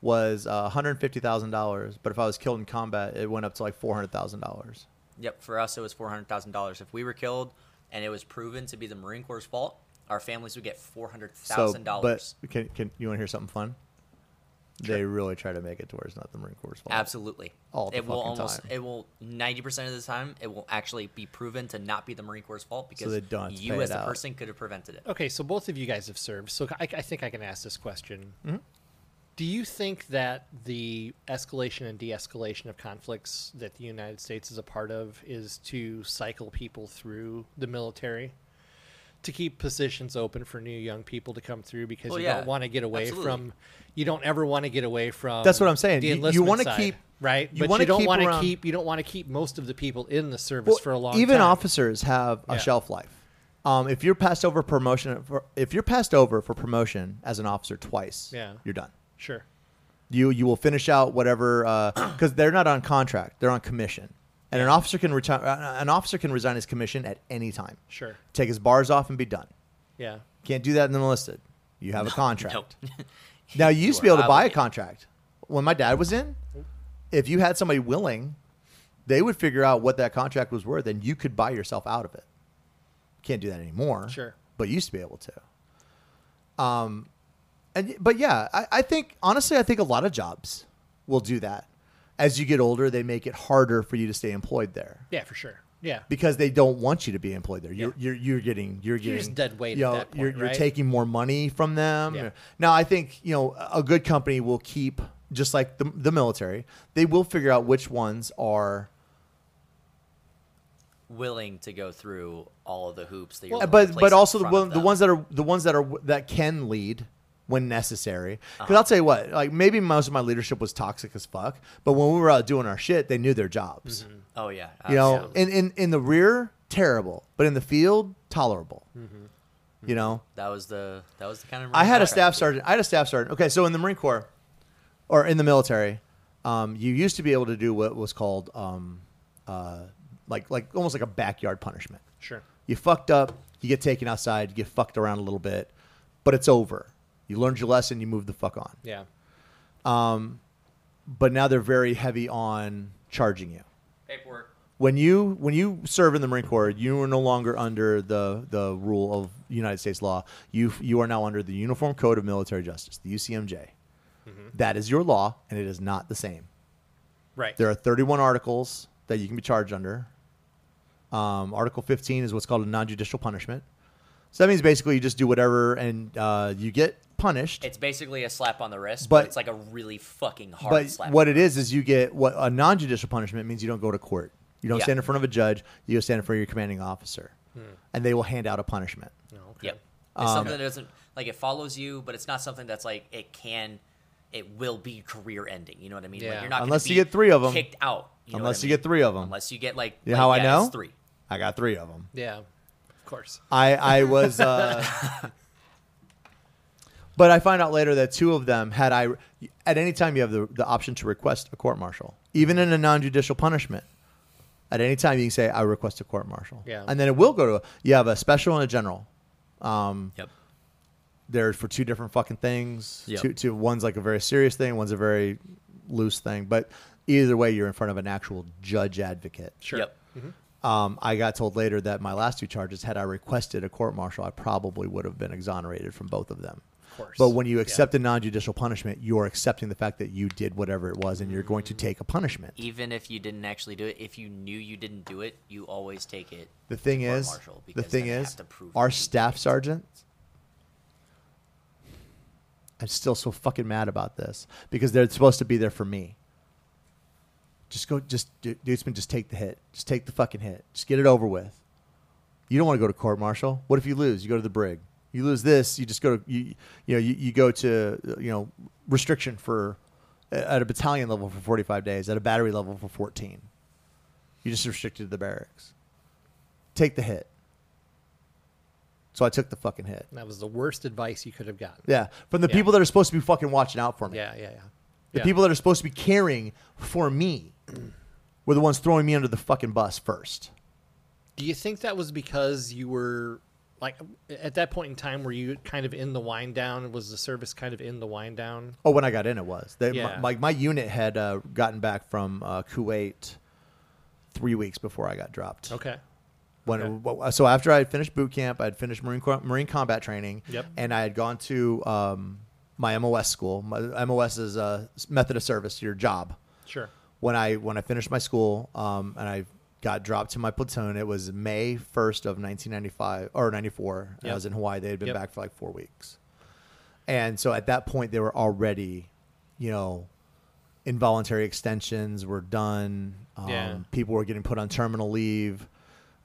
B: was uh, one hundred fifty thousand dollars, but if I was killed in combat, it went up to like four hundred thousand dollars.
D: Yep, for us it was four hundred thousand dollars. If we were killed and it was proven to be the Marine Corps' fault, our families would get four hundred
B: So,
D: thousand
B: but
D: dollars.
B: can, can you want to hear something fun? They really try to make it to where it's not the Marine Corps' fault.
D: Absolutely.
B: All the
D: it will
B: fucking
D: almost
B: time.
D: it will ninety percent of the time it will actually be proven to not be the Marine Corps' fault because
B: they don't have to pay
D: you as
B: it
D: a
B: out.
D: person could have prevented it.
C: Okay, so both of you guys have served, so I, I think I can ask this question.
B: Mm-hmm.
C: Do you think that the escalation and de-escalation of conflicts that the United States is a part of is to cycle people through the military? To keep positions open for new young people to come through because
D: Well,
C: you
D: yeah,
C: don't want to get away
D: absolutely.
C: from, you don't ever want to get away from.
B: That's what I'm saying.
C: the
B: You- you
C: enlistment
B: wanna
C: side,
B: keep-
C: right,
B: you
C: but
B: wanna
C: you don't
B: keep
C: want to
B: around-
C: keep you don't want to keep most of the people in the service for a long
B: even
C: time.
B: officers have a
C: Yeah.
B: shelf life. Um, if you're passed over promotion, for, if you're passed over for promotion as an officer twice,
C: Yeah.
B: you're done.
C: Sure,
B: You you will finish out whatever because they're not on contract; they're on commission. And an officer can retire. An officer can resign his commission at any time.
C: sure,
B: Take his bars off and be done.
C: yeah,
B: Can't do that in the enlisted. You have a contract.
D: Nope.
B: Now you used to be
D: are
B: able to buy a
D: obligated.
B: contract. When my dad was in, if you had somebody willing, they would figure out what that contract was worth, and you could buy yourself out of it. Can't do that anymore.
C: Sure.
B: but you used to be able to. Um, and but yeah, I, I think honestly, I think a lot of jobs will do that. As you get older, they make it harder for you to stay employed there.
C: yeah, for sure. Yeah.
B: because they don't want you to be employed there. You're you're, you're getting you're getting
C: just dead weight
B: You
C: at
B: know,
C: that point,
B: you're, you're
C: right?
B: taking more money from them.
C: Yeah.
B: Now I think you know a good company will keep just like the the military. They will figure out which ones are.
D: willing to go through all of the hoops that you're.
B: Uh,
D: willing to
B: but
D: place
B: but
D: in
B: also the
D: front of
B: one, the
D: them.
B: ones that are the ones that are that can lead when necessary.
C: Uh-huh.
B: Because I'll tell you what, like maybe most of my leadership was toxic as fuck, but when we were out doing our shit, they knew their jobs.
C: Mm-hmm.
D: Oh yeah.
B: You know,
D: absolutely.
B: in, in in the rear terrible, but in the field tolerable.
C: Mm-hmm.
B: You know,
D: that was the that was the kind of.
B: I had a
D: Marine I tried
B: staff
D: to be.
B: sergeant. I had a staff sergeant. Okay, so in the Marine Corps, or in the military, um, you used to be able to do what was called um, uh, like like almost like a backyard punishment.
C: Sure.
B: You fucked up. You get taken outside. You get fucked around a little bit, but it's over. You learned your lesson. You move the fuck on.
C: Yeah.
B: But now they're very heavy on charging you.
D: Paperwork.
B: when you when you serve in the Marine Corps, you are no longer under the the rule of United States law. You you are now under the Uniform Code of Military Justice, the UCMJ. That is your law, and it is not the same.
C: Right.
B: There are 31 articles that you can be charged under. Um, Article 15 is what's called a non-judicial punishment. So that means basically you just do whatever, and uh, you get punished.
D: It's basically a slap on the wrist, but,
B: But-
D: it's like a really fucking hard
B: but
D: slap.
B: what it is is you get what a non-judicial punishment means you don't go to court you don't
D: Yeah.
B: stand in front of a judge you go stand in front of your commanding officer and they will hand out a punishment
D: Yep. It's
B: Um,
D: something that doesn't like it follows you, but it's not something that's like it can, it will be career ending. You know what I mean? Like,
C: Yeah.
D: you're not gonna
B: Unless you
D: be
B: get three of 'em.
D: kicked out. know what
B: Unless
D: I
B: you
D: mean?
B: get three of 'em.
D: Unless you get like
B: you
D: like,
B: know how i
D: yeah,
B: know
D: it's three.
B: i got three of them
C: Yeah. Of course.
B: i i was uh but i find out later that two of them had i at any time you have the, the option to request a court martial even in a non-judicial punishment at any time you can say i request a court martial
C: Yeah.
B: and then it will go to you have a special and a general
D: Yep.
B: they're for two different fucking things.
D: Yep.
B: Two, two, one's like a very serious thing, one's a very loose thing. But either way, you're in front of an actual judge advocate.
C: Sure.
D: Yep.
B: Um, I got told later that my last two charges, had I requested a court martial, I probably would have been exonerated from both of them. Of
C: course.
B: But when you accept a non judicial punishment, you're accepting the fact that you did whatever it was and you're going to take a punishment.
D: Even if you didn't actually do it, if you knew you didn't do it, you always take it.
B: The thing
D: court
B: is,
D: martial
B: the
D: because
B: thing
D: then they
B: is,
D: have to prove
B: our
D: that you
B: staff sergeant. I'm still so fucking mad about this because they're supposed to be there for me. Just go, just du- Dudesman, just take the hit, just take the fucking hit, just get it over with. You don't want to go to court martial. What if you lose? You go to the brig. You lose this, you just go to you, you know, you, you go to you know restriction for at a battalion level for 45 days, at a battery level for 14. You just restricted to the barracks take the hit. So I took the fucking hit.
C: That was the worst advice you could have gotten.
B: Yeah, from the
C: Yeah.
B: people that are supposed to be fucking watching out for me.
C: Yeah. Yeah. Yeah.
B: The
C: Yeah.
B: people that are supposed to be caring for me were the ones throwing me under the fucking bus first.
C: Do you think that was because you were like at that point in time were you kind of in the wind down? Was the service kind of in the wind down?
B: Oh, when I got in, it was. They,
C: Yeah.
B: my, my, my unit had uh, gotten back from uh, Kuwait three weeks before I got dropped.
C: Okay.
B: when so after I had finished boot camp, I had finished Marine Corps- Marine combat training,
C: Yep.
B: and I had gone to um, my MOS school. My MOS is a method of service, your job.
C: Sure.
B: When I when I finished my school um, and I got dropped to my platoon, it was May first of nineteen ninety five or ninety four. I
C: Yep.
B: was in Hawaii. They had been
C: Yep.
B: back for like four weeks, and so at that point they were already, you know, involuntary extensions were done. Um,
C: Yeah.
B: People were getting put on terminal leave,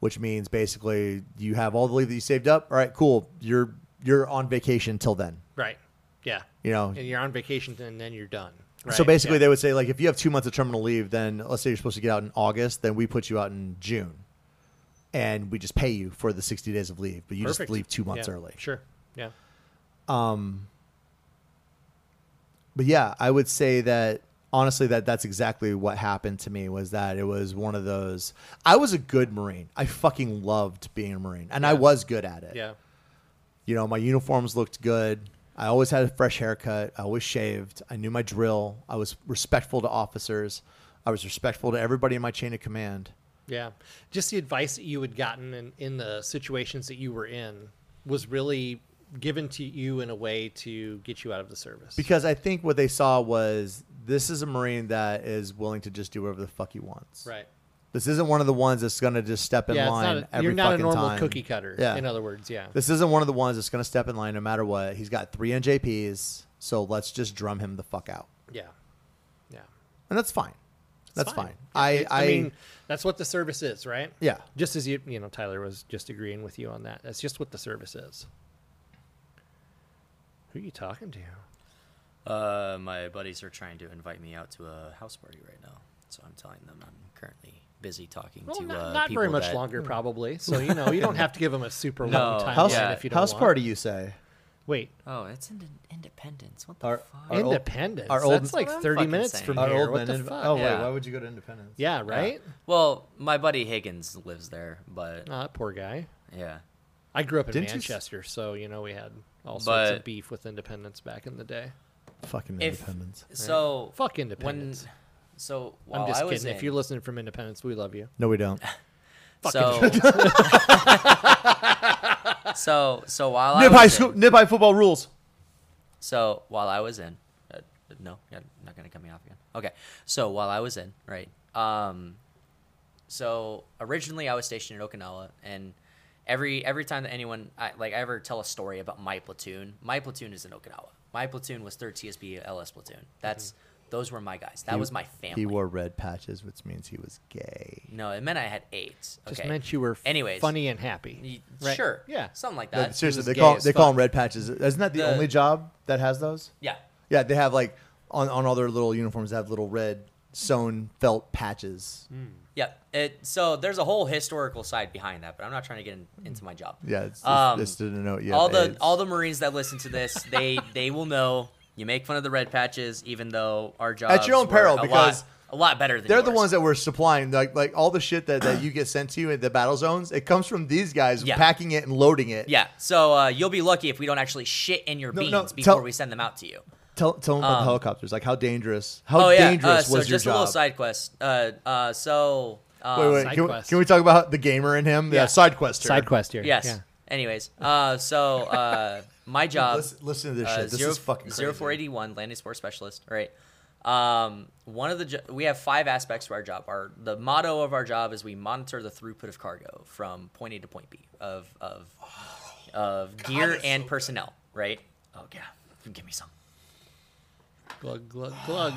B: which means basically you have all the leave that you saved up. All right, cool. You're you're on vacation till then.
C: Right. Yeah.
B: You know.
C: And you're on vacation and then you're done. Right?
B: So basically,
C: yeah.
B: they would say like, if you have two months of terminal leave, then let's say you're supposed to get out in August, then we put you out in June, and we just pay you for the 60 days of leave, but you
C: Perfect.
B: just leave two months
C: Yeah.
B: early.
C: Sure. Yeah.
B: but yeah, I would say that honestly that that's exactly what happened to me was that it was one of those I was a good marine. I fucking loved being a marine and I was good at it.
C: Yeah.
B: You know, my uniforms looked good. I always had a fresh haircut. I always shaved. I knew my drill. I was respectful to officers. I was respectful to everybody in my chain of command.
C: Yeah. Just the advice that you had gotten in, in the situations that you were in was really given to you in a way to get you out of the service.
B: Because I think what they saw was this is a marine that is willing to just do whatever the fuck he wants.
C: right.
B: This isn't one of the ones that's going to just step in
C: yeah, it's
B: line
C: not a,
B: every
C: you're not a
B: fucking
C: normal
B: time.
C: cookie cutter.
B: Yeah.
C: In other words, yeah.
B: This isn't one of the ones that's going to step in line no matter what. He's got three NJPs, so let's just drum him the fuck out,
C: yeah. Yeah.
B: and that's fine. That's fine.
C: fine.
B: I, I,
C: I, mean, that's what the service is, right?
B: Yeah.
C: Just as you, you know, Tyler was just agreeing with you on that. That's just what the service is. Who are you talking to?
D: Uh, my buddies are trying to invite me out to a house party right now, so I'm telling them I'm currently busy talking
C: Well,
D: to
C: not,
D: uh,
C: not
D: people
C: very much Hmm.
D: that-
C: longer, probably. So you know, you don't have to give them a super long
D: No.
C: time
B: house,
D: yeah,
C: if you don't
B: house
C: want.
B: party, you say?
C: Wait,
D: Oh, it's in Independence. What the
B: Our-
D: fuck?
B: our old-
C: Independence.
B: our old-
C: That's like
D: That's what I'm
C: thirty
D: fucking
C: minutes
D: saying.
C: from
D: Our
C: here. what the
B: inv-
C: fuck?
B: Oh wait,
D: Yeah.
B: why would you go to Independence?
C: yeah, right.
D: well, my buddy Higgins lives there, but
C: Ah, poor guy.
D: yeah,
C: I grew up in
B: Didn't you s-
C: Manchester, so you know we had all sorts of
D: But-
C: beef with Independence back in the day.
B: Fucking
D: If-
B: Independence.
D: so
C: Fuck
D: when
C: Independence.
D: so
C: I'm
D: while
C: just
D: I was
C: kidding. If
D: in-
C: you're listening from Independence, we love you.
B: No, we don't.
D: so so so while I
B: Nip
D: was
B: high
D: in-
B: school, nip high football rules.
D: So while I was in, uh, no, you're not gonna cut me off again. Okay. So while I was in, right? Um, so originally I was stationed in Okinawa, and every every time that anyone I, like I ever tell a story about my platoon, my platoon is in Okinawa. My platoon was third TSB LS platoon. That's those were my guys. That
B: He-
D: was my family.
B: He wore red patches, which means he was gay.
D: no, it meant I had eight. Okay.
C: Just meant you were f-
D: Anyways.
C: funny and happy.
D: Y-
C: Right.
D: Sure.
C: Yeah.
D: Something like
B: No,
D: that.
B: seriously,
C: was
B: they
C: gay
B: call
C: as
B: they call
C: fuck.
B: them red patches. Isn't that the,
D: The-
B: only job that has those?
D: yeah.
B: Yeah, they have like on, on all their little uniforms they have little red sewn felt patches.
C: Mm.
D: Yeah. It, so there's a whole historical side behind that, but I'm not trying to get in, into my job.
B: Yeah, it's, it's,
D: Um,
B: it's to denote you
D: all
B: have
D: the
B: AIDS.
D: all the Marines that listen to this, they they will know you make fun of the red patches, even though our job
B: At your own peril, because
D: a lot better than
B: they're the
D: yours.
B: ones that were supplying like like all the shit that, that you get sent to you at the battle zones. It comes from these guys
D: Yeah.
B: packing it and loading it.
D: Yeah, so uh, you'll be lucky if we don't actually shit in your
B: No,
D: beans
B: no,
D: before
B: tell-
D: we send them out to you.
B: Tell, tell them about the
D: Um,
B: helicopters. Like how dangerous? How
D: oh yeah, uh,
B: dangerous
D: so
B: was your
D: just a little
B: job?
D: side quest. Uh, uh, so um,
B: wait, wait.
C: Side
B: Can we,
C: quest.
B: can we talk about the gamer in him? Yeah,
D: Yeah.
B: side quest. here.
C: Side quest here.
D: yes.
C: Yeah.
D: Anyways, uh, so uh, my job.
B: Listen, listen to this shit. This
D: Uh, zero-
B: is fucking crazy.
D: 0481 landing support specialist right um, one of the jo- we have five aspects to our job our the motto of our job is we monitor the throughput of cargo from point a to point b of of of gear and personnel right oh yeah give me some
C: Glug glug glug.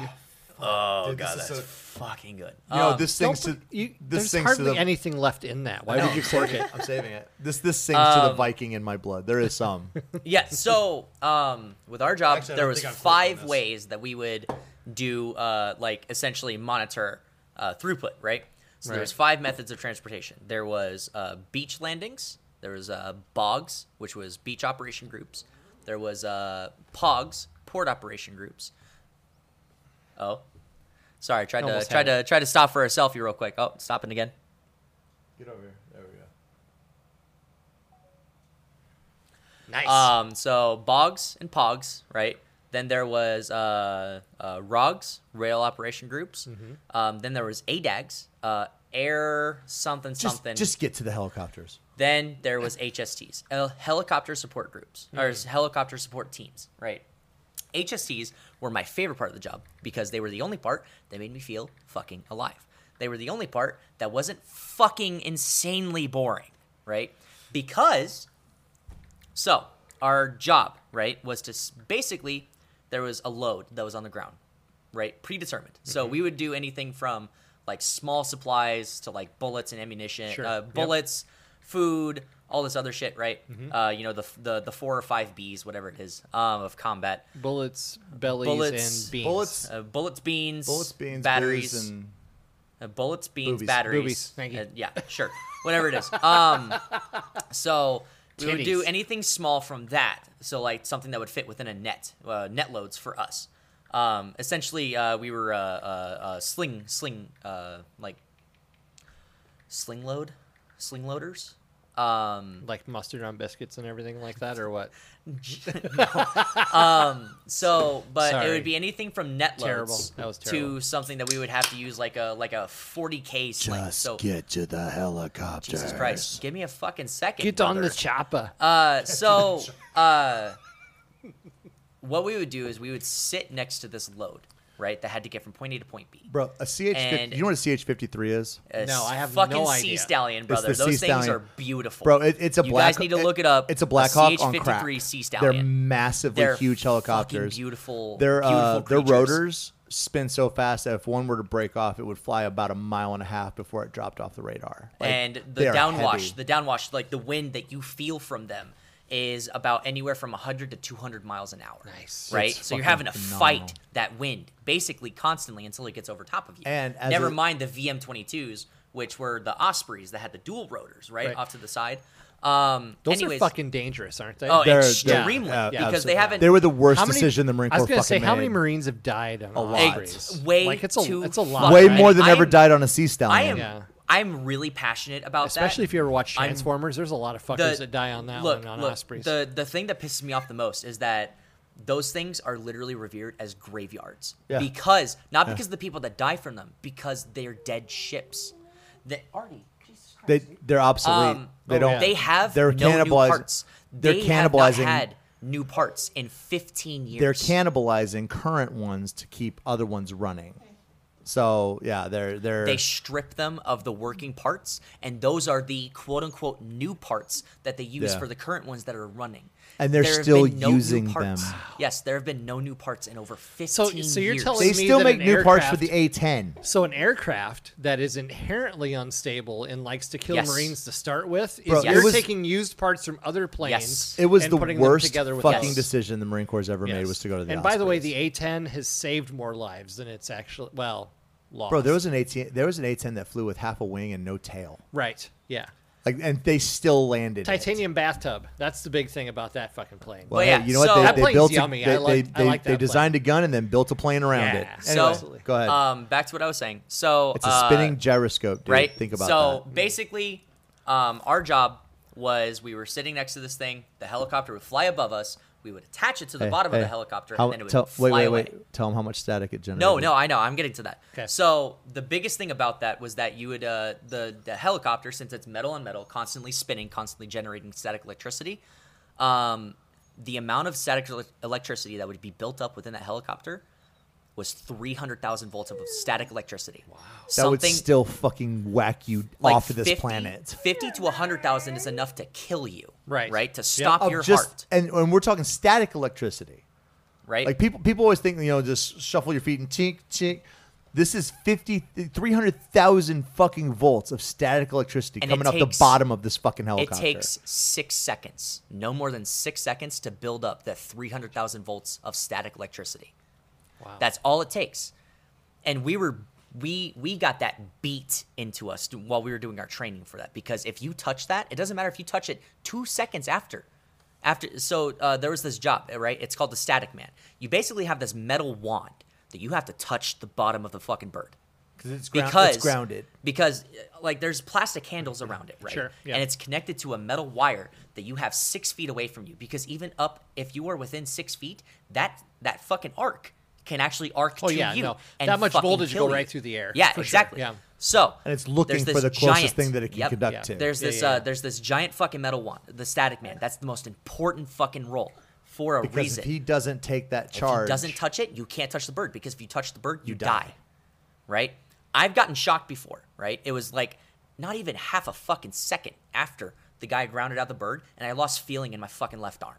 D: oh
B: Dude, this
D: god
B: is
D: that's
B: so-
D: fucking good
B: You know,
D: Um,
B: this thing's to
C: Don't put- you-
B: this
C: there's
B: thing's to
C: hardly
B: the
C: anything left in that. Why would you cork
B: saving
C: it?
B: it. I'm saving it. This this sings to
D: Um,
B: the Viking in my blood. There is some.
D: yeah so um, with our job
B: Actually, I
D: there
B: don't
D: was
B: think I'm clear on
D: five
B: this.
D: ways that we would do uh, like essentially monitor uh, throughput right so there was
C: Right.
D: five methods of transportation there was uh, beach landings there was uh, bogs which was beach operation groups there was uh, pogs port operation groups oh sorry tried to
C: Almost
D: tried
C: had
D: to tried to stop for a selfie real quick oh stopping again
B: Get over here. There we go.
C: Nice.
B: Uh,
D: Um, so Bogs and Pogs, right? Then there was uh, uh, ROGs, Rail Operation Groups.
B: Mm-hmm.
D: Um, then there was ADAGs, uh, Air something
B: Just
D: something.
B: just get to the helicopters.
D: Then there was HSTs, hel- helicopter support groups, or
B: Mm.
D: helicopter support teams, right? HSTs were my favorite part of the job because they were the only part that made me feel fucking alive. They were the only part that wasn't fucking insanely boring, right? Because, so our job, right, was to s- basically, there was a load that was on the ground, right? Predetermined. So
C: Mm-hmm.
D: we would do anything from like small supplies to like bullets and ammunition,
C: Sure.
D: uh,
C: Yep. Mm-hmm.
D: bullets, food, all this other shit, right? Uh, you know the, f- the the four or five Bs, whatever it is, um, of combat.
C: bullets, bellies,
D: bullets,
C: and beans.
B: Bullets,
D: Uh, bullets, beans,
B: bullets, beans,
D: batteries,
B: booze, and
D: uh, bullets, beans,
B: Boobies.
D: batteries.
C: Boobies. Thank you.
D: Uh, yeah, sure, whatever it is. Um, so we would do
C: Titties.
D: anything small from that. So like something that would fit within a net, uh, net loads for us. Um, essentially, uh, we were uh, uh, uh, sling, sling, uh, like sling load, sling loaders. Um,
C: like mustard on biscuits and everything like that, or what?
D: So, but it
C: Sorry.
D: would be anything from net
C: Terrible.
D: loads
C: That was
D: to
C: terrible.
D: something that we would have to use like a like a 40k sling. so
B: get to the helicopter.
D: Jesus Christ, give me a fucking second.
C: Get on the
D: brother.
C: chopper.
D: Uh, so uh, what we would do is we would sit next to this load, right? That had to get from point A to point B.
B: Bro, a CH.
D: And-
B: you know what a CH53 is?
D: A
C: No, I have
D: fucking
C: no
D: Sea
C: idea.
D: Stallion,
B: It's
D: brother.
B: the
D: Those
B: Sea
D: things
B: Stallion.
D: are beautiful,
B: Bro, it, it's a
D: You
B: black.
D: guys need to look it up.
B: It's a
D: A
B: Black Hawk on
D: CH-53
B: crack.
D: Sea
B: They're
D: Stallion.
B: massively
D: They're
B: huge
D: fucking
B: helicopters.
D: beautiful-
B: They're uh,
D: beautiful
B: their
D: creatures.
B: rotors spin so fast that if one were to break off, it would fly about a mile and a half before it dropped off the radar. Like,
D: and the
B: they are
D: downwash,
B: heavy.
D: the downwash, like the wind that you feel from them, is about anywhere from 100 to 200 miles an hour. Nice, right?
B: That's
D: so you're
B: fucking
D: having to
B: phenomenal.
D: fight that wind basically constantly until it gets over top of you.
B: And as
D: never
B: a-
D: mind the VM22s, which were the Ospreys that had the dual rotors, right,
C: Right.
D: off to the side. Um,
C: Those
D: anyways,
C: are fucking dangerous, aren't they?
D: oh,
B: They're- they're-
D: extremely
B: yeah,
D: because
B: absolutely.
D: they haven't.
B: They were the worst
C: How many-
B: decision the Marine Corps
C: I was gonna
B: fucking
C: say, how many
B: made.
C: Marines have died on a
B: lot.
D: It's way
C: like it's a
D: too
C: it's a lot.
D: fucking-
B: Way
D: Right.
B: more than
D: I
B: ever
D: am-
B: died on a sea stallion.
D: I am.
C: Yeah.
D: I'm really passionate about that.
C: Especially if you ever watch
D: I'm-
C: Transformers, there's a lot of fuckers that die on that one on Ospreys.
D: The the thing that pisses me off the most is that those things are literally revered as graveyards
B: Yeah.
D: because not because of the people that die from them, because they're dead ships. That Artie, Jesus Christ.
B: They they're obsolete.
D: Um,
B: they don't.
D: They have
B: They're
D: no new
B: cannibaliz-
D: parts.
B: They're
D: they Have
B: cannibalizing-
D: not had new parts in 15 years.
B: They're cannibalizing current ones to keep other ones running. So yeah, they're they're
D: They strip them of the working parts, and those are the quote unquote new parts that they use
B: Yeah.
D: for the current ones that are running.
B: And they're
D: There have
B: still
D: been no new
B: using
D: parts.
B: them.
D: Yes, there have been no new parts in over 15
C: So- so you're
D: years.
C: telling
B: they
C: me
B: still
C: that
B: make
C: an
B: new parts for
C: aircraft-
B: the A10.
C: so an aircraft that is inherently unstable and likes to kill
D: Yes.
C: Marines to start with is
B: Bro,
D: it
C: you're
D: was-
C: taking used parts from other planes.
D: Yes.
B: It was
C: and
B: the
C: putting
B: worst
C: them together with
B: fucking
C: us.
B: decision the Marine Corps ever made
C: Yes.
B: was to go to the.
C: And by the way, the
B: Ospreys.
C: A-10 has saved more lives than it's actually well lost.
B: bro, there was an A10. There was an A10 that flew with half a wing and no tail.
C: right, yeah.
B: Like, and they still landed. It.
C: Titanium bathtub. That's the big thing about that fucking plane.
B: Well,
D: Well, yeah,
B: hey, you know
D: so-
B: what?
D: That
B: They, they
C: plane's
B: built. A,
C: yummy. I
B: they,
C: like-
B: they,
C: I like
B: they,
C: that plane.
B: designed a gun and then built a plane around
C: Yeah.
B: it.
D: So,
B: Anyway, go ahead.
D: Um, back to what I was saying. So
B: it's a
D: uh,
B: spinning gyroscope, dude.
D: right?
B: Think about
D: so
C: Mm.
B: that.
D: basically, um, our job was we were sitting next to this thing. The helicopter would fly above us. We would attach it to the
B: Hey,
D: bottom
B: hey,
D: of the helicopter,
B: how-
D: and then it would
B: tell-
D: fly
B: wait, wait,
D: away.
B: wait. Tell them how much static it generated.
D: No, no, I know. I'm getting to that.
C: 'Kay.
D: So the biggest thing about that was that you would uh, the the helicopter, since it's metal on metal, constantly spinning, constantly generating static electricity. Um, the amount of static ele- electricity that would be built up within that helicopter was 300,000 volts of static electricity. Wow,
B: That would still fucking whack you off of this planet.
D: 50 to 100,000 is enough to kill you.
C: Right.
D: Right. To
C: Yep.
D: stop
B: Of
D: your
B: just
D: heart.
B: and and we're talking static electricity.
D: Right.
B: Like people people always think you know just shuffle your feet and chink chink. This is 50 300,000 fucking volts of static electricity
D: And it
B: coming off the
D: takes-
B: bottom of this fucking
D: It
B: helicopter.
D: takes six seconds, no more than six seconds, to build up that 300,000 volts of static electricity. Wow. That's all it takes. And we were we we got that beat into us do- while we were doing our training for that because if you touch that, it doesn't matter if you touch it two seconds after. After so uh, there was this job right. It's called the static man. You basically have this metal wand that you have to touch the bottom of the fucking bird
B: Cuz it's, ground- it's
D: because
B: grounded.
D: because uh, like there's plastic handles around it right
C: Sure, yeah.
D: and it's connected to a metal wire that you have six feet away from you because even up if you are within six feet that that fucking arc can actually arc
C: Oh,
D: to
C: yeah,
D: you
C: no.
D: and
C: That much
D: fucking
C: voltage
D: kill
C: go
D: you.
C: right through the air,
D: yeah
C: for sure,
D: exactly
C: yeah.
D: so
B: And it's looking
D: there's
B: for
D: this
B: the closest
D: giant-
B: thing that it can
D: yep,
B: conduct to.
D: there's
C: Yeah,
D: this
C: yeah,
D: uh
C: yeah.
D: there's this giant fucking metal one the static man that's the most important fucking role for a
B: Because
D: reason
B: if he doesn't take that
D: if
B: charge,
D: he doesn't touch it, you can't touch the bird because if you touch the bird, you, die.
B: die.
D: Right? I've gotten shocked before, right? It was like not even half a fucking second after the guy grounded out the bird and I lost feeling in my fucking left arm.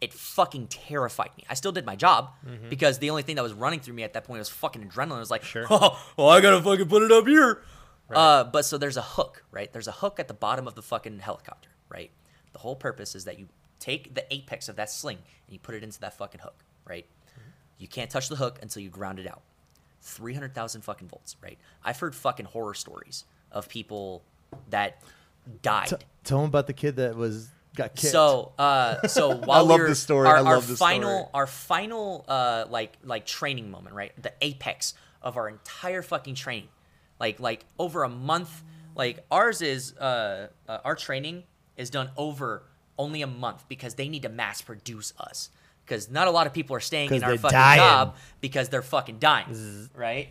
D: It fucking terrified me. I still did my job because the only thing that was running through me at that point was fucking adrenaline. It was like, oh, well, I gotta fucking put it up here. Uh, but so there's a hook, right? There's a hook at the bottom of the fucking helicopter, right? The whole purpose is that you take the apex of that sling and you put it into that fucking hook, right? You can't touch the hook until you ground it out. 300,000 fucking volts, right? I've heard fucking horror stories of people that died.
B: T- tell him about the kid that was got kicked.
D: So, uh, so while
B: love
D: we were,
B: this story.
D: Our,
B: I
D: our
B: love this
D: final,
B: story.
D: our final, uh, like like training moment, right? The apex of our entire fucking training, like like over a month. Like ours is, uh, uh, our training is done over only a month because they need to mass produce us because not a lot of people are staying
B: 'Cause
D: in our
B: they're
D: fucking
B: dying.
D: job because they're fucking dying, right?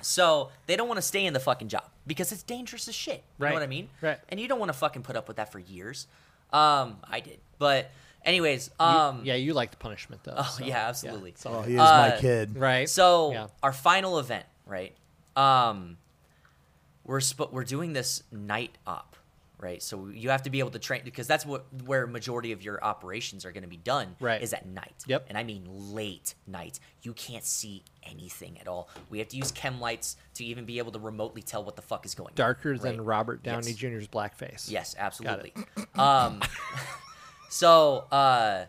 D: So they don't want to stay in the fucking job because it's dangerous as shit. You
C: Right.
D: know what I mean?
C: Right.
D: And you don't want to fucking put up with that for years. Um, I did, but Anyways, um,
C: yeah, you like the punishment though.
D: oh,
C: so,
D: yeah, absolutely.
C: so-
B: Oh, he is my
D: Uh,
B: kid.
C: right.
D: So
C: yeah.
D: our final event, right? Um, we're sp- we're doing this night op, right? So you have to be able to train because that's what where majority of your operations are going to be done,
C: Right.
D: Is at night.
C: Yep.
D: And I mean late night. You can't see anything at all. We have to use chem lights to even be able to remotely tell what the fuck is going. on,
C: darker than
D: right?
C: Robert Downey
D: Yes.
C: Jr.'s blackface.
D: Yes, absolutely. um, so uh,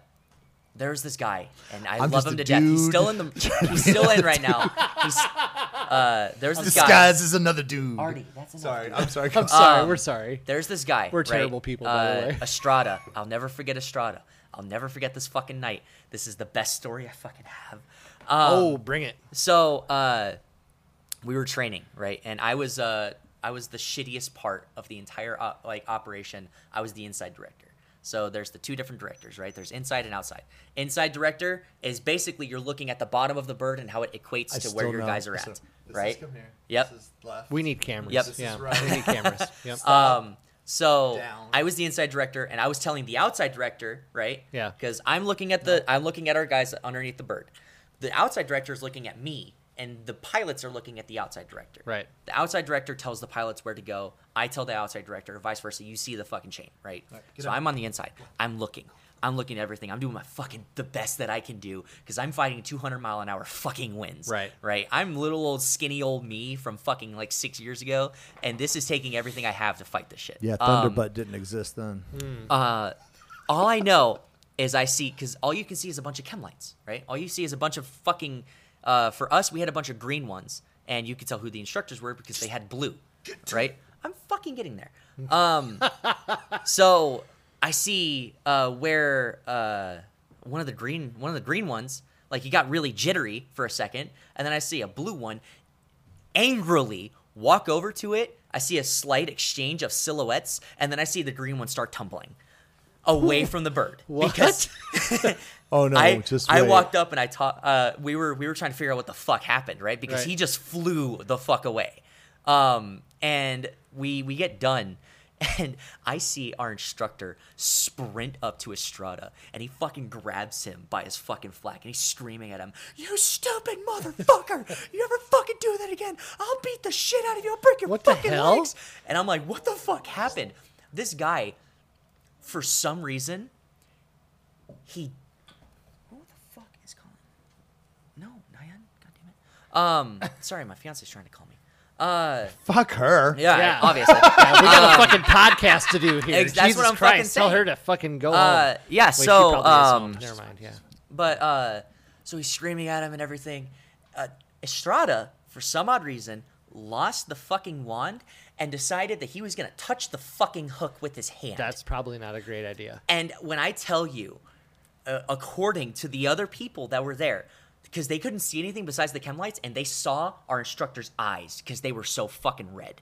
D: there's this guy, and I
B: I'm
D: love
B: just
D: him
B: a
D: to death. He's
B: dude
D: still in the he's still in right now. He's, uh, there's this
B: This
D: guy,
B: guy's is another dude.
D: Artie. That's enough,
B: Sorry,
D: dude.
B: I'm sorry.
C: I'm sorry.
D: Um,
C: we're sorry.
D: There's this guy.
C: We're
D: right?
C: terrible people, by the
D: Uh,
C: way.
D: Estrada. I'll never forget Estrada. I'll never forget this fucking night. This is the best story I fucking have. Um,
C: oh, bring it.
D: so uh, we were training, right? And I was uh, I was the shittiest part of the entire op- like operation. I was the inside director. So there's the two different directors, right? There's inside and outside. Inside director is basically you're looking at the bottom of the bird and how it equates
B: I
D: to where
B: still
D: your
B: know.
D: guys are
B: This
D: at,
B: is- this
D: right?
B: is come here.
D: Yep.
B: This is left.
C: We need cameras.
D: Yep.
B: This is
C: Yeah.
B: right.
C: We need cameras. Yep.
D: Um, so
B: Down.
D: I was the inside director, and I was telling the outside director, right?
C: Yeah.
D: Because I'm looking at the I'm looking at our guys underneath the bird. The outside director is looking at me, and the pilots are looking at the outside director.
C: Right.
D: The outside director tells the pilots where to go. I tell the outside director, vice versa. You see the fucking chain, right?
B: get
D: so
B: up.
D: I'm on the inside. I'm looking. I'm looking at everything. I'm doing my fucking the best that I can do because I'm fighting 200 mile an hour fucking winds.
C: Right.
D: Right. I'm little old skinny old me from fucking like six years ago, and this is taking everything I have to fight this shit.
B: Yeah,
D: Um,
B: Thunderbutt didn't exist then.
D: uh, all I know is I see because all you can see is a bunch of chem lights, right? All you see is a bunch of fucking. Uh, for us, we had a bunch of green ones, and you could tell who the instructors were because they had blue, right? I'm fucking getting there. Um, so I see uh, where uh, one of the green one of the green ones like he got really jittery for a second, and then I see a blue one angrily walk over to it. I see a slight exchange of silhouettes, and then I see the green one start tumbling away from the bird.
C: What?
D: Because
B: Oh no,
D: I,
B: just
D: I
B: wait.
D: walked up and I taught. Uh, we were we were trying to figure out what the fuck happened, right? Because
C: Right.
D: he just flew the fuck away. Um, and we we get done. And I see our instructor sprint up to Estrada, and he fucking grabs him by his fucking flack, and he's screaming at him, "You stupid motherfucker! You never fucking do that again! I'll beat the shit out of you! I'll break your
C: What the
D: fucking
C: hell?
D: legs!" And I'm like, "What the fuck happened?" This guy, for some reason, he who the fuck is calling? No, Nyan. God damn it. Um, sorry, my fiance's trying to call me. Uh,
B: Fuck her.
D: yeah,
C: Yeah.
D: obviously. Uh,
C: Yeah, we got a fucking podcast to do here.
D: um, ex- that's
C: Jesus
D: what I'm fucking
C: Christ. Tell
D: saying.
C: her to fucking go
D: Uh,
C: home.
D: yeah,
C: Wait, she probably
D: so,
C: is home.
D: um,
C: never mind. Yeah.
D: But uh, so he's screaming at him and everything. Uh, Estrada, for some odd reason, lost the fucking wand and decided that he was gonna touch the fucking hook with his hand.
C: That's probably not a great idea.
D: And when I tell you, uh, according to the other people that were there, because they couldn't see anything besides the chem lights, and they saw our instructor's eyes because they were so fucking red.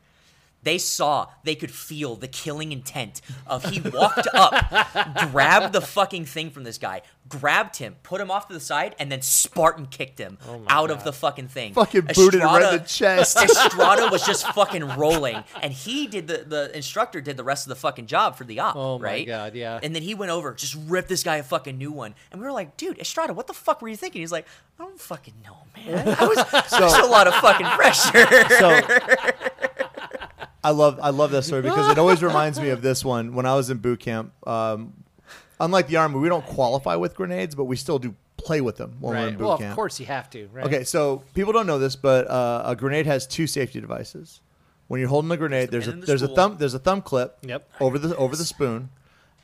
D: They saw, they could feel the killing intent of he walked up, grabbed the fucking thing from this guy, grabbed him, put him off to the side, and then Spartan kicked him out of the fucking thing.
B: Oh Fucking booted her right in
D: Estrada-
B: the chest.
D: Estrada was just fucking rolling, and he did the the instructor did the rest of the fucking job for the op.
C: Oh my
D: right?
C: God, yeah.
D: And then he went over, just ripped this guy a fucking new one, and we were like, dude, Estrada, what the fuck were you thinking? He's like, I don't fucking know, man. I was such a lot of fucking pressure.
B: So I love I love that story because it always reminds me of this one when I was in boot camp. Um, unlike the army, we don't qualify with grenades, but we still do play with them when we're in
C: Right.
B: boot
C: Well,
B: camp.
C: of course you have to. Right.
B: Okay, so people don't know this, but uh, a grenade has two safety devices. When you're holding a grenade,
D: There's
B: there's a
D: the pin and the
B: there's a
D: spool.
B: thumb there's a thumb clip
C: Yep.
B: over the over the spoon,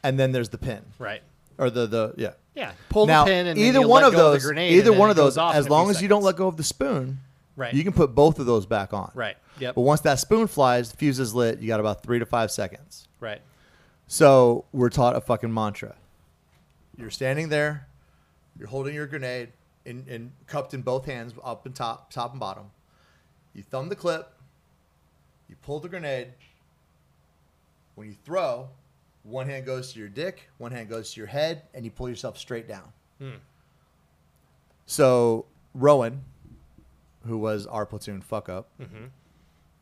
B: and then there's the pin
C: Right.
B: or the the yeah.
C: Yeah. Pull
B: now,
C: the pin and then
B: either
C: you
B: one
C: let
B: of
C: go the
B: those,
C: grenade and
B: either
C: then
B: one
C: it
B: of those,
C: goes off in
B: as
C: a
B: long
C: few
B: as you don't
C: seconds.
B: let go of the spoon,
C: Right.
B: You can put both of those back on,
C: Right. Yep.
B: But once that spoon flies, the fuse is lit. You got about three to five seconds.
C: Right.
B: So we're taught a fucking mantra. You're standing there, you're holding your grenade in, in cupped in both hands, up and top, top and bottom. You thumb the clip, you pull the grenade. When you throw, one hand goes to your dick, one hand goes to your head, and you pull yourself straight down.
C: Hmm.
B: So Rowan, who was our platoon fuck up,
C: Mm-hmm.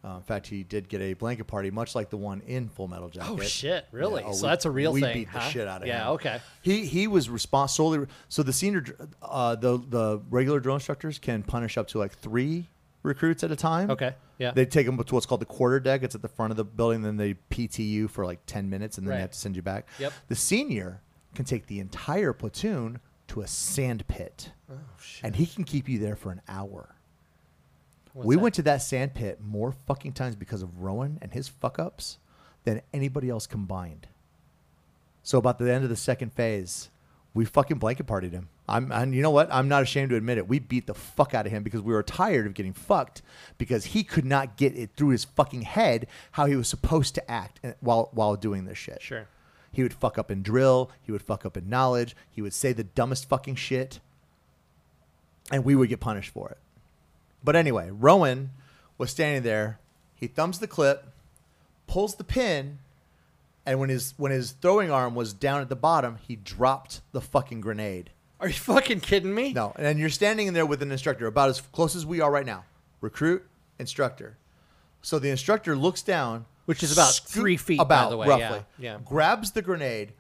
B: Uh, in fact, he did get a blanket party, much like the one in Full Metal Jacket.
C: Oh shit! Really?
B: Yeah, oh,
C: so
B: we-
C: that's a real
B: we
C: thing.
B: beat the
C: huh?
B: shit out of
C: yeah,
B: him.
C: okay.
B: He he was respons- solely so the senior dr- uh, the the regular drill instructors can punish up to like three recruits at a time.
C: Okay, yeah.
B: They take them to what's called the quarter deck. It's at the front of the building. Then they PT you for like ten minutes, and then
C: Right.
B: they have to send you back.
C: Yep.
B: The senior can take the entire platoon to a sand pit,
C: Oh,
B: and he can keep you there for an hour. we
C: that?
B: went to that sand pit more fucking times because of Rowan and his fuck ups than anybody else combined. So about the end of the second phase, we fucking blanket partied him. I'm, and you know what? I'm not ashamed to admit it. We beat the fuck out of him because we were tired of getting fucked because he could not get it through his fucking head how he was supposed to act and- while while doing this shit.
C: Sure.
B: He would fuck up in drill. He would fuck up in knowledge. He would say the dumbest fucking shit, and we would get punished for it. But anyway, Rowan was standing there. He thumbs the clip, pulls the pin, and when his when his throwing arm was down at the bottom, he dropped the fucking grenade.
C: Are you fucking kidding me?
B: No, and you're standing in there with an instructor, about as close as we are right now. Recruit, instructor. So the instructor looks down,
C: Which is about
B: scoop-
C: three feet, by
B: about
C: the way,
B: roughly.
C: yeah, yeah.
B: Grabs the grenade,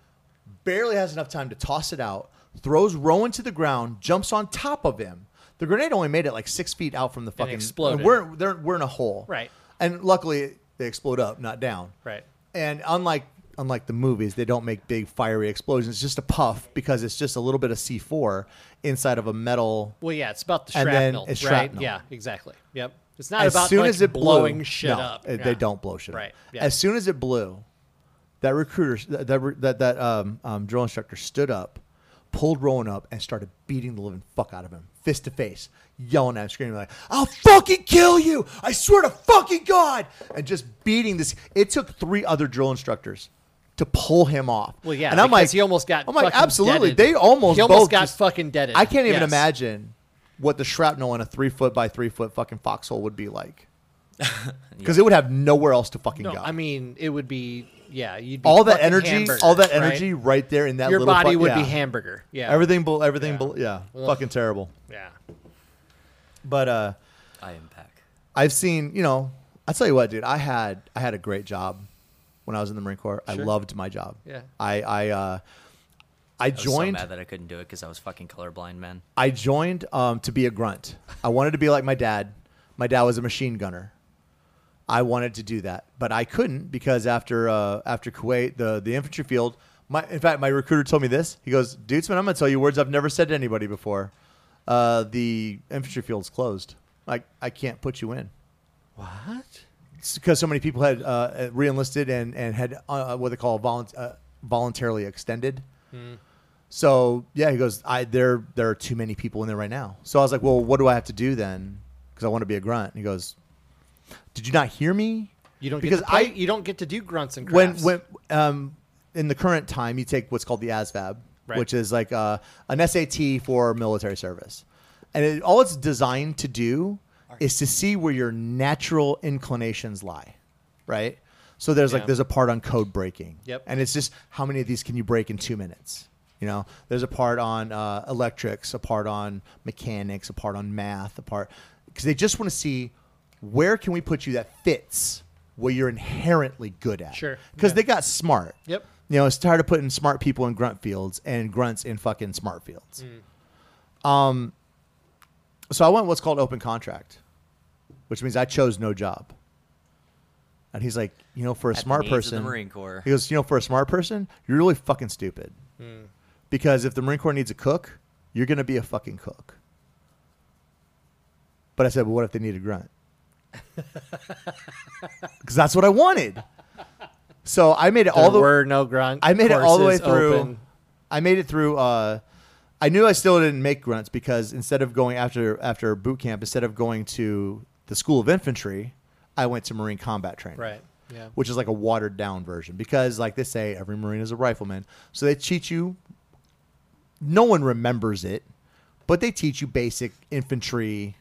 B: barely has enough time to toss it out. Throws Rowan to the ground, jumps on top of him. The grenade only made it like six feet out from the fucking.
C: exploded.
B: We're they're, we're in a hole,
C: Right.
B: And luckily, they explode up, not down.
C: Right.
B: And unlike unlike the movies, they don't make big fiery explosions. It's just a puff because it's just a little bit of C4 inside of a metal.
C: Well, yeah, it's about the
B: And then
C: shrapnel,
B: it's
C: right?
B: shrapnel.
C: Yeah, exactly. Yep. It's not about like,
B: blew-
C: blowing shit
B: no,
C: up.
B: uh,
C: Yeah.
B: They don't blow shit
C: Right,
B: up.
C: yeah.
B: As soon as it blew, that recruiter, that that that, that um, um, drill instructor stood up, pulled Rowan up, and started beating the living fuck out of him, fist to face, yelling at him, screaming like, "I'll fucking kill you! I swear to fucking God!" And just beating this. It took three other drill instructors. To pull him off,
C: Well, yeah,
B: and I'm
C: because
B: like,
C: he almost got
B: I'm like,
C: fucking
B: absolutely,
C: deaded.
B: they almost
C: He almost
B: both
C: got
B: just-
C: fucking deaded.
B: I can't even
C: Yes.
B: imagine what the shrapnel in a three foot by three foot fucking foxhole would be like because it would have nowhere else to fucking
C: No,
B: go.
C: I mean it would be yeah. You'd be
B: all that
C: fucking
B: energy,
C: hamburger,
B: all that
C: right?
B: energy right, there in that
C: Your
B: little
C: body
B: fu-
C: would
B: yeah.
C: be hamburger. Yeah.
B: Everything, bel- everything,
C: Yeah.
B: bel- yeah, fucking terrible.
C: Yeah.
B: But uh,
D: I am back.
B: I've seen, you know, I tell you what, dude, I had I had a great job when I was in the Marine Corps. I loved my job.
C: Yeah.
B: I I uh, I
D: I was so
B: joined.
D: mad that I couldn't do it because I was fucking colorblind, man.
B: I joined um, to be a grunt. I wanted to be like my dad. My dad was a machine gunner. I wanted to do that, but I couldn't because after uh, after Kuwait, the the infantry field. My in fact, my recruiter told me this. He goes, "Dudes, man, I'm gonna tell you words I've never said to anybody before. Uh, the infantry field's closed. Like I can't put you in."
C: What?
B: because so many people had uh, re-enlisted and and had uh, what they call volunt- uh, voluntarily extended. So yeah, he goes, I there there are too many people in there right now. So I was like, well, what do I have to do then? Because I want to be a grunt. And he goes, did you not hear me?
C: You don't
B: because
C: get to play,
B: I
C: you don't get to do grunts and
B: when
C: crafts.
B: when um in the current time you take what's called the ASVAB,
C: Right.
B: which is like uh, an SAT for military service, and it, all it's designed to do is to see where your natural inclinations lie, right? So there's
C: Yeah.
B: like there's a part on code breaking,
C: Yep.
B: and it's just how many of these can you break in two minutes? You know, there's a part on uh, electrics, a part on mechanics, a part on math, a part because they just want to see where can we put you that fits what you're inherently good at.
C: Sure.
B: Because
C: Yeah.
B: they got smart.
C: Yep.
B: You know, it's tired of putting smart people in grunt fields and grunts in fucking smart fields. Um,
D: Mm.
B: so I went what's called open contract, which means I chose no job. And he's like, you know, for a
D: the
B: smart
D: needs of the
B: person,
D: Marine Corps.
B: He goes, you know, for a smart person, you're really fucking stupid,
C: Hmm.
B: because if the Marine Corps needs a cook, you're gonna be a fucking cook. But I said, well, what if they need a grunt? Because that's what I wanted. So I made it all
C: there
B: the
C: were no grunt.
B: I made it all the way
C: courses
B: through.
C: open.
B: I made it through. Uh, I knew I still didn't make grunts because instead of going after after boot camp, instead of going to the school of infantry, I went to Marine combat training.
C: Right. Yeah.
B: Which is like a watered down version because, like they say, every Marine is a rifleman. So they teach you. No one remembers it, but they teach you basic infantry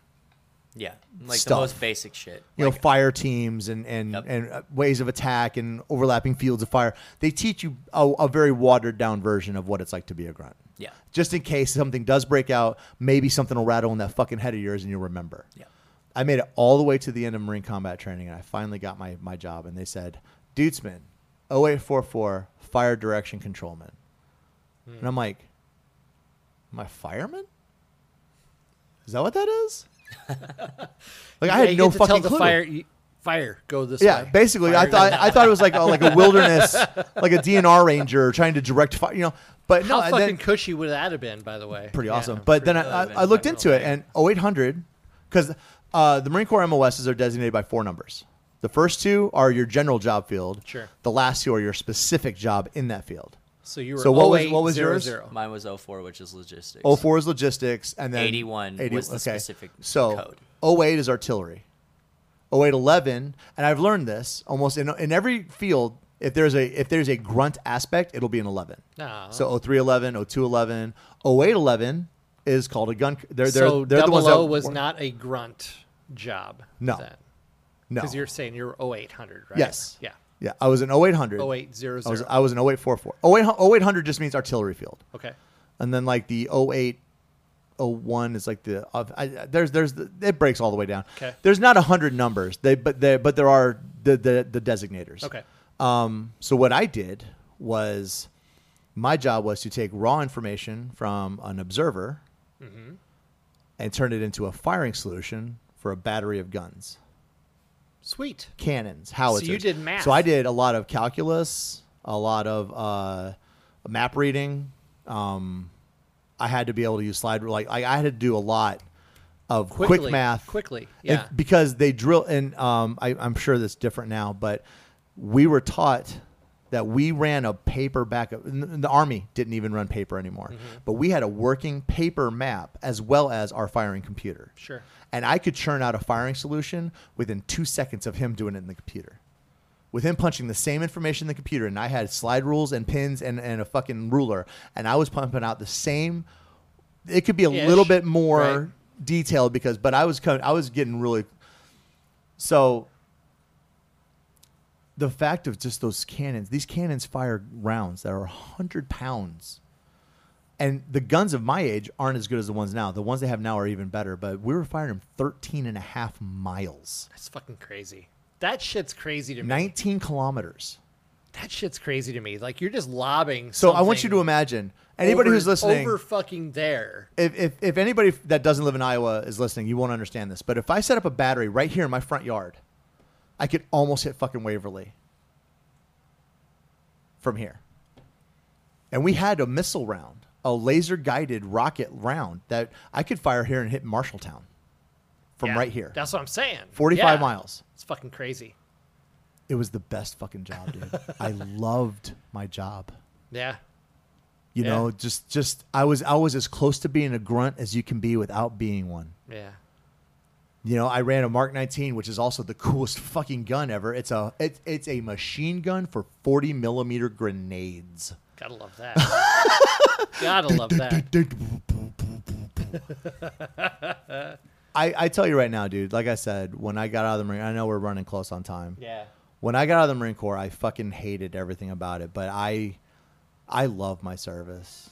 D: Yeah, like
B: Stuff.
D: the most basic shit.
B: you know, fire teams and and,
D: Yep.
B: and uh, ways of attack and overlapping fields of fire. They teach you a, a very watered down version of what it's like to be a grunt.
D: Yeah.
B: Just in case something does break out, maybe something will rattle in that fucking head of yours and you'll remember.
D: Yeah.
B: I made it all the way to the end of Marine combat training, and I finally got my, my job. And they said, Dudesman, 0844, fire direction controlman. And I'm like, am I a fireman? Is that what that is? like, I
C: Yeah,
B: had
C: you
B: no
C: get to
B: fucking
C: tell the
B: clue.
C: fire, you- fire, go this
B: Yeah,
C: way.
B: basically, I
C: Fire,
B: thought I thought it was like a, like a wilderness, like a DNR ranger trying to direct fire. You know, but
C: How
B: no, and
C: fucking
B: then,
C: cushy would that have been, by the way?
B: pretty
C: Yeah.
B: awesome. But then I, I, I looked into it, and 0800, because uh, the Marine Corps MOSs are designated by four numbers. The first two are your general job field.
C: Sure.
B: The last two are your specific job in that field.
C: So you were
B: So what was- what was
C: 0800.
B: yours?
D: Mine was 04, which is logistics.
B: 04 is logistics, and then
D: 81 was the specific
B: so
D: code.
B: 08 is artillery. 0811, and I've learned this almost in in every field. If there's a if there's a grunt aspect, it'll be an 11.
C: Ah.
B: So 0311, 0211, 0811 is called a gun. They're they're,
C: so
B: they're the
C: double
B: ones
C: O
B: that
C: was
B: work-
C: not a grunt job.
B: No. no.
C: Because you're saying you're 0800, right?
B: Yes.
C: Yeah.
B: Yeah, I was an 0800.
C: 0800.
B: I was, I was oh an 0844. 08, 0800 just means artillery field.
C: okay.
B: And then like the 0801 is like the of- I, I- there's there's the, it breaks all the way down.
C: Okay.
B: There's not 100 numbers. They but they but there are the the, the designators.
C: Okay.
B: Um, so what I did was my job was to take raw information from an observer
C: Mm-hmm.
B: and turn it into a firing solution for a battery of guns,
C: Sweet.
B: cannons, howitzers.
C: you did math.
B: So I did a lot of calculus, a lot of uh, map reading. Um, I had to be able to use slide like I, I had to do a lot of
C: Quickly,
B: quick math
C: Quickly.
B: if-
C: Yeah.
B: because they drill, and um, I, I'm sure that's different now, but we were taught that we ran a paper backup. n- The Army didn't even run paper anymore,
C: Mm-hmm.
B: but we had a working paper map as well as our firing computer.
C: Sure.
B: And I could churn out a firing solution within two seconds of him doing it in the computer. With him punching the same information in the computer, and I had slide rules and pins and, and a fucking ruler, and I was pumping out the same. It could be a
C: Ish,
B: little bit more
C: right.
B: detailed because, but I was coming, I was getting really. So the fact of just those cannons, these cannons fire rounds that are 100 pounds. And the guns of my age aren't as good as the ones now. The ones they have now are even better, but we were firing them 13 and a half miles,
C: That's fucking crazy. That shit's crazy to me.
B: 19 kilometers.
C: That shit's crazy to me. Like you're just lobbing.
B: So I want you to
C: something
B: imagine anybody
C: over-
B: who's listening,
C: over fucking there.
B: if, if, if anybody that doesn't live in Iowa is listening, you won't understand this. But if I set up a battery right here in my front yard, I could almost hit fucking Waverly from here. And we had a missile round, a laser guided rocket round that I could fire here and hit Marshalltown from
C: Yeah.
B: right here.
C: That's what I'm saying.
B: 45
C: Yeah.
B: miles.
C: It's fucking crazy.
B: It was the best fucking job, dude. I loved my job.
C: Yeah.
B: You
C: Yeah.
B: know, just just I was I was as close to being a grunt as you can be without being one.
C: Yeah.
B: You know, I ran a Mark 19, which is also the coolest fucking gun ever. It's a it, it's a machine gun for 40 millimeter grenades.
C: Gotta love that. Gotta love that.
B: I, I tell you right now, dude. Like I said, when I got out of the Marine, I know we're running close on time.
C: Yeah.
B: When I got out of the Marine Corps, I fucking hated everything about it. But I, I love my service.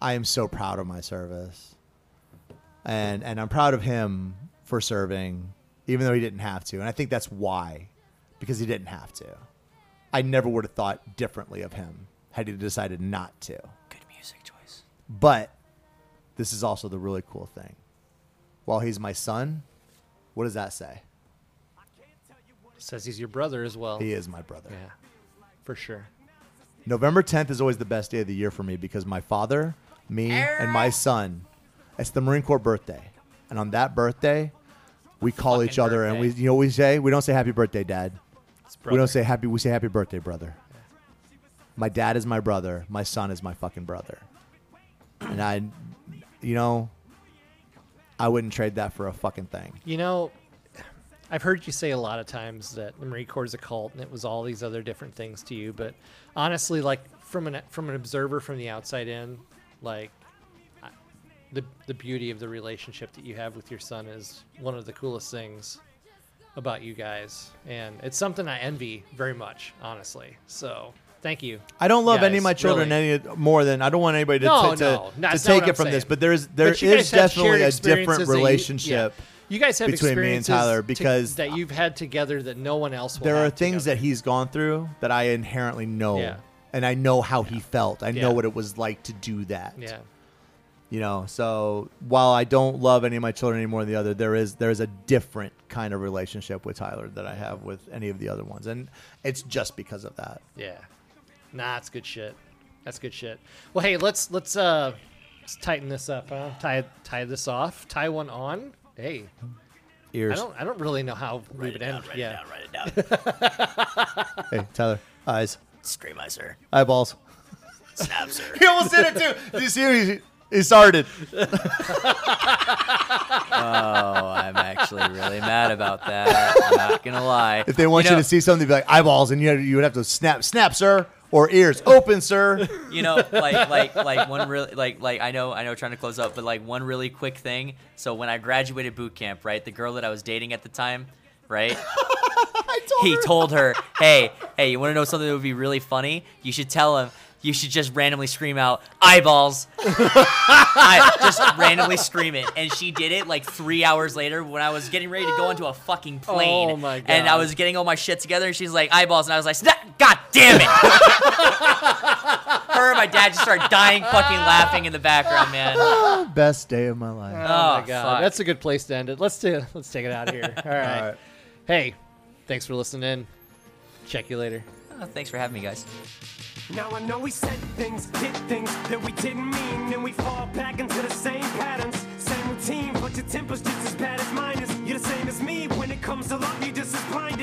B: I am so proud of my service, and and I'm proud of him for serving, even though he didn't have to. And I think that's why, because he didn't have to. I never would have thought differently of him had he decided not to.
D: Good music choice.
B: But this is also the really cool thing. While he's my son, what does that say?
C: Says he's your brother as well.
B: He is my brother.
C: Yeah. For sure.
B: November 10th is always the best day of the year for me because my father, me, and my son, it's the Marine Corps birthday. And on that birthday, we call each other and we,
D: birthday.
B: you know, what we say, we don't say happy birthday, dad.
C: It's
B: We
C: brother.
B: don't say happy, we say happy birthday, brother. My dad is my brother. My son is my fucking brother. And I, you know, I wouldn't trade that for a fucking thing.
C: You know, I've heard you say a lot of times that the Marine Corps is a cult and it was all these other different things to you, but honestly, like from an from an observer from the outside in, like I- the the beauty of the relationship that you have with your son is one of the coolest things about you guys, and it's something I envy very much, honestly. So thank you.
B: I don't love any of
C: guys,
B: my children
C: really.
B: any more than I don't want anybody to,
C: No,
B: to,
C: no,
B: to
C: that's not
B: take it
C: what I'm
B: from this,
C: saying.
B: but there is there
C: But
B: is
C: you guys have shared
B: definitely a
C: experiences
B: different
C: that you- yeah.
B: relationship
C: You guys have
B: between me and
C: experiences
B: Tyler
C: to-
B: because
C: that you've had together that no one else. Will
B: there are
C: have
B: things
C: together.
B: that he's gone through that I inherently know,
C: Yeah.
B: and I know how he felt. I know
C: Yeah.
B: what it was like to do that.
C: Yeah.
B: You know, so while I don't love any of my children any more than the other, there is there is a different kind of relationship with Tyler that I have with any of the other ones, and it's just because of that.
C: Yeah. Nah, that's good shit. That's good shit. Well, hey, let's let's uh let's tighten this up, huh? Tie tie this off. Tie one on. Hey, I
B: Ears,
C: don't I don't really know how we would end. yeah.
D: write it down.
B: hey Tyler, eyes,
D: Scream, I sir.
B: eyeballs.
D: Snap, sir.
B: He almost did it too. Did you see him? He, he started.
D: Oh, I'm actually really mad about that. I'm not gonna lie.
B: If they want you,
D: know-
B: to see something, be like eyeballs, and you you would have to snap, snap, sir, or ears open, sir.
D: you know, like like like one really like like I know I know trying to close up, but like one really quick thing. So when I graduated boot camp, right, the girl that I was dating at the time, right, he told her, hey, hey, you want to know something that would be really funny? You should tell him. You should just randomly scream out eyeballs. I just randomly scream it, and she did it like three hours later when I was getting ready to go onto a fucking plane.
C: Oh my
D: And I
C: God.
D: was getting all my shit together, and she's like eyeballs, and I was like, "Snap- God damn it! her and my dad just started dying fucking laughing in the background, man. Oh,
B: Best day of my life.
C: my god,
D: fuck.
C: that's a good place to end it. Let's do let's take it out of here. All right. Hey, thanks for listening. Check you later.
D: Oh, thanks for having me, guys.
G: Now I know we said things, did things that we didn't mean, and we fall back into the same patterns, same routine. But your temper's just as bad as mine is. You're the same as me when it comes to love. You're just as blind.